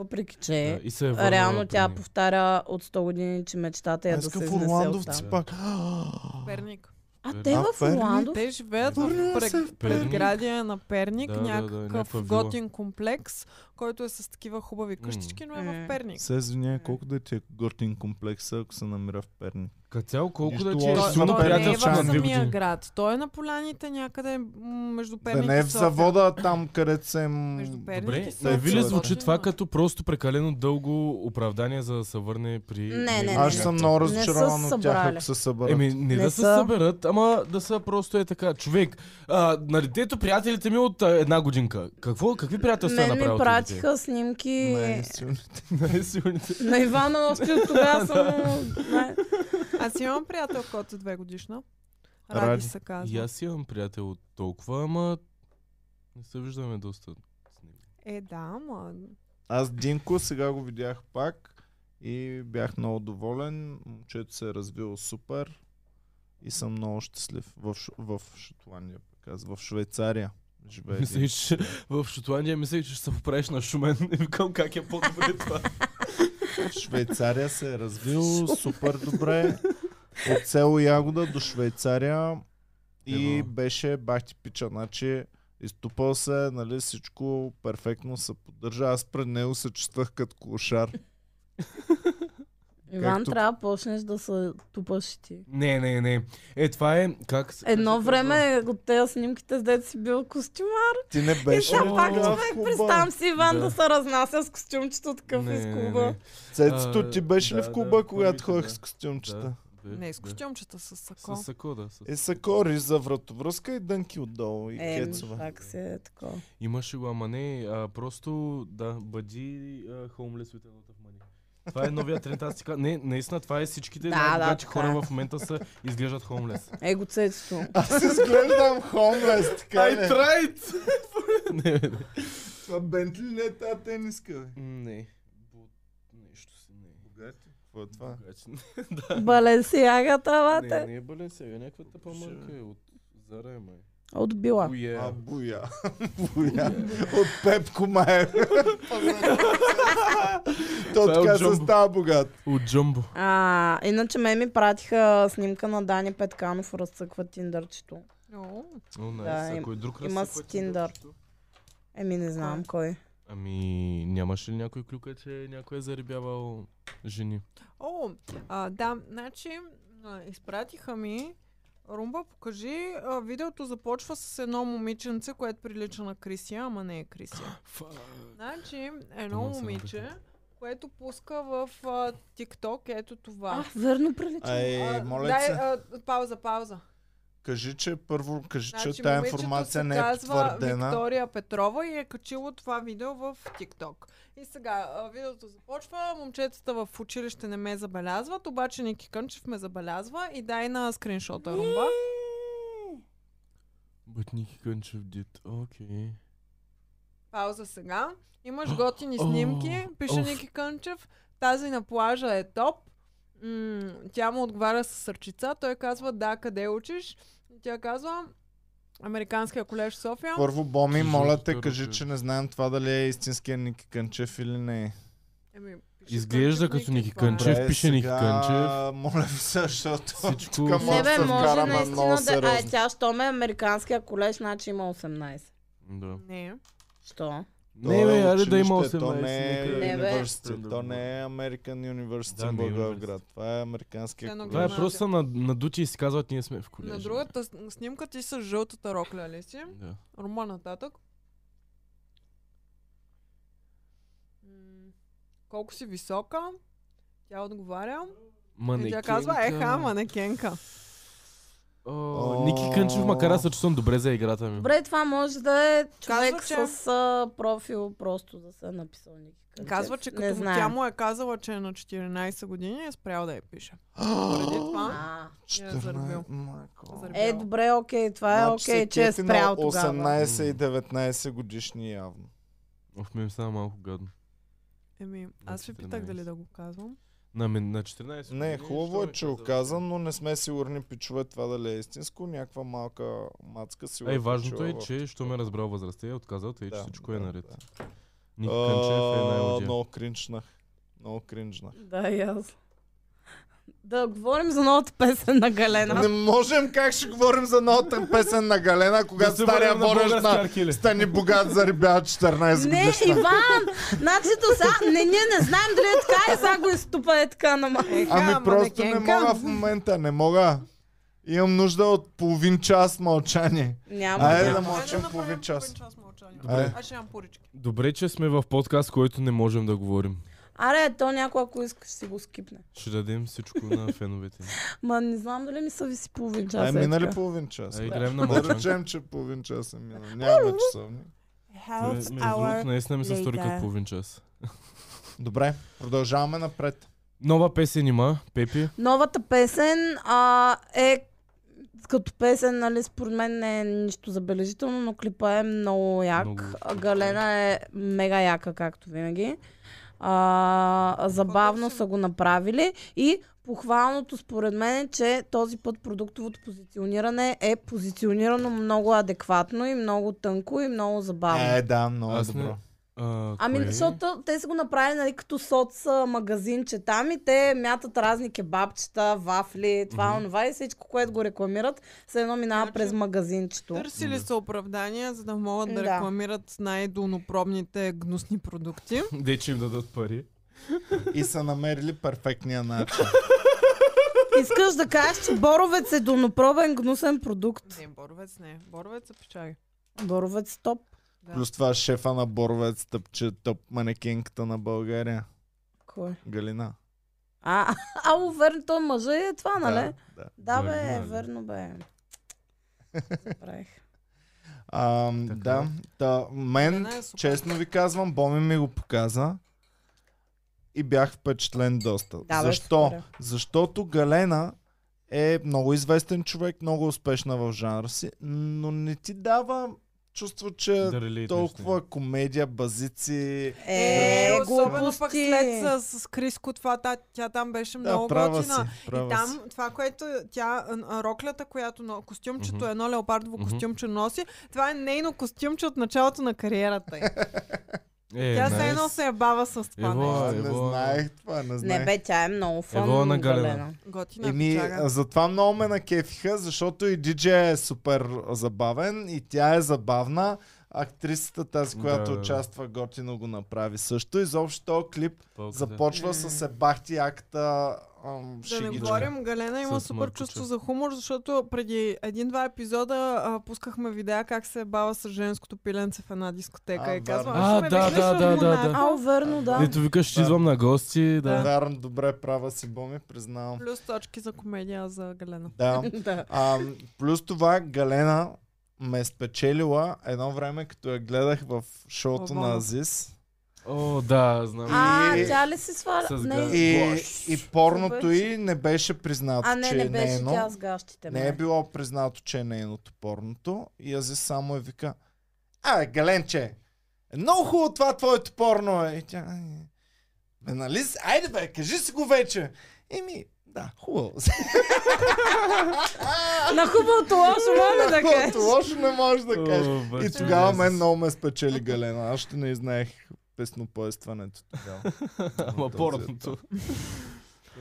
Speaker 2: въпреки че
Speaker 4: Да, и се е върнала
Speaker 2: реално
Speaker 4: при
Speaker 2: тя
Speaker 4: него.
Speaker 2: повтаря от 100 години, че мечтата е
Speaker 1: Аз
Speaker 2: да се
Speaker 1: искам в
Speaker 2: изнесе от
Speaker 1: Орландов
Speaker 2: там.
Speaker 1: си
Speaker 4: там.
Speaker 1: пак.
Speaker 3: Перник.
Speaker 2: А те
Speaker 4: те
Speaker 1: А, в
Speaker 2: в
Speaker 1: Перник?
Speaker 2: Орландов?
Speaker 3: Те живеят
Speaker 1: Върнала
Speaker 3: в
Speaker 1: се в
Speaker 3: пред,
Speaker 1: Перник.
Speaker 3: предградия на Перник,
Speaker 4: Да, да, да,
Speaker 3: някакъв
Speaker 4: някаква вила.
Speaker 3: готин комплекс, който е с такива хубави къщички, но е
Speaker 2: М.
Speaker 3: в Перник.
Speaker 1: Се извиня, колко да ти е готин комплекса, ако се намира в Перник?
Speaker 4: Кацял, колко
Speaker 1: Нищо
Speaker 4: да ти
Speaker 1: лошо.
Speaker 4: е нали?
Speaker 3: Той,
Speaker 1: Силно
Speaker 4: силно
Speaker 3: той не е
Speaker 4: приятел
Speaker 3: в
Speaker 1: приятелче на
Speaker 4: на две
Speaker 3: самия
Speaker 4: години.
Speaker 3: град, той е на поляните някъде м, между
Speaker 1: Да
Speaker 3: Перник
Speaker 1: не е
Speaker 3: и
Speaker 1: в
Speaker 3: София.
Speaker 1: завода, там където се... м-
Speaker 3: Между Перник и
Speaker 4: Добре,
Speaker 3: София.
Speaker 4: на Вили звучи
Speaker 3: Готино.
Speaker 4: това като просто прекалено дълго оправдание за да се върне при...
Speaker 2: Не, не, не,
Speaker 1: Аз съм много
Speaker 2: се
Speaker 1: разочарован от тях,
Speaker 2: събрали.
Speaker 1: ако се съберат.
Speaker 4: Еми, не,
Speaker 2: Не
Speaker 4: да се
Speaker 2: са.
Speaker 4: съберат, ама да са просто е така. Човек, а, на детето приятелите ми от а, една годинка. Какво, какви приятелства е
Speaker 2: Мен ми
Speaker 4: направил
Speaker 2: пратиха снимки
Speaker 1: Не, силно.
Speaker 4: Най-силните.
Speaker 2: на Ивана още от тогава само... Най-
Speaker 3: Аз имам приятел, който е две годишна. Ради,
Speaker 1: Ради.
Speaker 3: се
Speaker 4: И
Speaker 3: казва.
Speaker 4: аз имам приятел от толкова, ама не се виждаме доста.
Speaker 3: Е, да, ма...
Speaker 1: Аз Динко сега го видях пак и бях много доволен. Момчето се е развило супер и съм много щастлив в, Ш- в Шотландия, пък аз, в Швейцария. Живее
Speaker 4: Мислиш, Е, че в Шотландия мислиш, че ще се поправиш на шумен. И викам как е по-добре това.
Speaker 1: Динко. В Швейцария се е развил супер добре. От село Ягода до Швейцария и
Speaker 4: Ево.
Speaker 1: беше бахти пича. Значи изтупал се, нали, всичко перфектно се поддържа. Аз пред него се чувствах като клошар.
Speaker 2: Иван,
Speaker 1: Както-
Speaker 2: трябва да почнеш да се тупаш и ти.
Speaker 4: Не, не, не. Е, това е как... с-
Speaker 2: Едно
Speaker 4: как се
Speaker 2: време е от тези снимките с дете си бил костюмар.
Speaker 1: Ти не беше.
Speaker 4: сега пак
Speaker 1: тогава в клуба.
Speaker 2: Представям си Иван да,
Speaker 4: Да.
Speaker 2: се разнася с костюмчето такъв
Speaker 4: казва?
Speaker 2: из клуба.
Speaker 1: Цецето
Speaker 4: А,
Speaker 1: ти беше ли
Speaker 4: да,
Speaker 1: в клуба,
Speaker 4: да,
Speaker 1: когато
Speaker 4: първите,
Speaker 1: ходих
Speaker 4: да.
Speaker 1: с костюмчета?
Speaker 4: Е, Да, бе,
Speaker 3: не с
Speaker 4: бе.
Speaker 3: костюмчета, с сако.
Speaker 4: С сако, да. С...
Speaker 1: Е, сакори за вратовръзка и дънки отдолу и
Speaker 2: Е,
Speaker 1: кецове.
Speaker 2: пак си е такова.
Speaker 4: Имаше го, ама не, а, просто да, бъди homeless with a lot of money. Това е новия тренд, аз ти кажа. Не, наистина, това е всичките
Speaker 2: Да,
Speaker 4: да,
Speaker 2: да,
Speaker 4: най-богати
Speaker 2: така
Speaker 4: хора
Speaker 2: е.
Speaker 4: в момента са, изглеждат homeless.
Speaker 2: Его цецето.
Speaker 1: Аз изглеждам хомлес, така е. ли?
Speaker 4: tried! не, бе,
Speaker 1: Това бент ли не е тази тениска, бе?
Speaker 4: не. Не, бо- нещо си не. Богати?
Speaker 1: Какво е това?
Speaker 4: да.
Speaker 2: Баленсиагата,
Speaker 4: Не,
Speaker 2: бате.
Speaker 4: не е Баленсиага, някаква тъпа марка е от Зара е май.
Speaker 2: От била.
Speaker 1: А,
Speaker 4: Уе.
Speaker 1: буя. буя. От Пепко Майер. То
Speaker 4: Това е от
Speaker 1: така се
Speaker 4: Джамбо.
Speaker 1: става богат.
Speaker 4: От Джамбо.
Speaker 2: А, иначе ме ми пратиха снимка на Дани Петканов, разцъква тиндърчето.
Speaker 3: О,
Speaker 4: О, nice.
Speaker 2: Да, им-
Speaker 4: а кой друг
Speaker 2: има
Speaker 4: ръст,
Speaker 2: с
Speaker 4: който ти
Speaker 2: Tinder.
Speaker 4: беше?
Speaker 2: Еми, не знам кой.
Speaker 4: Ами, нямаше ли някой клюка, че някой е заребявал жени?
Speaker 3: О, а, да, значи а, изпратиха ми. Румба, покажи. А, видеото започва с едно момиченце, което прилича на Крисия, ама не е Крисия. Значи, едно
Speaker 4: Туман се
Speaker 3: момиче,
Speaker 4: надъхна.
Speaker 3: което пуска в а, TikTok ето това.
Speaker 2: А, верно прилича.
Speaker 1: Ай,
Speaker 3: А,
Speaker 1: Е, моля ти
Speaker 3: дай,
Speaker 1: се,
Speaker 3: а, пауза, пауза.
Speaker 1: кажи, че първо, кажи, че
Speaker 3: Значи,
Speaker 1: тая
Speaker 3: момичето
Speaker 1: информация
Speaker 3: се
Speaker 1: не е
Speaker 3: казва
Speaker 1: потвърдена.
Speaker 3: Виктория Петрова и е качила това видео в TikTok. И сега а, видеото започва, момчетата в училище не ме забелязват, обаче Ники Кънчев ме забелязва и дай на скриншота румба.
Speaker 4: Бътники кънчев дит. Окей.
Speaker 3: Пауза сега. Имаш готини снимки,
Speaker 4: О,
Speaker 3: пише
Speaker 4: оф.
Speaker 3: Ники Кънчев, тази на плажа е топ. М, тя му отговаря с сърчица, той казва да, къде учиш? Тя казва Американския колеж в София.
Speaker 1: Първо, Боми,
Speaker 4: Кажи,
Speaker 1: моля те,
Speaker 4: Виктория,
Speaker 1: кажи,
Speaker 4: че-
Speaker 1: че не знаем това дали е истинския Ники Кънчев или не е.
Speaker 3: Еми, пише
Speaker 4: Изглежда
Speaker 3: Кънчев,
Speaker 4: като
Speaker 3: Ники,
Speaker 4: Ники
Speaker 3: това е.
Speaker 4: Кънчев. Шеф пише Ники Кънчев.
Speaker 1: Моля ви се, защото
Speaker 4: Всичко-
Speaker 1: тук
Speaker 4: Не,
Speaker 2: Не
Speaker 1: може да
Speaker 2: бе,
Speaker 1: се
Speaker 2: може
Speaker 1: вкараме много
Speaker 2: наистина да... Ай,
Speaker 1: сериозно.
Speaker 2: тя, що ме е американския колеж, значи има 18.
Speaker 4: Да.
Speaker 3: Не.
Speaker 2: Що?
Speaker 1: То
Speaker 4: Не, бе,
Speaker 1: е
Speaker 4: аре да
Speaker 1: училище,
Speaker 4: има
Speaker 1: То не
Speaker 4: 18.
Speaker 1: е
Speaker 4: нека-
Speaker 2: Не, бе.
Speaker 1: университет, то не е American University
Speaker 4: Да,
Speaker 1: в
Speaker 4: не е
Speaker 1: Благоевград.
Speaker 4: университет.
Speaker 1: Това е американския
Speaker 3: Стенограм.
Speaker 4: Това е
Speaker 1: колеж.
Speaker 3: Гимназия.
Speaker 4: просто на, на дути и си казват, ние сме в колежа.
Speaker 3: На другата с- снимка ти с жълтата рокля ли си?
Speaker 4: Да.
Speaker 3: Рума нататък. М, Колко си висока? Тя отговаря. И тя
Speaker 4: Манекенка.
Speaker 3: казва, еха, манекенка.
Speaker 4: О, Ники Кънчев, макар аз се чувствам добре за играта ми.
Speaker 2: Добре, това може да е човек
Speaker 3: че-
Speaker 2: с а, профил, просто да се е написал Ники Кънчев.
Speaker 3: Казва, че
Speaker 2: не
Speaker 3: като му- тя
Speaker 2: знаем.
Speaker 3: му е казала, че е на 14 години, е спрял да я пише. Поради това,
Speaker 2: А,
Speaker 3: я е заребил.
Speaker 1: 14, майко.
Speaker 3: Заребил.
Speaker 2: е, добре, окей, това е
Speaker 1: Значи се
Speaker 2: окей, че е
Speaker 1: кефи на
Speaker 2: спрял тогава.
Speaker 1: 18 и 19 годишни явно.
Speaker 4: Оф, ми стана малко гадно.
Speaker 3: Еми, аз ви питах
Speaker 4: 14.
Speaker 3: дали да го казвам.
Speaker 4: На, мен- на 14
Speaker 1: Не,
Speaker 4: години,
Speaker 1: хубаво
Speaker 4: що
Speaker 1: е,
Speaker 4: ми
Speaker 1: че
Speaker 4: каза?
Speaker 1: го казвам, но не сме сигурни, пичове, това дали е истинско. Някаква малка мацка си
Speaker 4: Ей, важното е, че що ме разбрал възрастта и е отказал, тъй, че всичко е наред. Ник Кънчев е най-лудия.
Speaker 1: Много кринжнах. Много кринжнах.
Speaker 2: Да, и аз. Да говорим за новата песен Е, на Галена.
Speaker 1: Не можем как ще говорим за новата песен на Галена, когато стария водещ на Стани богат за ребят 14
Speaker 2: Не,
Speaker 1: годишна.
Speaker 2: Иван! Значи до сега, не, ние не знаем дали е така и сега го изтупа е така на ма-
Speaker 3: Еха,
Speaker 1: Ами просто не
Speaker 3: манекенка.
Speaker 1: мога в момента, не мога. Имам нужда от половин час мълчание.
Speaker 2: Няма
Speaker 1: Айде
Speaker 2: да.
Speaker 1: да
Speaker 3: Хайде
Speaker 1: мълчим
Speaker 3: направим
Speaker 1: половин час.
Speaker 3: мълчание.
Speaker 1: Добре.
Speaker 3: Аз ще имам порички.
Speaker 4: Добре, че сме в подкаст, който не можем да говорим.
Speaker 2: Аре, то някой, ако иска, ще си го скипне.
Speaker 4: Ще дадем всичко на феновете.
Speaker 2: Ма не знам дали ми са виси половин час.
Speaker 1: Ай,
Speaker 2: е
Speaker 1: мина ли
Speaker 2: така.
Speaker 1: половин час?
Speaker 4: Ай,
Speaker 1: бе?
Speaker 4: гледам на
Speaker 1: Да
Speaker 4: мълчанка.
Speaker 1: речем, че половин час е минал. Нямаме часовник.
Speaker 4: Ме- Е, Между другото, наистина ми се стори
Speaker 3: later.
Speaker 4: като половин час.
Speaker 1: Добре, продължаваме напред.
Speaker 4: Нова песен има, Пепи.
Speaker 2: Новата песен а, е като песен, нали, според мен не е нищо забележително, но клипа е много як.
Speaker 4: Много
Speaker 2: А, Галена е мега яка, както винаги. А, забавно
Speaker 3: Потърсим.
Speaker 2: са го направили и похвалното според мен е, че този път продуктовото позициониране е позиционирано много адекватно и много тънко и много забавно.
Speaker 1: Е, да, много
Speaker 4: Аз не-
Speaker 1: добро.
Speaker 4: А,
Speaker 2: Ами,
Speaker 4: кое е?
Speaker 2: защото те са го направили, нали, като соц а, магазинче там и те мятат разни кебабчета, вафли, това,
Speaker 4: Мгм.
Speaker 2: онова и всичко, което го рекламират, се едно минава
Speaker 3: Значи,
Speaker 2: през магазинчето.
Speaker 3: Търсили
Speaker 4: Да.
Speaker 3: са оправдания, за да могат
Speaker 2: Да.
Speaker 3: да рекламират най-долнопробните гнусни продукти.
Speaker 4: Де, че им дадат пари.
Speaker 1: И са намерили перфектния начин.
Speaker 2: Искаш да кажеш, че боровец е донопробен гнусен продукт.
Speaker 3: Не, боровец не. Боровец е печага.
Speaker 2: Боровец топ.
Speaker 3: Да.
Speaker 1: Плюс това шефа на Боровец тъпче топ манекенката на България.
Speaker 2: Кой?
Speaker 1: Галина.
Speaker 2: А, ало, верно, той мъжа е това, нали?
Speaker 1: Да, да.
Speaker 2: Да,
Speaker 4: Верно,
Speaker 2: бе,
Speaker 4: нали?
Speaker 2: верно бе. Забравих.
Speaker 1: А, да. Та, мен,
Speaker 3: Галина е супер.
Speaker 1: честно ви казвам, Боми ми го показа и бях впечатлен доста.
Speaker 2: Да, бе,
Speaker 1: Защо?
Speaker 2: супер е.
Speaker 1: Защото Галена е много известен човек, много успешна в жанра си, но не ти дава чувство, че
Speaker 4: Да релейтнеш,
Speaker 1: Е, толкова комедия, базици.
Speaker 2: Е,
Speaker 3: особено пък
Speaker 2: глупости.
Speaker 3: след с, с Криско, това, та, тя там беше
Speaker 1: Да,
Speaker 3: много
Speaker 1: права си.
Speaker 3: готина.
Speaker 1: Права
Speaker 3: и там
Speaker 1: си.
Speaker 3: това, което тя, а, а, роклята, която но, костюмчето,
Speaker 4: Мгм.
Speaker 3: едно леопардово
Speaker 4: Мгм.
Speaker 3: костюмче носи, това е нейно костюмче от началото на кариерата й.
Speaker 4: Е,
Speaker 3: Тя
Speaker 4: nice.
Speaker 3: се едно се е бава с това
Speaker 4: Ево,
Speaker 3: нещо.
Speaker 1: А, не
Speaker 4: ево.
Speaker 1: знаех това, не знаех.
Speaker 2: Не бе, тя е много фан.
Speaker 4: Ево на Галена.
Speaker 1: е.
Speaker 3: Готина
Speaker 1: Еми,
Speaker 3: пичага.
Speaker 1: а, затова много ме накефиха, защото и диджей е супер забавен и тя е забавна. Актрисата тази, която
Speaker 4: Да, да.
Speaker 1: участва готино го направи също. Изобщо този клип започва
Speaker 3: М.
Speaker 2: Е.
Speaker 1: с ебахти акта ам,
Speaker 3: Да не
Speaker 1: шигичка.
Speaker 3: говорим, Галена има
Speaker 4: С
Speaker 3: супер
Speaker 4: мъркуче.
Speaker 3: чувство за хумор, защото преди един-два епизода а, пускахме видеа как се е бава с женското пиленце в една дискотека
Speaker 1: А,
Speaker 3: и казва,
Speaker 1: да.
Speaker 3: а,
Speaker 4: А,
Speaker 3: ще ме
Speaker 4: да,
Speaker 3: викнеш
Speaker 4: да,
Speaker 3: в
Speaker 4: да, да,
Speaker 3: Монако?»
Speaker 4: да.
Speaker 2: А, верно, да.
Speaker 4: Ето викаш, ще
Speaker 1: Да.
Speaker 4: идвам на гости. Да. да.
Speaker 1: Вярно, добре, права си, Боми, признавам.
Speaker 3: Плюс точки за комедия за Галена.
Speaker 1: Да.
Speaker 2: да.
Speaker 1: А, плюс това, Галена ме е спечелила едно време, като я гледах в шоуто
Speaker 3: Обама.
Speaker 1: на Азис.
Speaker 4: О, да, знам.
Speaker 2: А,
Speaker 1: И-
Speaker 2: тя ли си сваля?
Speaker 4: С газ.
Speaker 2: Не.
Speaker 1: И,
Speaker 4: Гош.
Speaker 1: и порното
Speaker 2: Беше.
Speaker 1: и не беше признато,
Speaker 2: А, не,
Speaker 1: че
Speaker 2: не
Speaker 1: е
Speaker 2: беше
Speaker 1: нейно.
Speaker 2: тя с гащите.
Speaker 1: Не е
Speaker 2: май.
Speaker 1: било признато, че е нейното порното. И Ази само е вика, а, Галенче, е много хубаво това твоето порно е. И тя, «Ай, бе, нали, с- айде бе, кажи си го вече. Еми, да, хубаво.
Speaker 2: На хубавото лошо мога да кажеш.
Speaker 1: Хубавото лошо не може да кажеш.
Speaker 4: О, е бе,
Speaker 1: И
Speaker 4: че
Speaker 1: тогава
Speaker 4: ужас.
Speaker 1: мен много ме спечели Галена. Аз ще не знаех песнопойстването тогава.
Speaker 4: Ама
Speaker 1: този
Speaker 4: порното.
Speaker 1: етап.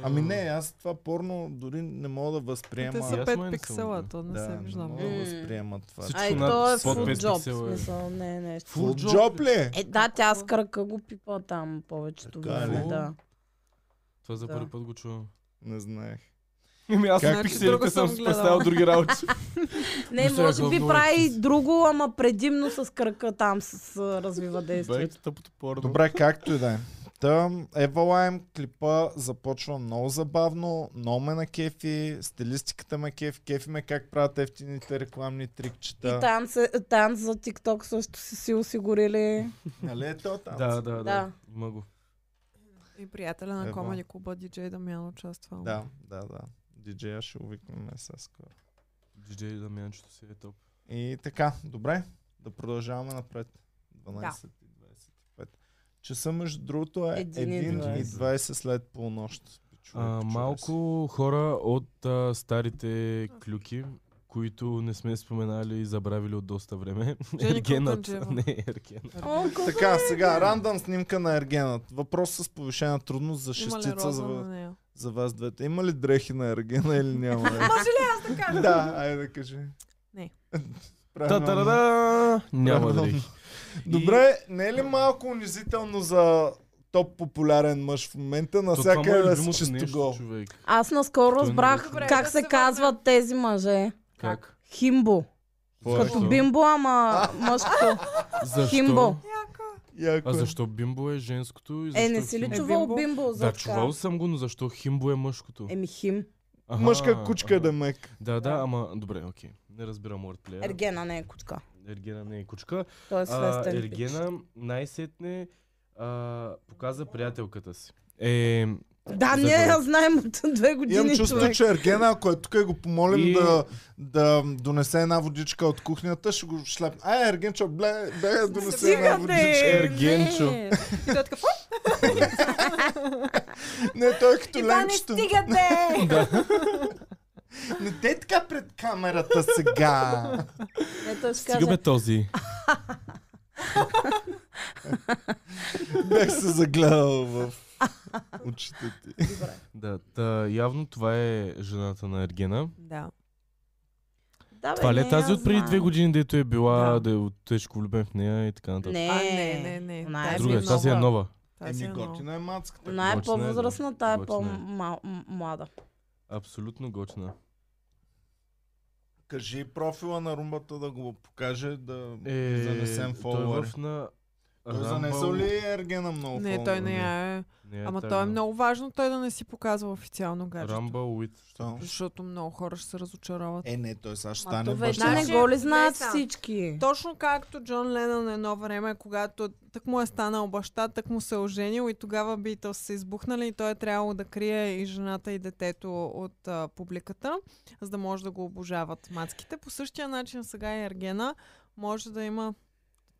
Speaker 1: Ами не, аз това порно дори не мога да възприема.
Speaker 3: Те
Speaker 4: аз
Speaker 3: са
Speaker 4: май не
Speaker 3: 5
Speaker 4: съм
Speaker 3: пиксела,
Speaker 4: го-
Speaker 3: то не
Speaker 1: да,
Speaker 3: се вижда.
Speaker 1: Не мога
Speaker 3: много.
Speaker 1: да
Speaker 2: М.
Speaker 1: възприема това.
Speaker 4: Всичко
Speaker 2: Ай,
Speaker 4: над-
Speaker 2: то е
Speaker 4: под
Speaker 2: фуд
Speaker 4: 5
Speaker 2: джоб,
Speaker 4: пиксела е.
Speaker 2: смисъл, не е нещо.
Speaker 4: Фул
Speaker 1: Фул
Speaker 4: джоб
Speaker 1: джоб ли?
Speaker 2: Е, да, тя с кръка го пипа там повечето
Speaker 1: Така е,
Speaker 2: време,
Speaker 4: ли?
Speaker 2: да.
Speaker 4: Това за
Speaker 2: Да.
Speaker 4: първи път го чувам.
Speaker 1: Не знаех.
Speaker 4: Ами аз
Speaker 1: Как?
Speaker 4: на
Speaker 3: Значи,
Speaker 4: пикселите
Speaker 3: друго
Speaker 4: съм
Speaker 3: съм
Speaker 4: си
Speaker 3: гледала.
Speaker 4: представил други работи.
Speaker 2: Не,
Speaker 4: сега
Speaker 2: може би
Speaker 4: главно
Speaker 2: прави
Speaker 4: е-
Speaker 2: друго, ама предимно с кръка там с, с развива
Speaker 4: Бе,
Speaker 2: действието.
Speaker 4: тъпото порно.
Speaker 1: Добре, както и да е. Та, Евалайм клипа започва много забавно, много ме на кефи, стилистиката ме кефи, кефи ме как правят ефтините рекламни трикчета.
Speaker 2: И танц, танц за TikTok също си си осигурили.
Speaker 1: Нали е то там?
Speaker 4: Да, да, да.
Speaker 2: Да.
Speaker 4: Има го.
Speaker 3: И приятеля на
Speaker 1: Ево.
Speaker 3: Комеди Клуба, диджей Дамян участва.
Speaker 1: Е, да, да, да. Диджея ще увикнем сега скоро.
Speaker 4: Диджей Дамянчето си е топ.
Speaker 1: И така, добре, да продължаваме напред. 12 и 25. Часа между другото е
Speaker 2: Един и
Speaker 1: 1 и
Speaker 4: 20.
Speaker 1: 20 след полунощ. Пичове,
Speaker 4: А,
Speaker 1: пичове си.
Speaker 4: малко хора от а, старите клюки, които не сме споменали и забравили от доста време.
Speaker 3: Жени
Speaker 4: Ергенът.
Speaker 3: Копанджиева.
Speaker 4: Не, Ергенът.
Speaker 3: Ами,
Speaker 2: О,
Speaker 1: Така, сега, рандъм снимка на Ергенът. Въпрос с повишена трудност за
Speaker 3: Има ли
Speaker 1: шестица
Speaker 3: роза
Speaker 1: за,
Speaker 3: на нея?
Speaker 1: за вас двете. Има ли дрехи на Ергена или няма? Може ли аз да кажа? Да, айде да кажи.
Speaker 3: Не.
Speaker 4: Е,
Speaker 1: Правилно.
Speaker 4: Та-та-да! Няма
Speaker 1: Правилно.
Speaker 4: дрехи.
Speaker 1: Добре, не е ли малко унизително за топ популярен мъж в момента? На всяка е да си чисто гол.
Speaker 4: човек.
Speaker 2: Аз наскоро
Speaker 4: Той не
Speaker 2: разбрах
Speaker 4: беше. Добре,
Speaker 2: как
Speaker 3: да
Speaker 2: се
Speaker 3: се
Speaker 2: казват тези мъже.
Speaker 4: Как?
Speaker 2: Химбо.
Speaker 1: Какво е
Speaker 2: Като бимбо, ама мъжко.
Speaker 4: Защо?
Speaker 2: Химбо.
Speaker 1: Яко
Speaker 4: А
Speaker 1: е.
Speaker 4: защо бимбо е женското и защо
Speaker 2: Е, не си ли
Speaker 4: химбо?
Speaker 2: чувал
Speaker 3: бимбо?
Speaker 2: бимбо за
Speaker 4: Да, чувал съм го, но защо химбо е мъжкото?
Speaker 2: Еми хим.
Speaker 4: Аха,
Speaker 1: Мъжка кучка е
Speaker 4: аха.
Speaker 1: да мек.
Speaker 4: Да, да, ама добре, окей. Не разбирам уордплея.
Speaker 2: Ергена не е кучка.
Speaker 4: Ергена не е кучка.
Speaker 2: Той е
Speaker 4: А,
Speaker 2: свестен. бич.
Speaker 4: Ергена най-сетне а, показа приятелката си. Е,
Speaker 2: Да,
Speaker 4: за
Speaker 2: ние
Speaker 4: друг.
Speaker 2: я знаем от две
Speaker 1: Имам
Speaker 2: години
Speaker 1: чувство,
Speaker 2: човек.
Speaker 1: че Ергена, ако е тук и го помолим
Speaker 4: И-
Speaker 1: да, да донесе една водичка от кухнята, ще го шлеп. Ай, Ергенчо, бле, бе, донесе една
Speaker 2: Стига
Speaker 1: водичка.
Speaker 2: де!
Speaker 4: Ергенчо.
Speaker 2: Не.
Speaker 3: И той е така, «Фу,
Speaker 1: Не, той е като
Speaker 2: Иване,
Speaker 1: ленчето.
Speaker 2: стига де!
Speaker 1: Не те е така пред камерата сега.
Speaker 2: Ето ще
Speaker 4: стига бе
Speaker 2: кажа,
Speaker 4: този.
Speaker 1: Бях се загледал в очите ти.
Speaker 2: добре.
Speaker 4: Да, та, явно това е жената на Ергена.
Speaker 3: Да.
Speaker 2: Да, бе,
Speaker 4: това ли
Speaker 2: не
Speaker 4: е тази
Speaker 2: я
Speaker 4: от преди две
Speaker 2: знам.
Speaker 4: години, дето е била да,
Speaker 3: Да.
Speaker 4: е от тежко влюбен в нея и така нататък?
Speaker 2: Не,
Speaker 3: А, не, не, не.
Speaker 2: Она
Speaker 3: Тази
Speaker 2: е
Speaker 4: Друга,
Speaker 3: ми
Speaker 4: е, тази е
Speaker 2: много-
Speaker 4: нова.
Speaker 3: Тази е много.
Speaker 1: е мацката.
Speaker 2: Она е
Speaker 4: Готина е, да.
Speaker 2: по-възрастна, тая е
Speaker 4: Готина е.
Speaker 2: по-млада.
Speaker 4: Абсолютно готина.
Speaker 1: Кажи профила на румбата да го покаже, да
Speaker 4: Е,
Speaker 1: занесем
Speaker 4: Той е
Speaker 1: фолуари.
Speaker 4: в на...
Speaker 1: Той
Speaker 4: Rumble.
Speaker 1: занесъл ли е Ергена много нали?
Speaker 3: Не, той
Speaker 1: фолуари?
Speaker 3: не я е.
Speaker 4: Не,
Speaker 3: Ама
Speaker 4: тая
Speaker 3: той е много важно той да не си показва официално
Speaker 2: значи.
Speaker 3: гаджето.
Speaker 4: Rumble with...
Speaker 1: Що?
Speaker 3: Защото много хора ще се разочароват.
Speaker 1: Е, не, той сега ще
Speaker 2: Ма то
Speaker 1: стане
Speaker 2: вече
Speaker 1: баща.
Speaker 2: не
Speaker 3: Значи,
Speaker 2: го ли знаят
Speaker 3: не са.
Speaker 2: всички?
Speaker 3: Точно както Джон Ленън едно време, когато так му е станал баща, так му се е оженил и тогава Битълс се избухнали и той е трябвало да крие и жената и детето от а, публиката, за да може да го обожават мацките. По същия начин сега и Ергена може да има...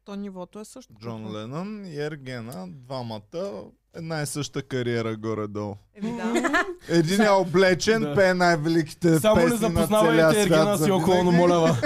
Speaker 3: То нивото е също.
Speaker 1: Джон Ленън и Ергена, двамата една и съща кариера горе-долу.
Speaker 3: Еми Е, да.
Speaker 1: Един е облечен,
Speaker 4: Да.
Speaker 1: пее най-великите
Speaker 4: Само не
Speaker 1: Е, песни на целия
Speaker 4: запознавайте
Speaker 1: свят.
Speaker 4: Ергена си
Speaker 1: завинаги.
Speaker 4: около, но моля ва.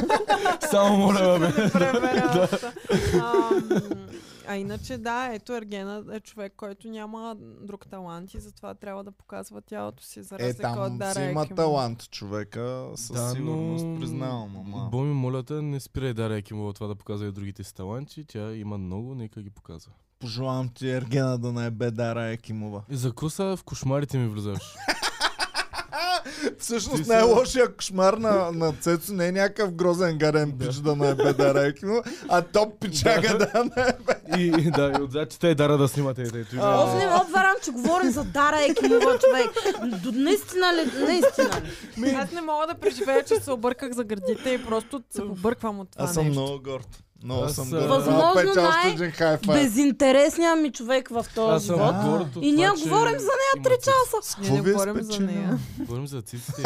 Speaker 4: Само моля ва, бе.
Speaker 3: Преверяваща. Ам, А иначе да, ето Ергена е човек, който няма друг талант и затова трябва да показва тялото си за
Speaker 1: Е,
Speaker 3: разлика от Ами,
Speaker 1: там
Speaker 3: Дара
Speaker 1: си има
Speaker 3: Екимова.
Speaker 1: талант човека, със
Speaker 4: Да, но-
Speaker 1: сигурност признавам. Ама...
Speaker 4: Боми, моля те, не спирай Дария Екимова това да показва и другите си таланти. Тя има много, нека ги показва.
Speaker 1: Пожелавам ти Ергена да не е бедара Екимова.
Speaker 4: И за коса в кошмарите ми влизаш. Ти
Speaker 1: Е, Всъщност
Speaker 4: си-
Speaker 1: най-лошия кошмар на, на Цецо не е някакъв грозен гарен пич да не е бедара Екимова, а топ пичага да не е
Speaker 4: и, да, и отзад те Дара да снимате. Ето, ето, има-
Speaker 2: Оф, не отварям, че говорим за Дара Екимова, човек. До наистина ли? Наистина ли?
Speaker 3: Аз не мога да преживея, че се обърках за гърдите и просто се побърквам от това
Speaker 1: Аз съм
Speaker 3: нещо.
Speaker 1: много горд. Много
Speaker 4: Аз,
Speaker 1: съм
Speaker 4: а,
Speaker 1: горд.
Speaker 2: Възможно
Speaker 1: Петя, още
Speaker 2: най-
Speaker 1: един хай-фай.
Speaker 2: Безинтересният ми човек в
Speaker 4: е- Аз
Speaker 2: този
Speaker 4: съм
Speaker 2: живот.
Speaker 1: живот.
Speaker 4: горд от
Speaker 2: И
Speaker 4: това,
Speaker 2: ние
Speaker 4: че
Speaker 2: говорим за
Speaker 4: има
Speaker 2: нея 3
Speaker 4: цици.
Speaker 2: часа.
Speaker 3: Не,
Speaker 1: Какво
Speaker 3: не
Speaker 1: ви е
Speaker 3: говорим за
Speaker 1: спечелено?
Speaker 3: нея.
Speaker 4: Говорим за циците.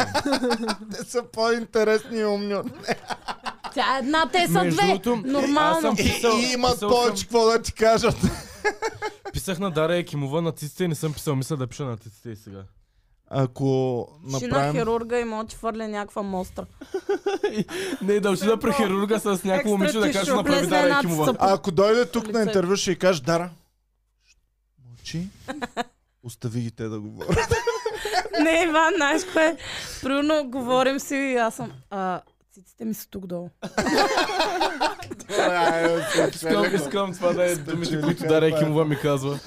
Speaker 1: Те са по-интересни и умни от
Speaker 2: Тя е една, те са
Speaker 4: Между
Speaker 2: две.
Speaker 4: другото, аз
Speaker 2: Нормално.
Speaker 4: съм-
Speaker 1: И,
Speaker 4: Писал-
Speaker 1: и имат
Speaker 4: писал
Speaker 1: повече
Speaker 4: съм.
Speaker 1: какво да ти кажат.
Speaker 4: Писах на Дария Екимова на циците и не съм писал. Мисля да пиша на циците и сега.
Speaker 1: Ако
Speaker 2: Шина
Speaker 1: направим...
Speaker 2: хирурга и мога ти фърля някаква мостра.
Speaker 4: Не, да отида при хирурга с някакво момиче да
Speaker 3: Екстра
Speaker 4: каже
Speaker 3: тишо,
Speaker 4: направи
Speaker 2: влезна
Speaker 4: Дария
Speaker 2: една
Speaker 4: Екимова.
Speaker 2: цъпа.
Speaker 1: А ако дойде тук
Speaker 2: Лицето.
Speaker 1: на интервю, ще й каже, Дара, щ, мълчи, остави ги те да говорят.
Speaker 2: Не, Иван, знаеш кое? е? Примерно говорим си и аз съм... А, циците ми са тук долу.
Speaker 1: Това е,
Speaker 4: Искам,
Speaker 1: спечелихме.
Speaker 4: искам това да е думите, които Дария Екимова ми казва.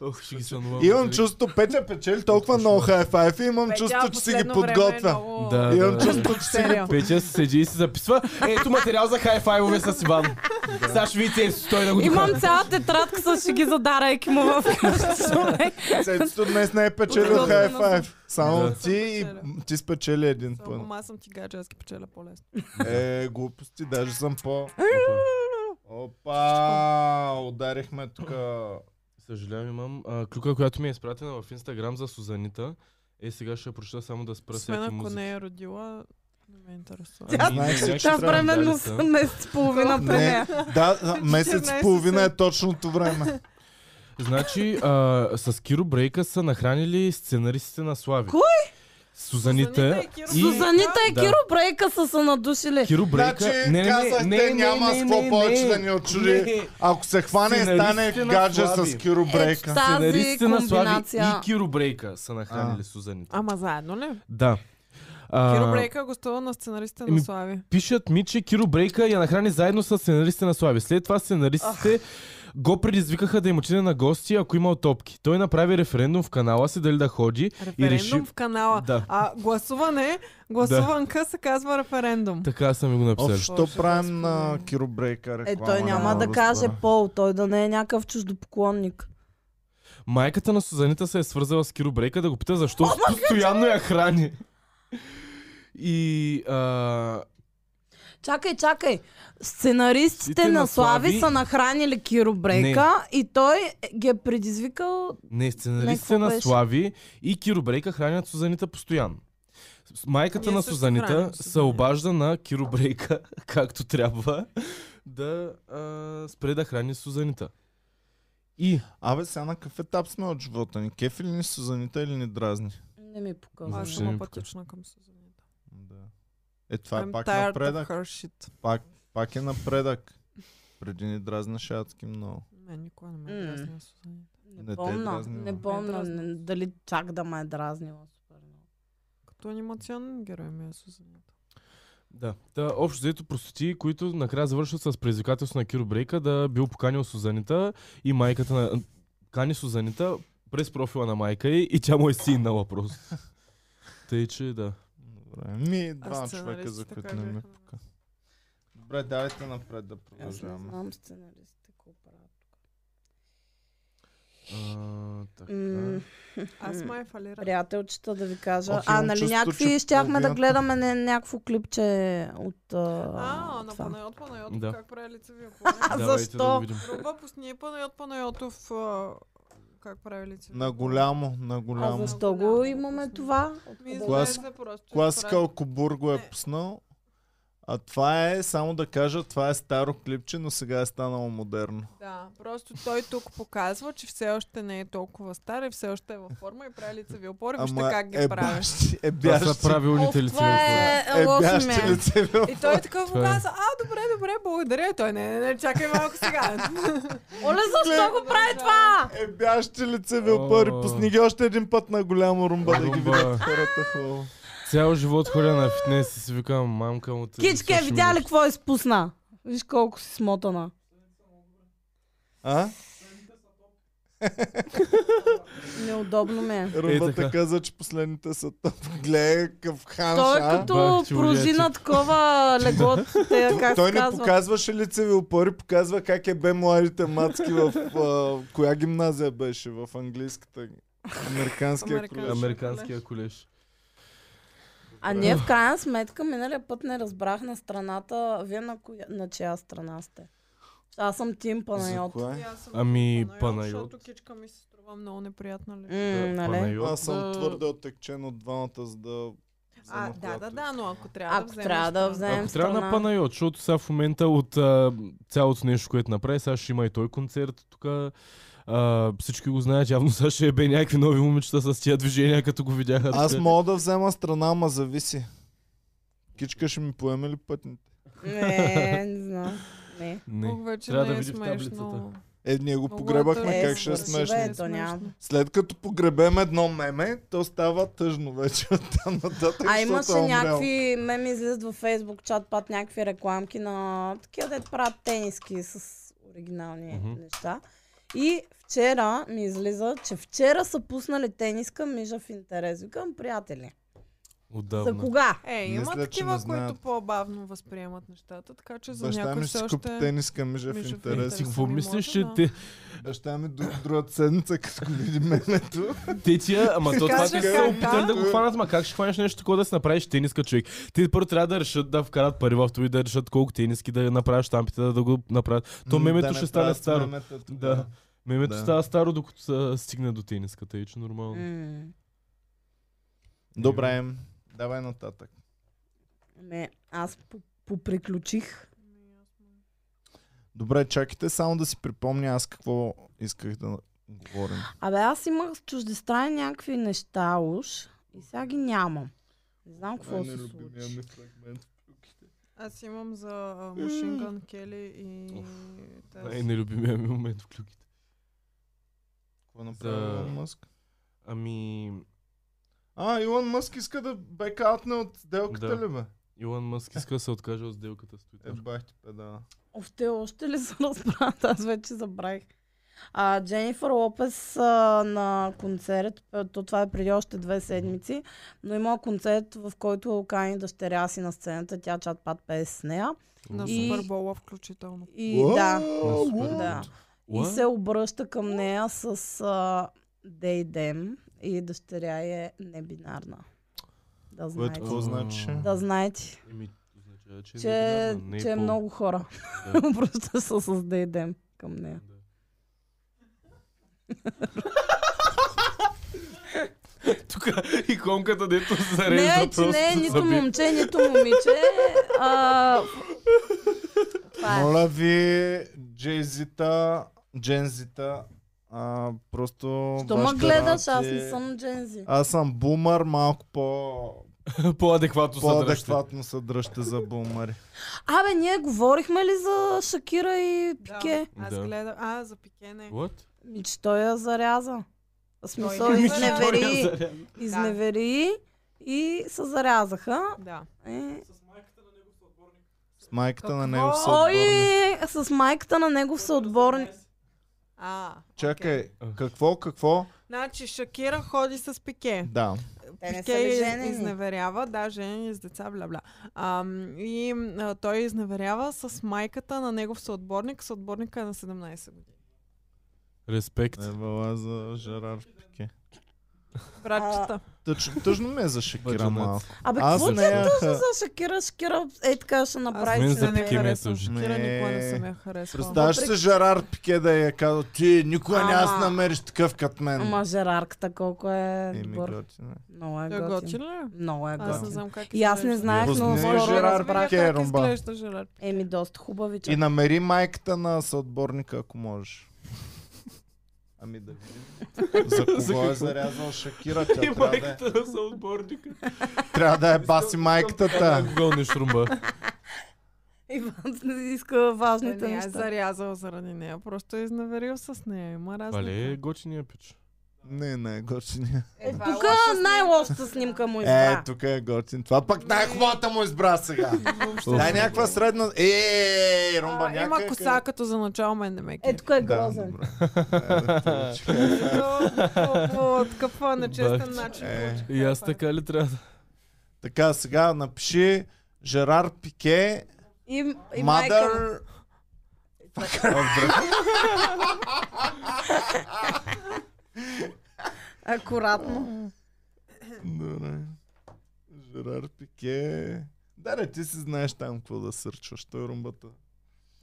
Speaker 4: Ох, ще ги сънувам. нали?
Speaker 1: Имам чувство, Петя печели толкова много хай-файв и имам чувство, Ами, че си ги
Speaker 2: е
Speaker 1: подготвя.
Speaker 4: Да, да,
Speaker 1: Имам
Speaker 4: да.
Speaker 1: чувство, че си ги
Speaker 3: Сериал.
Speaker 4: Петя се седи и се записва. Ето материал за хай-файвове с Иван. Сега ще видите, стой да го
Speaker 2: Имам
Speaker 4: докара.
Speaker 2: цяла тетрадка с шеги за Дара Екимова в къщи, човек.
Speaker 1: Цецето днес не е печелил
Speaker 2: Подготвена
Speaker 1: хай-файв. Само
Speaker 4: Да.
Speaker 1: ти и ти спечели един път.
Speaker 3: Ама аз съм ти гадже, аз ги печеля по-лесно.
Speaker 1: Е, глупости, даже съм по... Опа, ударихме тук.
Speaker 4: Съжалявам, имам а, клюка, която ми е изпратена в Инстаграм за Сузанита. Е, сега ще я прочета само да спра
Speaker 3: Освен
Speaker 4: всяки
Speaker 3: ако
Speaker 4: музики.
Speaker 3: не е родила, не ме интересува.
Speaker 2: Тя-
Speaker 4: Ами,
Speaker 1: Знаех си,
Speaker 4: някакви
Speaker 1: че
Speaker 2: Тя
Speaker 1: трябва да
Speaker 2: временно
Speaker 4: скандали
Speaker 2: с
Speaker 4: са.
Speaker 2: месец и половина при
Speaker 1: Не,
Speaker 2: нея.
Speaker 1: да, да, месец и
Speaker 3: 14
Speaker 1: половина е точното време.
Speaker 4: Значи, а, с Киро Брейка са нахранили сценаристите на Слави.
Speaker 2: Кой?
Speaker 4: Сузанита
Speaker 3: Сузанита и Киро
Speaker 4: и...
Speaker 3: Брейка.
Speaker 2: Сузанита и
Speaker 4: Да.
Speaker 2: Киро Брейка са се надушили.
Speaker 4: Киро Брейка...
Speaker 1: Значи казахте няма с какво повече да ни очуди.
Speaker 4: не.
Speaker 1: Ако се хване и стане
Speaker 4: Сценаристите на
Speaker 1: гадже
Speaker 4: Слави.
Speaker 1: с Киро
Speaker 2: Ето
Speaker 1: Брейка.
Speaker 2: Е, тази
Speaker 4: Сценаристите на Слави
Speaker 2: комбинация.
Speaker 4: и Киро Брейка са нахранили Сузанита.
Speaker 3: Ама заедно ли?
Speaker 4: Да. А,
Speaker 3: Киро Брейка гостува на сценаристите на
Speaker 4: Еми,
Speaker 3: Слави.
Speaker 4: Пишат ми, че Киро Брейка я нахрани заедно с сценаристите на Слави. След това сценаристите го предизвикаха да им отиде на гости, ако има отопки. Той направи референдум в канала си дали да ходи и
Speaker 3: Референдум
Speaker 4: реши...
Speaker 3: в канала.
Speaker 4: Да.
Speaker 3: А гласуване, гласуванка се казва референдум.
Speaker 4: Така са ми го написали.
Speaker 1: Общо
Speaker 3: Общо
Speaker 1: правим
Speaker 3: да
Speaker 1: на
Speaker 3: спомена.
Speaker 1: Киро Брейка реклама.
Speaker 2: Е, той няма
Speaker 1: няма
Speaker 2: да каже пол, той да не е някакъв чуждопоклонник.
Speaker 4: Майката на Сузанита се е свързала с Киро Брейка да го пита защо постоянно я храни. И а,
Speaker 2: Чакай, чакай. Сценаристите
Speaker 4: Сценаристите
Speaker 2: на
Speaker 4: на
Speaker 2: Слави
Speaker 4: Слави-
Speaker 2: са нахранили Киро Брейка и той ги е предизвикал...
Speaker 4: не,
Speaker 2: Не, какво
Speaker 4: сценаристите на
Speaker 2: беше?
Speaker 4: Слави и Киро Брейка хранят Сузанита постоянно. С- Майката
Speaker 3: Ние
Speaker 4: на
Speaker 3: също
Speaker 4: Сузанита
Speaker 3: храним
Speaker 4: се
Speaker 3: Сузанита.
Speaker 4: обажда на Киро Брейка, както трябва, да а, спре да храни Сузанита. И
Speaker 1: Абе, сега на кафе тап сме от живота ни. Кефи ли ни Сузанита или ни дразни?
Speaker 2: Не ми показва.
Speaker 3: Аз
Speaker 4: Въобще
Speaker 3: съм
Speaker 4: не ми
Speaker 3: апатична е към Сузанита.
Speaker 1: Да. Е, това е
Speaker 3: I'm
Speaker 1: пак
Speaker 3: tired of
Speaker 1: напредък.
Speaker 3: her shit.
Speaker 1: Пак, пак е напредък. Преди ни дразнеше адски много.
Speaker 3: Мен никога не ме
Speaker 2: М.
Speaker 3: интересува mm. Сузанита.
Speaker 1: Не те
Speaker 2: Не
Speaker 1: е
Speaker 2: помна,
Speaker 1: дразнила.
Speaker 2: не помна
Speaker 3: Не е
Speaker 2: не- дали чак да ме е дразнила. супер много.
Speaker 3: Като анимационен герой ми е Сузанита.
Speaker 4: да, да общо взето простоти, които накрая завършват с предизвикателство на Киро Брейка да бил поканил Сузанита и майката на... Кани Сузанита през профила на майка й и тя му е синала просто. Тъй, че да.
Speaker 1: Добре. Ми,
Speaker 3: А
Speaker 1: два човека, за
Speaker 3: сценаристите
Speaker 1: които
Speaker 3: как
Speaker 1: не ме
Speaker 3: бяха на
Speaker 1: пука. Добре, давайте напред да
Speaker 2: Аз не
Speaker 1: продължаваме.
Speaker 2: знам сценаристите какво правят.
Speaker 4: А, така.
Speaker 2: М,
Speaker 3: Аз май е фалирам.
Speaker 2: Приятелчета да ви кажа.
Speaker 1: Ох,
Speaker 2: а,
Speaker 1: имам
Speaker 2: нали
Speaker 1: чувство,
Speaker 2: някакви
Speaker 1: че
Speaker 2: щяхме да
Speaker 1: половината-
Speaker 2: гледаме не, някакво клипче от а,
Speaker 3: А, на
Speaker 2: това.
Speaker 3: Панайот Панайотов,
Speaker 4: Да.
Speaker 3: как прави лицевия
Speaker 2: А,
Speaker 3: поглед?
Speaker 4: Давайте Да
Speaker 2: защо?
Speaker 4: го видим.
Speaker 3: Руба, пусни Панайот Панайотов, а, как прави лицевия
Speaker 1: На голямо, на
Speaker 2: А
Speaker 1: голямо.
Speaker 2: защо го имаме това?
Speaker 3: Ми
Speaker 1: Клас-
Speaker 3: излезе просто. че
Speaker 1: Класика
Speaker 3: прави-
Speaker 1: Кобурго
Speaker 3: Не.
Speaker 1: е пуснал. А това е, само да кажа, това е старо клипче, но сега е станало модерно.
Speaker 3: Да, просто той тук показва, че все още не е толкова стар и все още е във форма и прави лицеви опори. Вижте как ги
Speaker 1: е,
Speaker 3: правиш.
Speaker 1: бащи, е
Speaker 4: Това
Speaker 1: бящи,
Speaker 4: са правилните
Speaker 2: Оф,
Speaker 4: лицеви
Speaker 2: това
Speaker 4: опори.
Speaker 2: е
Speaker 1: е
Speaker 2: лошо
Speaker 1: бящи
Speaker 2: ме.
Speaker 1: лицеви
Speaker 3: И той така му
Speaker 4: Това е.
Speaker 3: каза, а, добре, добре, благодаря. И той, не, не, не, чакай малко сега.
Speaker 2: Оле, защо го прави това?
Speaker 1: Е бящи лицеви опъри.
Speaker 4: О.
Speaker 1: Пусни ги още един път на голямо румба да ги
Speaker 4: Румба.
Speaker 1: видят хората хубаво.
Speaker 4: Цял живот ходя на фитнес и си викам, мамка му... ти
Speaker 2: Кичка,
Speaker 4: слушай ми
Speaker 2: видя ли
Speaker 4: нещо.
Speaker 2: какво изпусна? Виж колко си смотана.
Speaker 1: А?
Speaker 2: Неудобно ми е.
Speaker 1: Румбата
Speaker 4: така.
Speaker 1: каза, че последните са топ. Гледай какъв ханш,
Speaker 2: Той е
Speaker 1: а?
Speaker 2: като
Speaker 4: Бах ти,
Speaker 2: пружи на
Speaker 4: уряти.
Speaker 2: такова легло, те, как
Speaker 1: Той
Speaker 2: се
Speaker 1: не
Speaker 2: казва.
Speaker 1: показваше лицеви опори, показва как е бе младите мацки в а, коя гимназия беше, в английската, американския
Speaker 3: Американ-
Speaker 1: кружок.
Speaker 4: Американския колеж.
Speaker 2: А ние в крайна сметка миналия път не разбрах на страната, вие на, коя, на чия страна сте. Аз съм Тим
Speaker 1: За
Speaker 2: Панайот.
Speaker 1: кое?
Speaker 4: Ами, Панайот.
Speaker 3: Защото кичка ми се струва много неприятна ли.
Speaker 2: М, нали?
Speaker 4: Панайот,
Speaker 1: Аз съм
Speaker 4: да.
Speaker 1: твърде оттекчен от двамата, за да...
Speaker 3: А,
Speaker 1: взема
Speaker 3: да, да,
Speaker 1: която
Speaker 3: да, но ако трябва
Speaker 2: Ако
Speaker 3: да вземеш...
Speaker 2: трябва да
Speaker 3: това.
Speaker 2: вземем
Speaker 4: Ако трябва
Speaker 2: страна.
Speaker 4: на Панайот, защото сега в момента от а, цялото нещо, което направи, сега ще има и той концерт тук. А, всички го знаят, явно сега ще е бе някакви нови момичета с тия движения, като го видяха.
Speaker 1: Аз
Speaker 4: тук.
Speaker 1: мога да взема страна, ама зависи. Кичка ще ми поеме ли пътните?
Speaker 2: Не, не знам. Не.
Speaker 4: Не.
Speaker 3: Много вече
Speaker 4: Трябва да
Speaker 3: не е
Speaker 4: видиш
Speaker 3: смешно.
Speaker 4: таблицата.
Speaker 1: Е, ние го
Speaker 3: Много
Speaker 1: погребахме,
Speaker 2: е
Speaker 1: как ще е
Speaker 2: свърши,
Speaker 1: смешно.
Speaker 2: бе. то няма.
Speaker 1: След като погребем едно меме, то става тъжно вече от там нататък.
Speaker 2: А
Speaker 1: защото е
Speaker 2: имаше
Speaker 1: умрял.
Speaker 2: някакви меми излизат във Фейсбук чат пат някакви рекламки на такива дет правят тениски с оригинални
Speaker 4: Мгм.
Speaker 2: неща. И вчера ми излиза, че вчера са пуснали тениска мижа в интерес. Викам, приятели, за
Speaker 4: Отдавна.
Speaker 2: кога?
Speaker 3: Е, има
Speaker 1: Мисля, че не
Speaker 3: такива, които
Speaker 1: знаят.
Speaker 3: по-бавно възприемат нещата, така че за
Speaker 1: Баща
Speaker 3: някой
Speaker 1: ми
Speaker 3: все
Speaker 1: ще си купи
Speaker 3: още... е-
Speaker 1: тениска мижа в
Speaker 3: мижа в
Speaker 1: интерес.
Speaker 4: Ти
Speaker 3: интерес.
Speaker 4: Е, какво
Speaker 3: не
Speaker 4: мислиш,
Speaker 3: може,
Speaker 4: че
Speaker 3: да.
Speaker 4: те,
Speaker 1: Баща ми до другата седмица, като го види мемето.
Speaker 4: те тия, ама то това
Speaker 3: Кажа
Speaker 4: те са се
Speaker 3: как,
Speaker 4: опитали
Speaker 1: да?
Speaker 4: да го хванат, ма как ще хванеш нещо такова да си направиш тениска човек? Те първо трябва да решат да вкарат пари в това и да решат колко тениски да направят штампите, да, да го направят. То
Speaker 1: М,
Speaker 4: мемето
Speaker 1: да не
Speaker 4: ще стане
Speaker 1: правят
Speaker 4: старо.
Speaker 1: мемета тогава.
Speaker 4: Да. Мемето
Speaker 1: Да.
Speaker 4: става старо, докато се стигне до тениската, и че нормално.
Speaker 2: М,
Speaker 1: Добре, давай нататък.
Speaker 2: Ме, ами, аз по- поприключих.
Speaker 1: Добре, чакайте само да си припомня аз какво исках да говорим.
Speaker 2: Абе, аз имах с чуждестранни някакви неща уж и сега ги нямам. Не знам какво
Speaker 1: е
Speaker 2: се случи.
Speaker 3: Аз имам за а, Machine Gun Kelly и... тази-
Speaker 4: Ай, нелюбимия ми момент в клюките.
Speaker 1: Какво направи
Speaker 4: За-
Speaker 1: Илон Мъск?
Speaker 4: Ами,
Speaker 1: А, Илон Мъск иска да бекаутне от сделката
Speaker 4: Да.
Speaker 1: ли бе?
Speaker 4: Илон Мъск иска да се откаже от сделката с
Speaker 1: Е,
Speaker 4: Twitter.
Speaker 1: бах ти педала.
Speaker 2: Оф, те още ли се разбрат? Аз вече забравих. А, Дженнифър Лопес а, на концерт, а, то това е преди още две седмици, но има концерт, в който кани дъщеря си на сцената, тя чат пат пее с нея.
Speaker 3: На
Speaker 2: И-
Speaker 3: Супербола включително.
Speaker 2: И
Speaker 1: Уау,
Speaker 2: да,
Speaker 1: уау.
Speaker 2: да. И
Speaker 4: What?
Speaker 2: се обръща към нея с а, They Them и дъщеря е небинарна. Да
Speaker 1: Което
Speaker 4: е
Speaker 2: знаете.
Speaker 1: какво значи?
Speaker 2: Да знаете,
Speaker 4: Еми, означава, че, е
Speaker 2: че,
Speaker 4: небинарна, не
Speaker 2: че е
Speaker 4: по-
Speaker 2: много хора.
Speaker 4: Да.
Speaker 2: Обръща се с They Them към нея.
Speaker 4: Да. Тук иконката, дето зарежда
Speaker 2: Не, е, че
Speaker 4: просто
Speaker 2: не е нито
Speaker 4: заби.
Speaker 2: момче, нито момиче. А, това е.
Speaker 1: Моля ви, джейзита, джензита, а, просто...
Speaker 2: Що ме
Speaker 1: вашите
Speaker 2: гледаш? Аз
Speaker 1: работи-
Speaker 2: не съм джензи.
Speaker 1: Аз съм бумър, малко по...
Speaker 4: По-адекватно се дръжте.
Speaker 1: По-адекватно се дръжте за бумъри.
Speaker 2: Абе, ние говорихме ли за Шакира и Пике?
Speaker 3: Да, аз
Speaker 4: Да.
Speaker 3: гледам. А, за Пике не.
Speaker 4: What?
Speaker 2: Ми, че той я заряза. В смисъл,
Speaker 3: Той я
Speaker 2: изневери,
Speaker 4: Той я заря-
Speaker 2: изневери и се зарязаха.
Speaker 3: Да.
Speaker 2: Е,
Speaker 1: С майката на
Speaker 3: Какво?
Speaker 1: него са
Speaker 2: Ой, с майката на негов съотборник.
Speaker 3: А,
Speaker 1: Чакай,
Speaker 4: Ах.
Speaker 1: какво, какво?
Speaker 3: Значи Шакира ходи с Пике.
Speaker 1: Да.
Speaker 2: Те не са
Speaker 3: Пике
Speaker 2: ли
Speaker 3: из-
Speaker 2: женени?
Speaker 3: изневерява, да, женени с деца, бла-бла. Ам, и а, той изневерява с майката на негов съотборник. Съотборника е на 17 години.
Speaker 4: Респект.
Speaker 1: Е, Ебала за Жерар Пике.
Speaker 3: Братчета.
Speaker 1: Тъч, тъжно ме зашекира
Speaker 4: Бъджонец.
Speaker 1: малко.
Speaker 2: Абе,
Speaker 1: Аз
Speaker 2: какво ти
Speaker 1: не
Speaker 2: е
Speaker 1: ях...
Speaker 2: тъжно за Шакира? Шакира е така ще направи.
Speaker 4: Мен
Speaker 2: че
Speaker 4: за
Speaker 2: да не
Speaker 4: пики
Speaker 2: е.
Speaker 4: ме е
Speaker 3: харесвам
Speaker 4: тъжно.
Speaker 3: Шакира никога не
Speaker 1: Не.
Speaker 3: съм я харесвала.
Speaker 1: Представяш се Жерар Пике да я казва, ти никога
Speaker 2: Ама-
Speaker 1: няма да си намериш такъв като мен.
Speaker 2: Ама Жерарката колко е
Speaker 1: Еми,
Speaker 2: добър.
Speaker 1: готино е.
Speaker 2: Много е
Speaker 3: Той е
Speaker 2: готин.
Speaker 3: готин ли? е?
Speaker 2: Много е
Speaker 3: Аз не
Speaker 2: готин.
Speaker 3: знам как
Speaker 2: И аз не
Speaker 3: изглежда.
Speaker 2: знаех,
Speaker 1: Възможно
Speaker 2: но
Speaker 1: е
Speaker 2: скоро
Speaker 1: Жерар
Speaker 2: разбрах.
Speaker 1: Пике.
Speaker 3: Как
Speaker 1: Керамба.
Speaker 3: изглежда Жерар?
Speaker 2: Еми, доста хубавичък.
Speaker 1: И намери майката на съотборника, ако можеш. Ами да видим. За
Speaker 4: За
Speaker 1: кого е
Speaker 4: какво?
Speaker 1: зарязал Шакира? Тя
Speaker 4: И
Speaker 1: трябва, да е,
Speaker 4: майката на съотборника.
Speaker 1: трябва да е баси майката. та.
Speaker 4: Гълни шрумба.
Speaker 2: Иван не иска
Speaker 3: Той
Speaker 2: важните
Speaker 3: не я е
Speaker 2: неща.
Speaker 3: зарязал заради нея, просто е изнаверил с нея. Има разлика.
Speaker 4: Вале, готиния пич.
Speaker 1: Не, не, готиния.
Speaker 3: Е, това е
Speaker 2: Тук
Speaker 3: лошо с нея.
Speaker 2: най-лошата снимка му
Speaker 1: Е,
Speaker 2: избра.
Speaker 1: тук е готин. Това пък най-хубавата му избра сега. Дай някаква средна... Е, румба,
Speaker 3: А, Има
Speaker 1: някаква...
Speaker 3: коса, като за начало мен не ме
Speaker 2: Е,
Speaker 3: кефи.
Speaker 2: тук е
Speaker 1: Да,
Speaker 2: грозен.
Speaker 1: добре. Е, да те учи.
Speaker 3: По такъв нечестен
Speaker 4: Бах.
Speaker 3: начин.
Speaker 1: Е.
Speaker 3: го чиха,
Speaker 4: И аз
Speaker 3: пак.
Speaker 4: така ли трябва да...
Speaker 1: Така, сега напиши Жерар Пике,
Speaker 2: И, и майка му.
Speaker 1: Mother...
Speaker 2: Акуратно.
Speaker 1: Добре. Жерар Пике... Да, не, ти си знаеш там какво да сърчваш. Той румбата.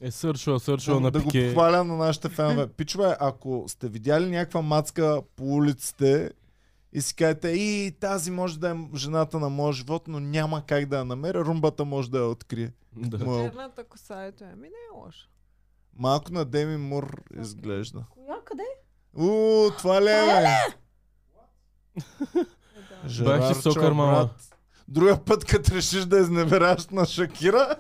Speaker 4: Е, сърчва, сърчва
Speaker 1: да
Speaker 4: на
Speaker 1: да го
Speaker 4: пике.
Speaker 1: похваля на нашите фенове. Пичове, ако сте видяли някаква мацка по улиците и си кажете, и тази може да е жената на моят живот, но няма как да я намеря, румбата може да я открие.
Speaker 4: Да.
Speaker 1: Мал-
Speaker 3: Черната коса, ето е. Ми не е лошо.
Speaker 1: Малко на Деми Мур изглежда.
Speaker 2: Коя къде?
Speaker 1: У, това ли е, бе? Жерар
Speaker 4: Бах ти сокър,
Speaker 1: Чобрат.
Speaker 4: мама.
Speaker 1: Друга път, като решиш да изневераш на Шакира,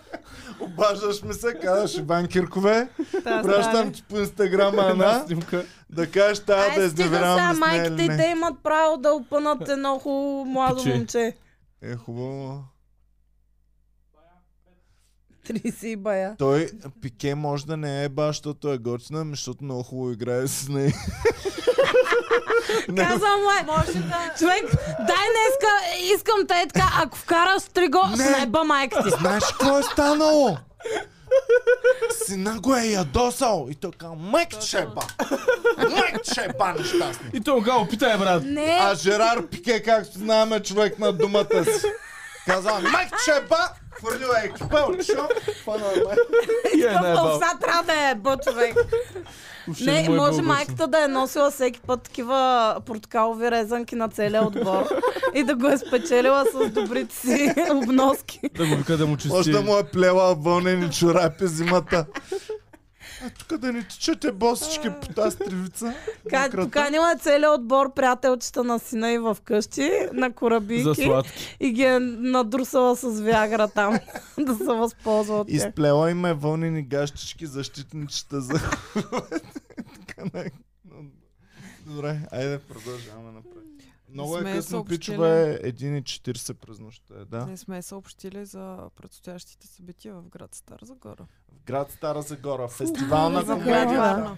Speaker 1: обаждаш ми се, казваш Иван Киркове,
Speaker 3: Та,
Speaker 1: пращам ти по инстаграма една,
Speaker 4: Е, Една снимка.
Speaker 1: да кажеш тая да
Speaker 2: Ай, стига сега
Speaker 1: изневерявам с нея
Speaker 2: майките
Speaker 1: или
Speaker 2: и те
Speaker 1: не.
Speaker 2: имат право да опънат едно хубаво младо
Speaker 4: Пиче.
Speaker 2: момче.
Speaker 1: Е, хубаво.
Speaker 2: 30 бая.
Speaker 1: Той Пике може да не е баш, защото е готина, ами защото много хубаво играе с нея. Не,
Speaker 2: Казвам лай.
Speaker 3: Може да...
Speaker 2: Човек, дай днеска, искам те така, ако вкараш три го,
Speaker 1: Не.
Speaker 2: снайба майка ти.
Speaker 1: Знаеш какво е станало? Сина го е ядосал и той казва, майк шепа! Майк шепа нещастни!
Speaker 4: И той го питай, брат.
Speaker 2: Не,
Speaker 1: А Жерар Пике, както знаем, е човек на думата си. Казва, майк шепа! Хвърлил е екипа, отишъл, фанал е майк.
Speaker 4: И е
Speaker 2: в
Speaker 4: най-бал.
Speaker 2: овса трябва да е бъл човек. Не, може майката да е носила всеки път такива портокалови резанки на целия отбор и да го е спечелила с добрите си обноски.
Speaker 4: Да го вика да му чисти.
Speaker 1: Може да му е плела вълнени чорапи зимата. А тук да не течете босички по тази стривица.
Speaker 2: Ка-
Speaker 1: Мократа.
Speaker 2: Поканила е целият отбор приятелчета на сина и в къщи, на
Speaker 4: За
Speaker 2: корабийки
Speaker 4: сладки.
Speaker 2: и ги е надрусала с виагра там да се възползва от тях.
Speaker 1: Изплела им е вълнени гащички, защитничета за... Така, най- Добре, айде продължаваме напред. Много е
Speaker 3: Сме
Speaker 1: късно,
Speaker 3: съобщили.
Speaker 1: пичове, 1.40 през нощта е, да.
Speaker 3: Не сме съобщили за предстоящите събития в град Стар Загора.
Speaker 1: В град Стара Загора, фестивал на
Speaker 2: За
Speaker 1: комедията.
Speaker 2: Загора.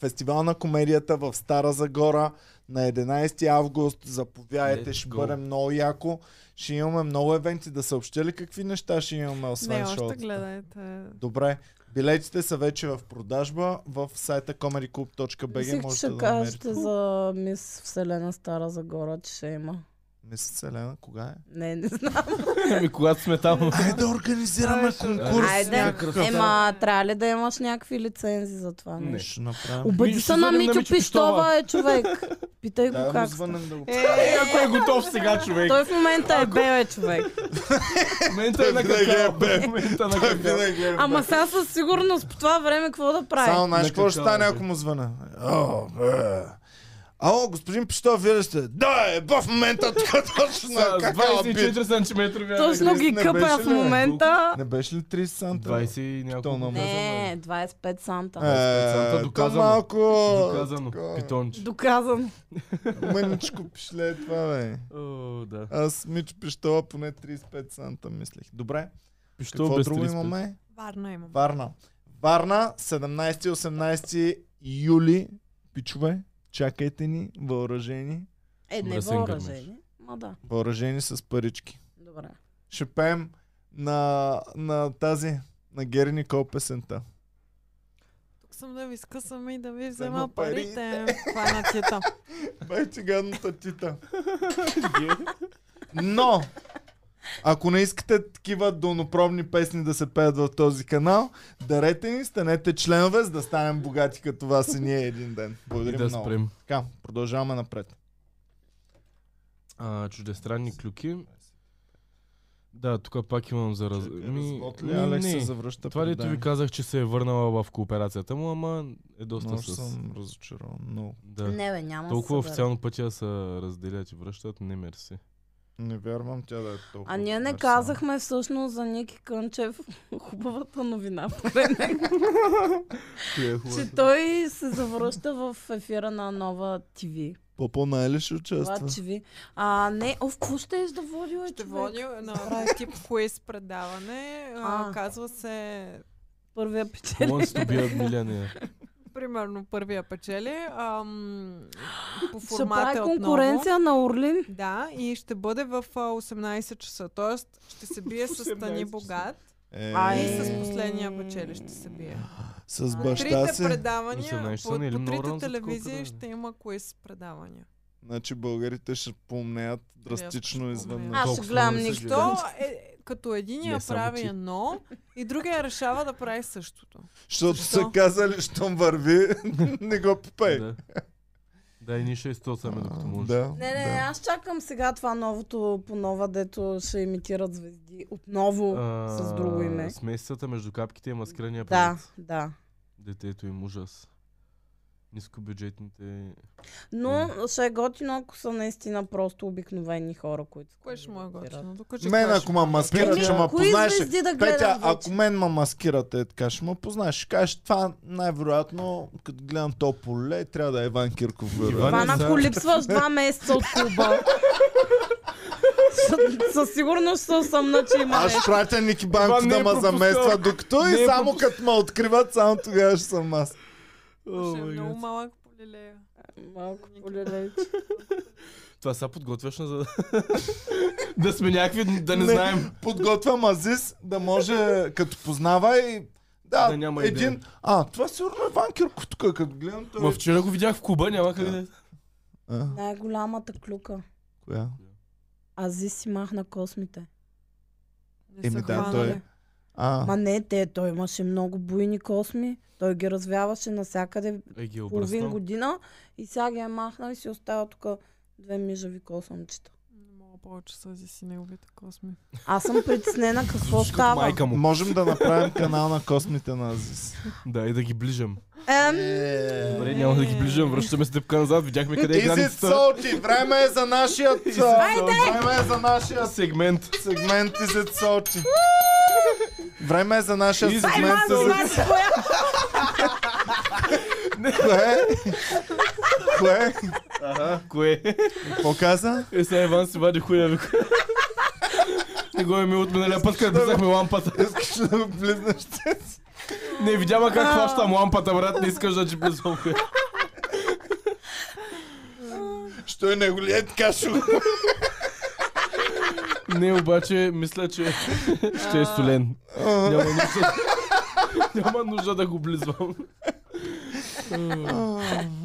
Speaker 1: Фестивал на комедията в Стара Загора на 11 август. Заповядайте,
Speaker 4: Let's
Speaker 1: ще
Speaker 4: go.
Speaker 1: бъде много яко. Ще имаме много евенти. Да съобщя ли какви неща ще имаме,
Speaker 3: Не,
Speaker 1: освен
Speaker 3: още
Speaker 1: шоуто?
Speaker 3: гледайте.
Speaker 1: Добре. Билетите са вече в продажба в сайта comedyclub.bg.
Speaker 2: Мислих,
Speaker 1: Можете
Speaker 2: ще
Speaker 1: да намерите.
Speaker 2: кажете за мис Вселена Стара Загора, че ще има.
Speaker 1: Мисля, Селена, кога е?
Speaker 2: Не, не знам.
Speaker 4: Ами когато сме там.
Speaker 1: Айде да организираме
Speaker 3: Ай, ще-
Speaker 1: конкурс.
Speaker 2: Айде,
Speaker 1: някакъв.
Speaker 2: Ема, трябва ли да имаш някакви лицензи за това?
Speaker 4: Не.
Speaker 2: Не.
Speaker 1: Ами, Ще направим.
Speaker 2: Обади
Speaker 4: Мишо,
Speaker 2: се на
Speaker 4: звъним на
Speaker 2: Митю
Speaker 4: Мичо Пищова.
Speaker 2: Пищова, е човек. Питай го
Speaker 1: Да, му
Speaker 2: как.
Speaker 1: звънем да го
Speaker 4: Е, ако е готов сега, човек.
Speaker 2: Той в момента е бел, е човек.
Speaker 4: В момента е на
Speaker 1: Винаги е
Speaker 4: какао.
Speaker 1: бе.
Speaker 4: В момента е на
Speaker 1: Той
Speaker 4: какао.
Speaker 1: винаги е бе.
Speaker 2: Ама сега със сигурност по това време какво да прави?
Speaker 1: Само знаеш
Speaker 4: На
Speaker 1: какво ще
Speaker 4: какао,
Speaker 1: стане,
Speaker 4: бе.
Speaker 1: ако му звъна. О, бе. Ало, господин Пищов, вие ли сте? Да, е, в момента тук точно
Speaker 4: С
Speaker 1: на какао бит.
Speaker 4: 24 см
Speaker 2: Точно
Speaker 1: Крис
Speaker 2: ги
Speaker 1: не
Speaker 2: къпя
Speaker 1: беше
Speaker 2: в
Speaker 1: ли?
Speaker 2: момента.
Speaker 1: Не беше ли 30 санта?
Speaker 4: 20 и няколко.
Speaker 1: Питона.
Speaker 2: Не, 25 санта.
Speaker 4: санта,
Speaker 1: Е, то
Speaker 4: доказано.
Speaker 1: малко...
Speaker 4: Доказано.
Speaker 1: така,
Speaker 2: Е,
Speaker 4: Питонче.
Speaker 2: Доказано.
Speaker 1: Мъничко пишле е това, бе.
Speaker 4: О, да.
Speaker 1: Аз Мичо Пищова поне 35 санта мислех. Добре,
Speaker 4: Пищо
Speaker 1: какво
Speaker 4: без
Speaker 1: друго
Speaker 4: 35.
Speaker 1: имаме?
Speaker 3: Варна имам.
Speaker 1: Варна. Варна, 17-18 юли. Пичове, чакайте ни, въоръжени.
Speaker 2: Е, не
Speaker 4: Добре, се ингърмиш.
Speaker 2: въоръжени. Ма да,
Speaker 1: Въоръжени с парички.
Speaker 2: добре.
Speaker 1: Ще пеем на, на тази, на Гери Никол песента.
Speaker 3: Тук съм да ви скъсам и да ви
Speaker 1: Взема
Speaker 3: взема
Speaker 1: парите.
Speaker 3: парите. Това е на тита.
Speaker 1: Бай циганната тита. Но, ако не искате такива долнопробни песни да се пеят в този канал, дарете ни, станете членове, за да станем богати като вас и ние един ден.
Speaker 4: И
Speaker 1: Благодарим
Speaker 4: да
Speaker 1: много.
Speaker 4: спрем.
Speaker 1: Така, продължаваме напред.
Speaker 4: А, чуждестранни клюки. Да, тук пак имам за раз...
Speaker 1: Чакай,
Speaker 4: Ми,
Speaker 1: развод Е, ли?
Speaker 4: ми,
Speaker 1: Алекс се
Speaker 4: не.
Speaker 1: завръща
Speaker 4: Това
Speaker 1: при
Speaker 4: дето
Speaker 1: Дани.
Speaker 4: ви казах, че се е върнала в кооперацията му, ама е доста
Speaker 1: Много
Speaker 4: с...
Speaker 1: съм разочарован. Много.
Speaker 4: Да.
Speaker 2: Не, бе, няма да
Speaker 4: Толкова
Speaker 2: се събера.
Speaker 4: официално пътя да се разделят и връщат, не мерси.
Speaker 1: Не вярвам тя да е толкова.
Speaker 2: А ние не
Speaker 1: комерциална.
Speaker 2: казахме всъщност за Ники Кънчев хубавата новина, поред мен,
Speaker 4: Коя е
Speaker 2: че той се завръща в ефира на нова ТВ.
Speaker 1: Попо най ли ще участва?
Speaker 2: Това ТВ. А, не, о, в какво ще еш да води, бе,
Speaker 3: Ще
Speaker 2: човек?
Speaker 3: води на тип квиз предаване. А,
Speaker 2: А.
Speaker 3: казва се
Speaker 2: Първия печели.
Speaker 4: Wants to be a millionaire.
Speaker 3: примерно първия печели. Ам, по
Speaker 2: Ще прави
Speaker 3: формата е отново.
Speaker 2: конкуренция на Орлин.
Speaker 3: Да, и ще бъде в а, 18 часа. Тоест ще се бие с
Speaker 4: 18
Speaker 3: Стани
Speaker 4: часа.
Speaker 3: Богат
Speaker 1: Е,
Speaker 3: и
Speaker 2: Ай.
Speaker 3: с последния печели ще се бие.
Speaker 1: С
Speaker 2: А.
Speaker 1: баща
Speaker 3: Трите
Speaker 1: си.
Speaker 3: предавания,
Speaker 4: 18
Speaker 3: по, по
Speaker 4: или много
Speaker 3: трите
Speaker 4: рано е за
Speaker 3: телевизии
Speaker 4: такова
Speaker 3: ще има квиз предавания.
Speaker 1: Значи българите ще помнеят драстично
Speaker 3: ще
Speaker 1: изведнъж.
Speaker 3: помнеят.
Speaker 2: Аз ще
Speaker 4: Толкова
Speaker 2: гледам
Speaker 4: много не се
Speaker 2: Ники
Speaker 4: гледа.
Speaker 3: То
Speaker 2: Кънчев.
Speaker 3: е, като единия
Speaker 4: Не само
Speaker 3: прави
Speaker 4: ти.
Speaker 3: едно и другия решава да прави същото.
Speaker 1: Защото
Speaker 3: Защо?
Speaker 1: са казали, щом върви, не го попей.
Speaker 4: Да. Да, и ние ще изтосаме докато може.
Speaker 1: Да,
Speaker 2: Не, не, не,
Speaker 1: да.
Speaker 2: аз чакам сега това новото по нова, дето ще имитират звезди. Отново
Speaker 4: А,
Speaker 2: с друго име.
Speaker 4: Смесицата между капките и
Speaker 1: е
Speaker 4: маскирания
Speaker 2: Да,
Speaker 4: певец.
Speaker 2: да.
Speaker 4: Детето им ужас. Нискобюджетните...
Speaker 2: Но ще е готино, ако са наистина просто обикновени хора, които...
Speaker 3: Кое ще му е
Speaker 2: имитират.
Speaker 3: готино? Докажи
Speaker 1: Мен
Speaker 3: кое
Speaker 1: ако
Speaker 3: ще
Speaker 1: ма
Speaker 3: му е
Speaker 1: маскират,
Speaker 2: Еми,
Speaker 1: ще ма
Speaker 2: кои
Speaker 1: познаеш.
Speaker 2: звезди да гледам
Speaker 1: Петя,
Speaker 2: вече?
Speaker 1: ако мен ма маскират е така, ще ме познаеш. Ще кажеш, това най-вероятно, като гледам то поле, трябва да е Иван Кирков. вероятно.
Speaker 4: Иван- е-
Speaker 2: Иван,
Speaker 4: не са.
Speaker 2: ако липсваш два месеца от клуба, със- със сигурност ще усъмна, че има
Speaker 1: Аз ще
Speaker 2: нещо.
Speaker 1: пратя Ники Банков
Speaker 4: Иван не
Speaker 1: да
Speaker 4: е
Speaker 1: ме
Speaker 4: пропускал.
Speaker 1: замества, докато
Speaker 4: Не
Speaker 1: и
Speaker 4: е
Speaker 1: само като ме откриват, само тогава ще съм аз.
Speaker 3: готино. Ще е много малък полилея.
Speaker 2: Малко полелеч.
Speaker 4: Това сега подготвяш на за... да сме някакви, да не знаем.
Speaker 1: Подготвям Азис да може като познава и да,
Speaker 4: Да няма идея.
Speaker 1: един... А, това сигурно е Иван Кирков тук, като гледам той...
Speaker 4: Ма вчера го видях в клуба, няма как да...
Speaker 1: А,
Speaker 2: Най-голямата клюка.
Speaker 1: коя?
Speaker 2: Ази си махна космите.
Speaker 3: Не
Speaker 1: Еми
Speaker 3: са
Speaker 1: да,
Speaker 3: хванали.
Speaker 1: той е. А,
Speaker 2: Ма не, те, той имаше много буйни косми. Той ги развяваше навсякъде
Speaker 4: Е, ги е
Speaker 2: половин
Speaker 4: обръснал.
Speaker 2: година и сега ги е махнал и си остава тук две мижави косъмчета.
Speaker 3: Не мога повече съзи си неговите косми.
Speaker 2: Аз съм притеснена какво
Speaker 4: Звучи като
Speaker 2: става.
Speaker 4: майка му.
Speaker 1: можем да направим канал на космите на Азис.
Speaker 4: Да, и да ги ближам.
Speaker 2: Ем,
Speaker 1: Е,
Speaker 4: Добре, няма да ги ближам, връщаме стъпка назад, видяхме къде е
Speaker 1: Is it
Speaker 4: границата.
Speaker 1: salty? Време е за нашият...
Speaker 4: Is it
Speaker 1: а,
Speaker 4: salty?
Speaker 1: Време е за нашия
Speaker 4: Сегмент.
Speaker 1: сегмент Is it salty? Време е за нашия
Speaker 4: Is it
Speaker 1: сегмент
Speaker 2: Иван,
Speaker 1: Is it
Speaker 2: знаеш коя?
Speaker 1: Кое? Кое?
Speaker 4: Аха, кое?
Speaker 1: Какво каза?
Speaker 4: Е, сега Иван си вади хуя ви. Не го е ми от миналия път, като писахме лампата.
Speaker 1: Искаш да го влизнеш?
Speaker 4: Не видяма как хващам лампата, брат, не искаш да ти близам хуя.
Speaker 1: Що е него ли е така шо?
Speaker 4: Не, обаче, мисля, че ще е столен. Няма нужда, няма нужда да го близвам.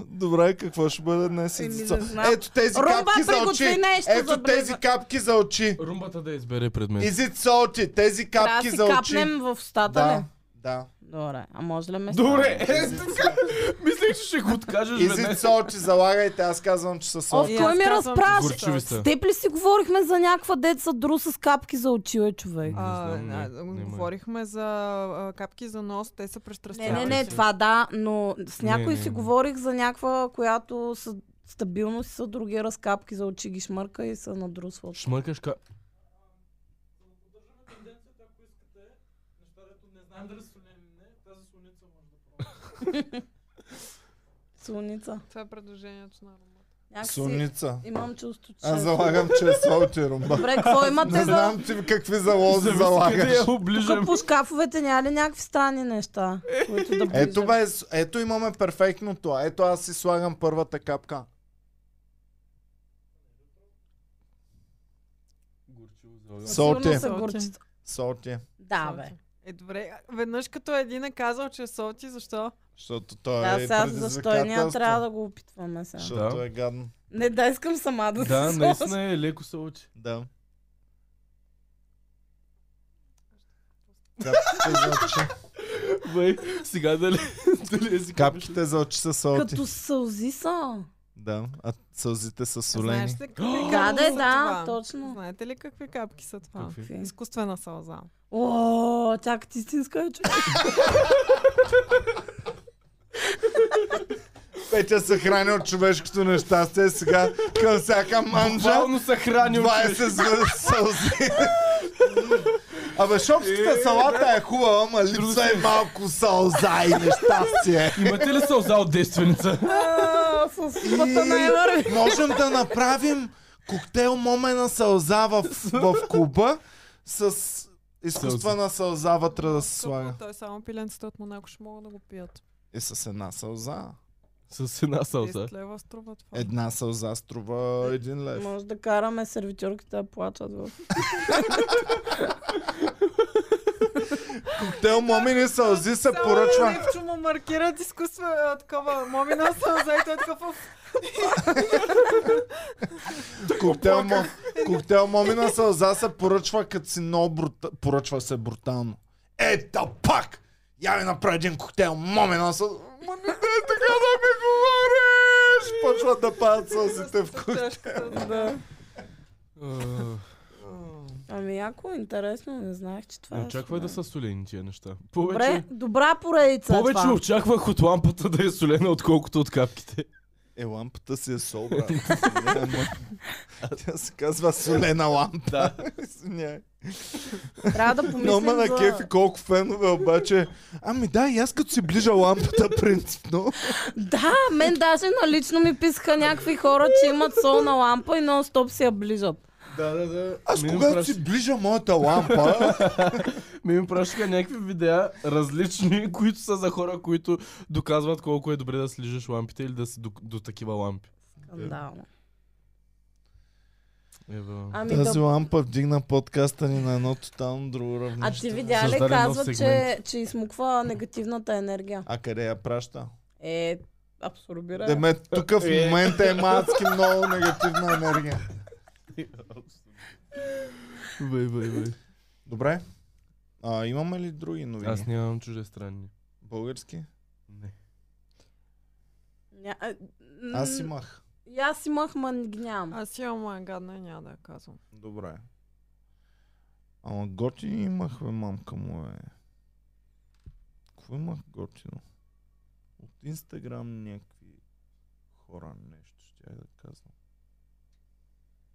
Speaker 1: Добре, какво ще бъде днес?
Speaker 2: Еми, Ами, не
Speaker 1: Со-
Speaker 2: знам.
Speaker 1: Ето тези
Speaker 2: Румба,
Speaker 1: капки за очи!
Speaker 2: приготви нещо за
Speaker 1: Ето
Speaker 2: близа.
Speaker 1: тези капки за очи!
Speaker 4: Румбата да избере предмет.
Speaker 1: Is it salty? Тези
Speaker 2: Трябва
Speaker 1: капки
Speaker 2: да си
Speaker 1: за очи!
Speaker 2: капнем в устата
Speaker 1: Да,
Speaker 2: ли?
Speaker 1: да.
Speaker 2: Добре, а може ли ме
Speaker 4: Добре, е, мислех, че ще го откажеш
Speaker 1: Is it
Speaker 4: веднага.
Speaker 1: salty? Залагайте, аз казвам, че са
Speaker 2: О,
Speaker 1: salty.
Speaker 3: И
Speaker 2: кой
Speaker 3: аз
Speaker 2: ми
Speaker 3: казвам,
Speaker 2: разправяш?
Speaker 3: че са
Speaker 4: Горчиви са.
Speaker 2: С теб ли си говорихме за някаква деца дру с капки за очи, бе, човек?
Speaker 4: Не
Speaker 3: А,
Speaker 4: знам,
Speaker 3: а,
Speaker 4: не- не ме.
Speaker 3: говорихме за а, капки за нос, те са
Speaker 2: Не,
Speaker 3: престрастяващи.
Speaker 2: не, не, това да, но с
Speaker 4: Не,
Speaker 2: някой
Speaker 4: не,
Speaker 2: си
Speaker 4: не.
Speaker 2: говорих за някаква, която са стабилно си са други разкапки за очи ги шмърка и са надрусва. от-
Speaker 4: Шмъркаш ка...
Speaker 2: Слоница.
Speaker 3: Това е предложението на Рома.
Speaker 2: Някакси
Speaker 1: Суница.
Speaker 2: имам чувство, че...
Speaker 1: Аз залагам, че е salty румба.
Speaker 2: Добре, какво
Speaker 1: Не
Speaker 2: имате за...
Speaker 1: знам ти какви залози
Speaker 4: Зависи къде е
Speaker 1: залагаш.
Speaker 4: я оближам.
Speaker 2: Тук по шкафовете няма ли някакви странни неща, които да
Speaker 4: Е,
Speaker 1: Ето
Speaker 2: ближат?
Speaker 1: бе, с- ето имаме перфектното. Ето аз си слагам първата капка.
Speaker 2: Сигурно
Speaker 1: Солте.
Speaker 2: са
Speaker 3: Солте.
Speaker 2: горчица.
Speaker 1: Salty.
Speaker 2: Да, бе.
Speaker 3: Е, добре. а, Веднъж като един е казал, че е соти, защо?
Speaker 1: Защото той
Speaker 2: Да,
Speaker 1: е
Speaker 2: сега защо и ние
Speaker 1: предизвикателство.
Speaker 2: трябва да го опитваме сега.
Speaker 1: Защото
Speaker 4: Да.
Speaker 1: е гадно.
Speaker 2: Не, да искам сама да,
Speaker 4: Да,
Speaker 2: се
Speaker 4: наистина е леко се учи.
Speaker 1: Да. Капките за очи.
Speaker 4: Бай, сега дали, дали е си
Speaker 1: Капките за очи са солти.
Speaker 2: Като сълзи са.
Speaker 1: Да, а сълзите са солени.
Speaker 3: Знаеш ли какви
Speaker 2: Гаде,
Speaker 3: капки са
Speaker 2: да,
Speaker 3: това?
Speaker 2: точно.
Speaker 3: Знаете ли какви капки са това?
Speaker 4: Какви?
Speaker 2: Какви?
Speaker 3: Изкуствена сълза.
Speaker 2: О, тя като истинска е човек.
Speaker 1: Петя се храни от човешкото нещастие сега към всяка манджа.
Speaker 4: Буквално са хранил.
Speaker 1: 20 звъ- сълзи. Абе, шопската салата е хубава, ама липса е малко сълза и нещастие.
Speaker 4: Имате ли сълза от действеница?
Speaker 2: А, С супата на върви.
Speaker 1: Можем да направим коктейл момена сълза в, в клуба с изкуствена сълза вътре да се слага.
Speaker 3: Той само пиленцата от Монако ще могат да го пият.
Speaker 1: И с една сълза.
Speaker 4: С една сълза. Е,
Speaker 3: 10 лева струва това.
Speaker 1: Една сълза струва един лев.
Speaker 2: Може да караме сервитьорките да плачат в...
Speaker 1: Коктейл момени сълзи се поръчва.
Speaker 3: Левчо му маркират изкуства а, такова момина сълза и той е такъв в
Speaker 1: Коктейл, мо... коктейл момина сълза се поръчва като си много брута... поръчва се брутално. Ета пак! Я ми направи един коктейл момена сълза. Ма не дай така да ми говориш! Почват да падат сълзите в коктейл.
Speaker 3: чашката. Да.
Speaker 4: А,
Speaker 2: Ами, яко интересно, не знаех, че това
Speaker 4: Не
Speaker 2: е.
Speaker 4: очаквай да
Speaker 2: солено.
Speaker 4: са солени тия неща.
Speaker 2: Добре,
Speaker 4: Повече,
Speaker 2: добра поредица е
Speaker 4: повече
Speaker 2: това.
Speaker 4: очаквах от лампата да е солена, отколкото от капките.
Speaker 1: Е, лампата си е сол, брат. Не, ама- Тя се казва солена лампа.
Speaker 4: Да.
Speaker 1: Извинявай.
Speaker 2: Трябва да помислим
Speaker 1: Но ма на
Speaker 2: за...
Speaker 1: кефи колко фенове обаче. Ами да, и аз като си ближа лампата принципно.
Speaker 2: Да, мен даже налично ми писаха някакви хора, че имат солна лампа и нон-стоп си я ближат.
Speaker 4: Да, да, да.
Speaker 1: Аз
Speaker 4: ми
Speaker 1: когато
Speaker 4: праща-
Speaker 1: си ближа моята лампа,
Speaker 4: Ми ми пращаха някакви видеа различни, които са за хора, които доказват колко е добре да слижеш лампите или да си до, до такива лампи.
Speaker 2: Скандално.
Speaker 4: Ева.
Speaker 2: Ами да
Speaker 1: Тази лампа вдигна подкаста ни на едно тотално друго
Speaker 2: А
Speaker 1: равнище.
Speaker 2: ти видя ли,
Speaker 4: Създаде нов
Speaker 2: казва, че,
Speaker 4: сегмент.
Speaker 2: че измуква негативната енергия.
Speaker 1: А къде я праща?
Speaker 2: Е, абсорбира. я.
Speaker 1: Демет, тук в
Speaker 4: Е.
Speaker 1: момента е мацки много негативна енергия.
Speaker 4: Бай, бай, бай.
Speaker 1: Добре. А, имаме ли други новини?
Speaker 4: Аз нямам чужестранни.
Speaker 1: Български?
Speaker 4: Не.
Speaker 2: Ня... а, м,
Speaker 1: Аз имах.
Speaker 2: И аз имах, ма ги нямам.
Speaker 3: Аз имам а, гадна и няма да я казвам.
Speaker 1: Добре. Ама готини имах, бе, мамка му е. Какво имах готино? От Инстаграм някакви хора нещо, ще я да казвам.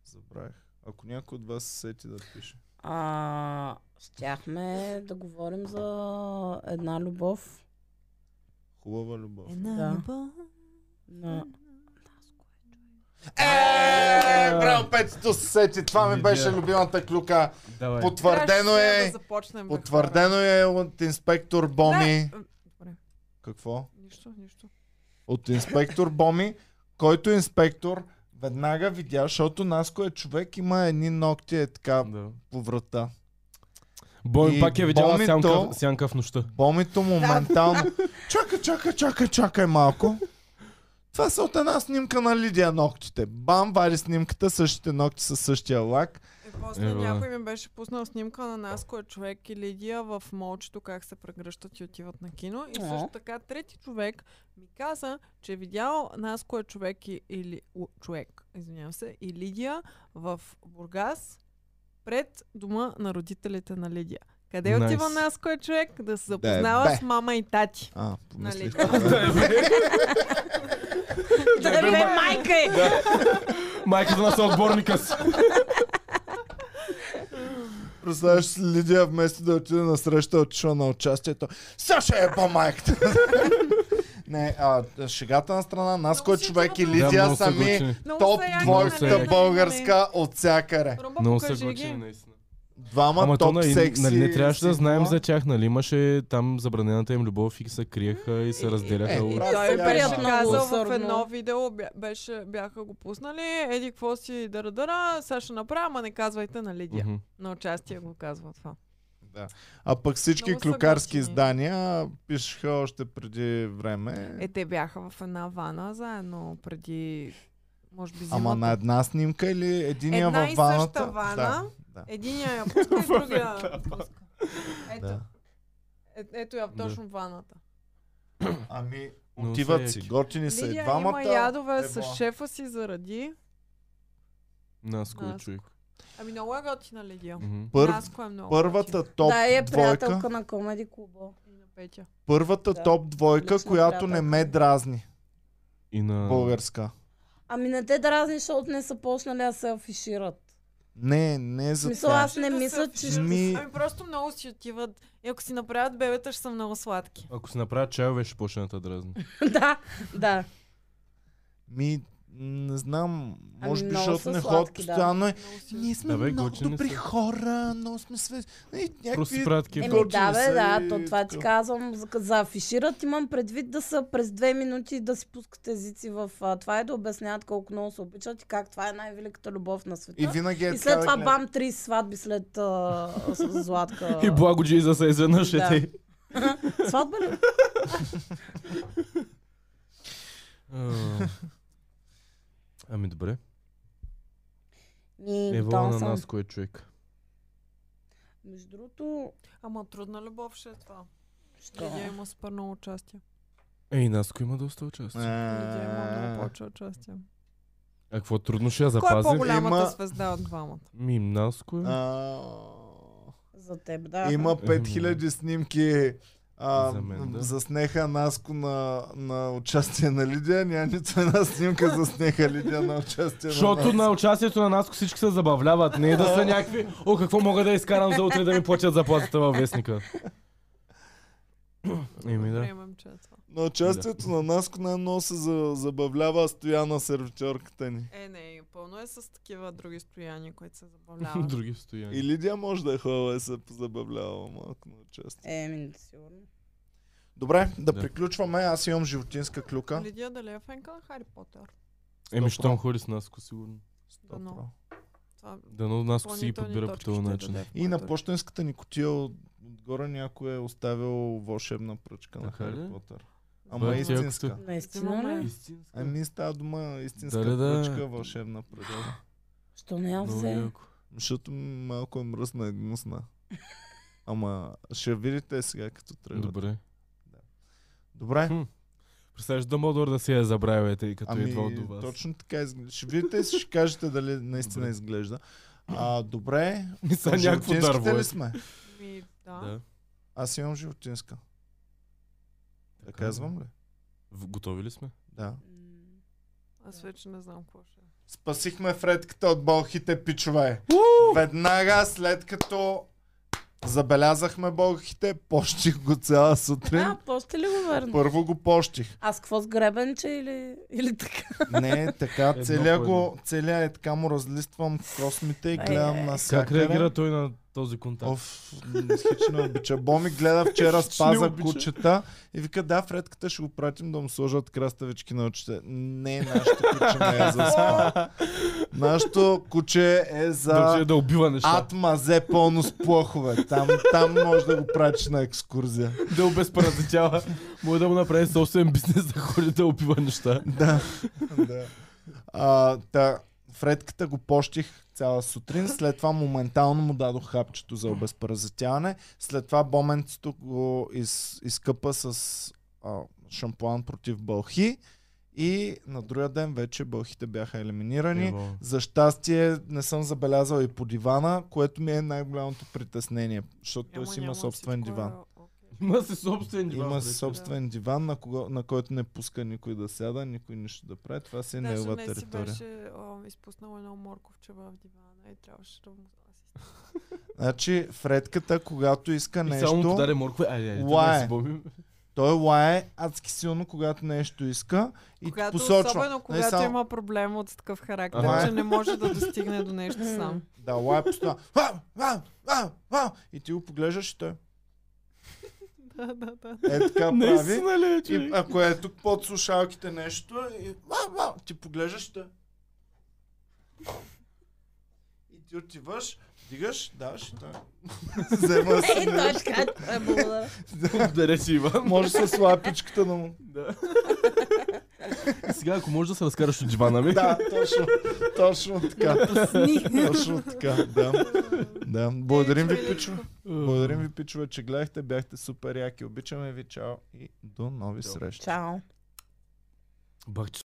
Speaker 1: Забравих. Ако някой от вас се сети да пише.
Speaker 2: А, щяхме да говорим за една любов.
Speaker 1: Хубава любов.
Speaker 3: Е,
Speaker 2: Да. На...
Speaker 1: Е, браво, петото се сети. Това ми
Speaker 4: Видя.
Speaker 1: беше любимата клюка.
Speaker 4: Давай.
Speaker 1: Потвърдено
Speaker 3: Трябваше
Speaker 1: е.
Speaker 3: Да започнем, бе,
Speaker 1: Потвърдено е от инспектор Боми.
Speaker 3: Не, добре.
Speaker 1: Какво?
Speaker 3: хора. Нищо, нищо.
Speaker 1: От инспектор Боми, който инспектор веднага видя, защото Наско е човек, има едни ногти е така
Speaker 4: Да.
Speaker 1: по врата.
Speaker 4: Бой
Speaker 1: И
Speaker 4: пак е видяла
Speaker 1: Бомито-
Speaker 4: сянка, сянка в нощта.
Speaker 1: Бомито моментално... чакай, чакай, чакай, чакай малко. Това са от една снимка на Лидия ногтите. Бам, вари снимката, същите ногти са същия лак.
Speaker 3: Е, после
Speaker 4: Ева.
Speaker 3: някой ми беше пуснал снимка на нас, кой е човек и Лидия в молчето, как се прегръщат и отиват на кино. И
Speaker 2: О.
Speaker 3: също така трети човек ми каза, че е видял нас, кой е човек и, или у, човек, извинявам се, и Лидия в Бургас пред дома на родителите на Лидия. Къде
Speaker 4: Найс.
Speaker 3: отива нас, кой е човек? Да се
Speaker 1: Да е
Speaker 3: запознава
Speaker 1: бе.
Speaker 3: с мама и тати.
Speaker 1: А, помислих.
Speaker 3: Нали?
Speaker 1: това е.
Speaker 2: Да, бе, майка е!
Speaker 4: Майката на съотборника си.
Speaker 1: Представяш си Лидия вместо да отиде на среща, отишла на участието. Саша е по-майката. Не, а, шегата на страна, Наско е
Speaker 3: си
Speaker 1: човек и
Speaker 3: отива.
Speaker 1: Лидия
Speaker 4: много са
Speaker 1: са ми
Speaker 4: готини.
Speaker 3: Много
Speaker 1: топ
Speaker 3: са яки,
Speaker 1: двойката
Speaker 3: нали?
Speaker 1: българска от всякъре.
Speaker 3: Румба,
Speaker 4: Много са
Speaker 3: покажи
Speaker 4: готини,
Speaker 3: ги.
Speaker 4: наистина.
Speaker 1: Двама
Speaker 4: Ама то
Speaker 1: топ
Speaker 4: нали,
Speaker 1: секси.
Speaker 4: нали, не трябваше да
Speaker 1: си
Speaker 4: знаем
Speaker 1: това.
Speaker 4: за тях, нали? Имаше там забранената им любов и се криеха и се разделяха.
Speaker 1: е,
Speaker 4: от-
Speaker 1: брат,
Speaker 3: Той
Speaker 1: сега
Speaker 3: беше
Speaker 1: ще
Speaker 2: много
Speaker 3: казал в
Speaker 2: усърдно.
Speaker 3: едно видео, бя- беше, бяха го пуснали, еди какво си дъра-дъра, сега ще направя, ама не казвайте на Лидия.
Speaker 4: Мгм.
Speaker 3: На участие го казва това.
Speaker 1: А пък всички
Speaker 3: Много са
Speaker 1: клюкарски
Speaker 3: готини.
Speaker 1: издания пишеха още преди време.
Speaker 3: Е, те бяха в една вана заедно преди, може би, зимата.
Speaker 1: Ама на една снимка или единия
Speaker 3: Една
Speaker 1: във
Speaker 3: и
Speaker 1: ваната?
Speaker 3: съща вана.
Speaker 1: Да, да.
Speaker 3: Единия я пуска и другия я пуска. Ето,
Speaker 1: Да.
Speaker 3: е, ето я
Speaker 4: Да.
Speaker 3: точно в ваната.
Speaker 1: Ами,
Speaker 4: Но
Speaker 1: отиват
Speaker 4: все
Speaker 1: си,
Speaker 4: яки.
Speaker 1: готини са и
Speaker 3: Лидия
Speaker 1: двамата. е
Speaker 3: има ядове с
Speaker 1: ева.
Speaker 3: шефа си заради.
Speaker 4: Наско е
Speaker 3: Наско.
Speaker 4: човек.
Speaker 3: Ами много е готина Лидия.
Speaker 4: Мгм.
Speaker 1: Пър...
Speaker 3: Наско е много
Speaker 1: Първата
Speaker 3: готина.
Speaker 1: топ
Speaker 2: да, е
Speaker 1: двойка,
Speaker 2: приятелка на Комеди Клуба.
Speaker 3: И на Петя.
Speaker 1: първата
Speaker 2: Да.
Speaker 1: топ двойка,
Speaker 2: Лична
Speaker 1: която не ме
Speaker 2: приятелка.
Speaker 1: дразни.
Speaker 4: И на...
Speaker 1: Българска.
Speaker 2: Ами не те дразни, защото не са почнали да се афишират.
Speaker 1: Не, не
Speaker 2: В
Speaker 1: за
Speaker 2: смисъл
Speaker 1: това.
Speaker 2: аз не
Speaker 3: Да се
Speaker 2: мисля, че...
Speaker 3: афишират.
Speaker 1: Ми-
Speaker 3: Ами просто много си отиват. И ако си направят бебета, ще са много сладки.
Speaker 4: Ако си направят чайове, ще почне да те дразни.
Speaker 2: да, да.
Speaker 1: Ми, не знам,
Speaker 2: Ами
Speaker 1: може би,
Speaker 2: много
Speaker 1: защото
Speaker 2: са
Speaker 1: не
Speaker 2: сладки,
Speaker 1: ходят
Speaker 2: да.
Speaker 1: постоянно. е,
Speaker 3: Много си
Speaker 1: Ние сме
Speaker 4: Да, бе,
Speaker 1: много
Speaker 4: готини
Speaker 1: добри
Speaker 4: са.
Speaker 1: хора, но сме све... И
Speaker 4: Просто
Speaker 1: някакви...
Speaker 4: си правят кеф.
Speaker 1: Еми,
Speaker 2: Еми
Speaker 1: готини
Speaker 2: да
Speaker 1: са
Speaker 2: бе, да,
Speaker 1: и
Speaker 2: то това е ти
Speaker 1: такова.
Speaker 2: казвам. За, за афишират имам предвид да са през две минути и да си пускат езици в а, това и да обясняват колко много се обичат и как това е най-великата любов на света.
Speaker 1: И винаги е
Speaker 2: И
Speaker 1: така
Speaker 2: след
Speaker 1: да
Speaker 2: това
Speaker 1: гледат.
Speaker 2: бам 30 сватби след а, с Златка.
Speaker 4: И благо Джиза се изведнъж е
Speaker 2: Да.
Speaker 4: те.
Speaker 2: Сватба ли?
Speaker 4: А, Ами добре.
Speaker 2: И
Speaker 4: Ева
Speaker 2: готова
Speaker 4: на
Speaker 2: съм.
Speaker 4: нас кой е човек.
Speaker 2: Между другото...
Speaker 3: Ама трудна любов ще е това.
Speaker 2: Що?
Speaker 3: Лидия има супер много участие.
Speaker 4: Ей, Наско има доста участие.
Speaker 3: Лидия има
Speaker 1: Е,
Speaker 3: много повече участие.
Speaker 4: А какво трудно ще я
Speaker 3: Кой е
Speaker 4: запази?
Speaker 3: по-голямата
Speaker 1: Има-
Speaker 3: звезда от двамата?
Speaker 4: Ми, Наско е.
Speaker 1: а,
Speaker 2: За теб, да.
Speaker 1: Има
Speaker 4: Еми.
Speaker 1: 5000 снимки а,
Speaker 4: Е, За мен, да.
Speaker 1: заснеха Наско на, на участие на Лидия, няма нито една снимка заснеха Лидия на участие на
Speaker 4: Защото
Speaker 1: Наско.
Speaker 4: на участието на Наско всички се забавляват. Не е да са някакви, о, какво мога да изкарам за утре да ми платят заплатата във вестника. Еми да.
Speaker 3: Приемам, че е това.
Speaker 1: На участието на Наско най-много се за- забавлява Стояна сервиторката ни.
Speaker 3: Е, не, пълно е с такива други стояния, които се забавляват.
Speaker 4: Други стояния.
Speaker 1: И Лидия може да е хубава и се забавлява малко на участие.
Speaker 2: Еми, Е, сигурно.
Speaker 1: Добре, да,
Speaker 4: Да.
Speaker 1: приключваме. Аз имам животинска клюка.
Speaker 3: Лидия дали е фенка на Хари Потър?
Speaker 4: Еми,
Speaker 1: Добро.
Speaker 4: щом ходи с Наско, сигурно.
Speaker 1: Добро.
Speaker 3: Дано. Това
Speaker 4: Дано Наско си ги
Speaker 3: допълнителни
Speaker 4: подбира по
Speaker 3: точки
Speaker 4: този
Speaker 3: ще
Speaker 4: начин.
Speaker 3: даде в
Speaker 1: И на
Speaker 3: моето
Speaker 1: почтенската ни котия от- отгоре някой е оставил вълшебна пръчка на
Speaker 4: Така ли? е
Speaker 1: Хари Потър.
Speaker 4: Бе,
Speaker 1: Ама
Speaker 4: ти, ако
Speaker 1: истинска.
Speaker 4: сте-
Speaker 2: Наистина ли?
Speaker 4: Истинска.
Speaker 1: Ами става дума истинска
Speaker 4: Дали да е?
Speaker 1: пръчка, вълшебна пръчка.
Speaker 2: Що не я
Speaker 4: Много
Speaker 2: взе?
Speaker 4: яко.
Speaker 1: Защото малко е мръсна и гнусна. Ама ще видите сега като тръгват. Добре.
Speaker 4: Добре.
Speaker 1: Добре.
Speaker 4: Представяш Дамбълдор да си я забравя, тъй като
Speaker 1: Ами,
Speaker 4: идва от вас.
Speaker 1: точно така изглежда. Ще видите и ще кажете дали наистина
Speaker 4: Добре.
Speaker 1: изглежда. А, добре.
Speaker 4: Не са някакво
Speaker 1: Животинските
Speaker 4: дърво. е.
Speaker 1: ли сме?
Speaker 3: Ми, да.
Speaker 4: Да.
Speaker 1: Аз имам животинска. Да
Speaker 4: е.
Speaker 1: казвам ли?
Speaker 4: В- Готови ли сме?
Speaker 1: Да.
Speaker 3: Аз вече не знам какво ще е.
Speaker 1: Спасихме Фредката от болхите, пичове. Веднага след като забелязахме болхите, пощих го цяла сутрин.
Speaker 2: А, после ли го върна?
Speaker 1: Първо го пощих.
Speaker 2: Аз какво с гребенче или, или така?
Speaker 1: Не, така,
Speaker 4: Едно
Speaker 1: целия
Speaker 4: по
Speaker 1: го, целия е така му разлиствам космите и гледам
Speaker 2: Ай,
Speaker 1: на
Speaker 4: Как
Speaker 1: всякъде.
Speaker 4: реагира той на този контакт?
Speaker 1: Оф, хич не обича. Боми гледа вчера
Speaker 4: Хич не
Speaker 1: спаза
Speaker 4: обича.
Speaker 1: кучета и вика, да, Фредката ще го пратим да му сложат краставички на очите. Не, нашето куче не е за спа. Нашето куче е
Speaker 4: Да отиде
Speaker 1: за
Speaker 4: да убива неща.
Speaker 1: атмазе пълно с плохове. Там, там може да го пратиш на екскурзия.
Speaker 4: Да обезпаразитява. Може да му направи собствен бизнес да ходи да убива неща.
Speaker 1: Да. да. А, та, Фредката го пощих цяла сутрин, след това моментално му дадох хапчето за обезпаразитяване, след това боменцето го из, изкъпа с а, шампуан против бълхи и на другия ден вече бълхите бяха елиминирани.
Speaker 4: Ево.
Speaker 1: За щастие не съм забелязал и по дивана, което ми е най-голямото притеснение, защото той си има собствен
Speaker 3: всичко е
Speaker 1: диван.
Speaker 3: окей.
Speaker 4: Има си собствен диван.
Speaker 1: Има
Speaker 4: вече.
Speaker 1: собствен диван, на, кого, на който не пуска никой да сяда, никой нищо да прави. Това си е
Speaker 3: Даже
Speaker 1: негова
Speaker 3: днес си
Speaker 1: територия.
Speaker 3: беше о, изпуснала едно морковче в дивана и трябваше да му асистира.
Speaker 1: Значи, Фредката, когато иска
Speaker 4: И само му
Speaker 1: нещо,
Speaker 4: подаде моркове. Айде, айде, да
Speaker 1: Лае.
Speaker 4: не си бомим.
Speaker 1: той лае адски силно, когато нещо иска и ти
Speaker 3: Когато,
Speaker 1: посочва.
Speaker 3: особено
Speaker 1: Не
Speaker 3: когато
Speaker 1: само-
Speaker 3: има проблем от такъв характер,
Speaker 1: Ага.
Speaker 3: че не може да достигне до нещо сам.
Speaker 1: Да, лае постоянно. Вау, вау, вау, вау! И ти го поглеждаш и той
Speaker 3: да, да, да.
Speaker 1: е така прави.
Speaker 4: Наистина ли е,
Speaker 1: И
Speaker 4: човек?
Speaker 1: ако е тук под слушалките нещо, и вау, вау, ти поглеждаш и той. И Ти отиваш, дигаш, даваш, да. Взема
Speaker 2: Е,
Speaker 1: си.
Speaker 2: той ще каже, е, благодаря.
Speaker 4: Благодаря ти, Иван.
Speaker 1: Може с лапичката на му.
Speaker 4: Да. Сега, ако можеш да се разкараш от дивана ми.
Speaker 1: Да, точно, точно така.
Speaker 2: Сни.
Speaker 1: Точно така, да. да. Благодарим ви, пичо. Благодарим ви, пичове, че гледахте. Бяхте супер яки. Обичаме ви. Чао и до нови срещи.
Speaker 2: Чао.
Speaker 4: Бах,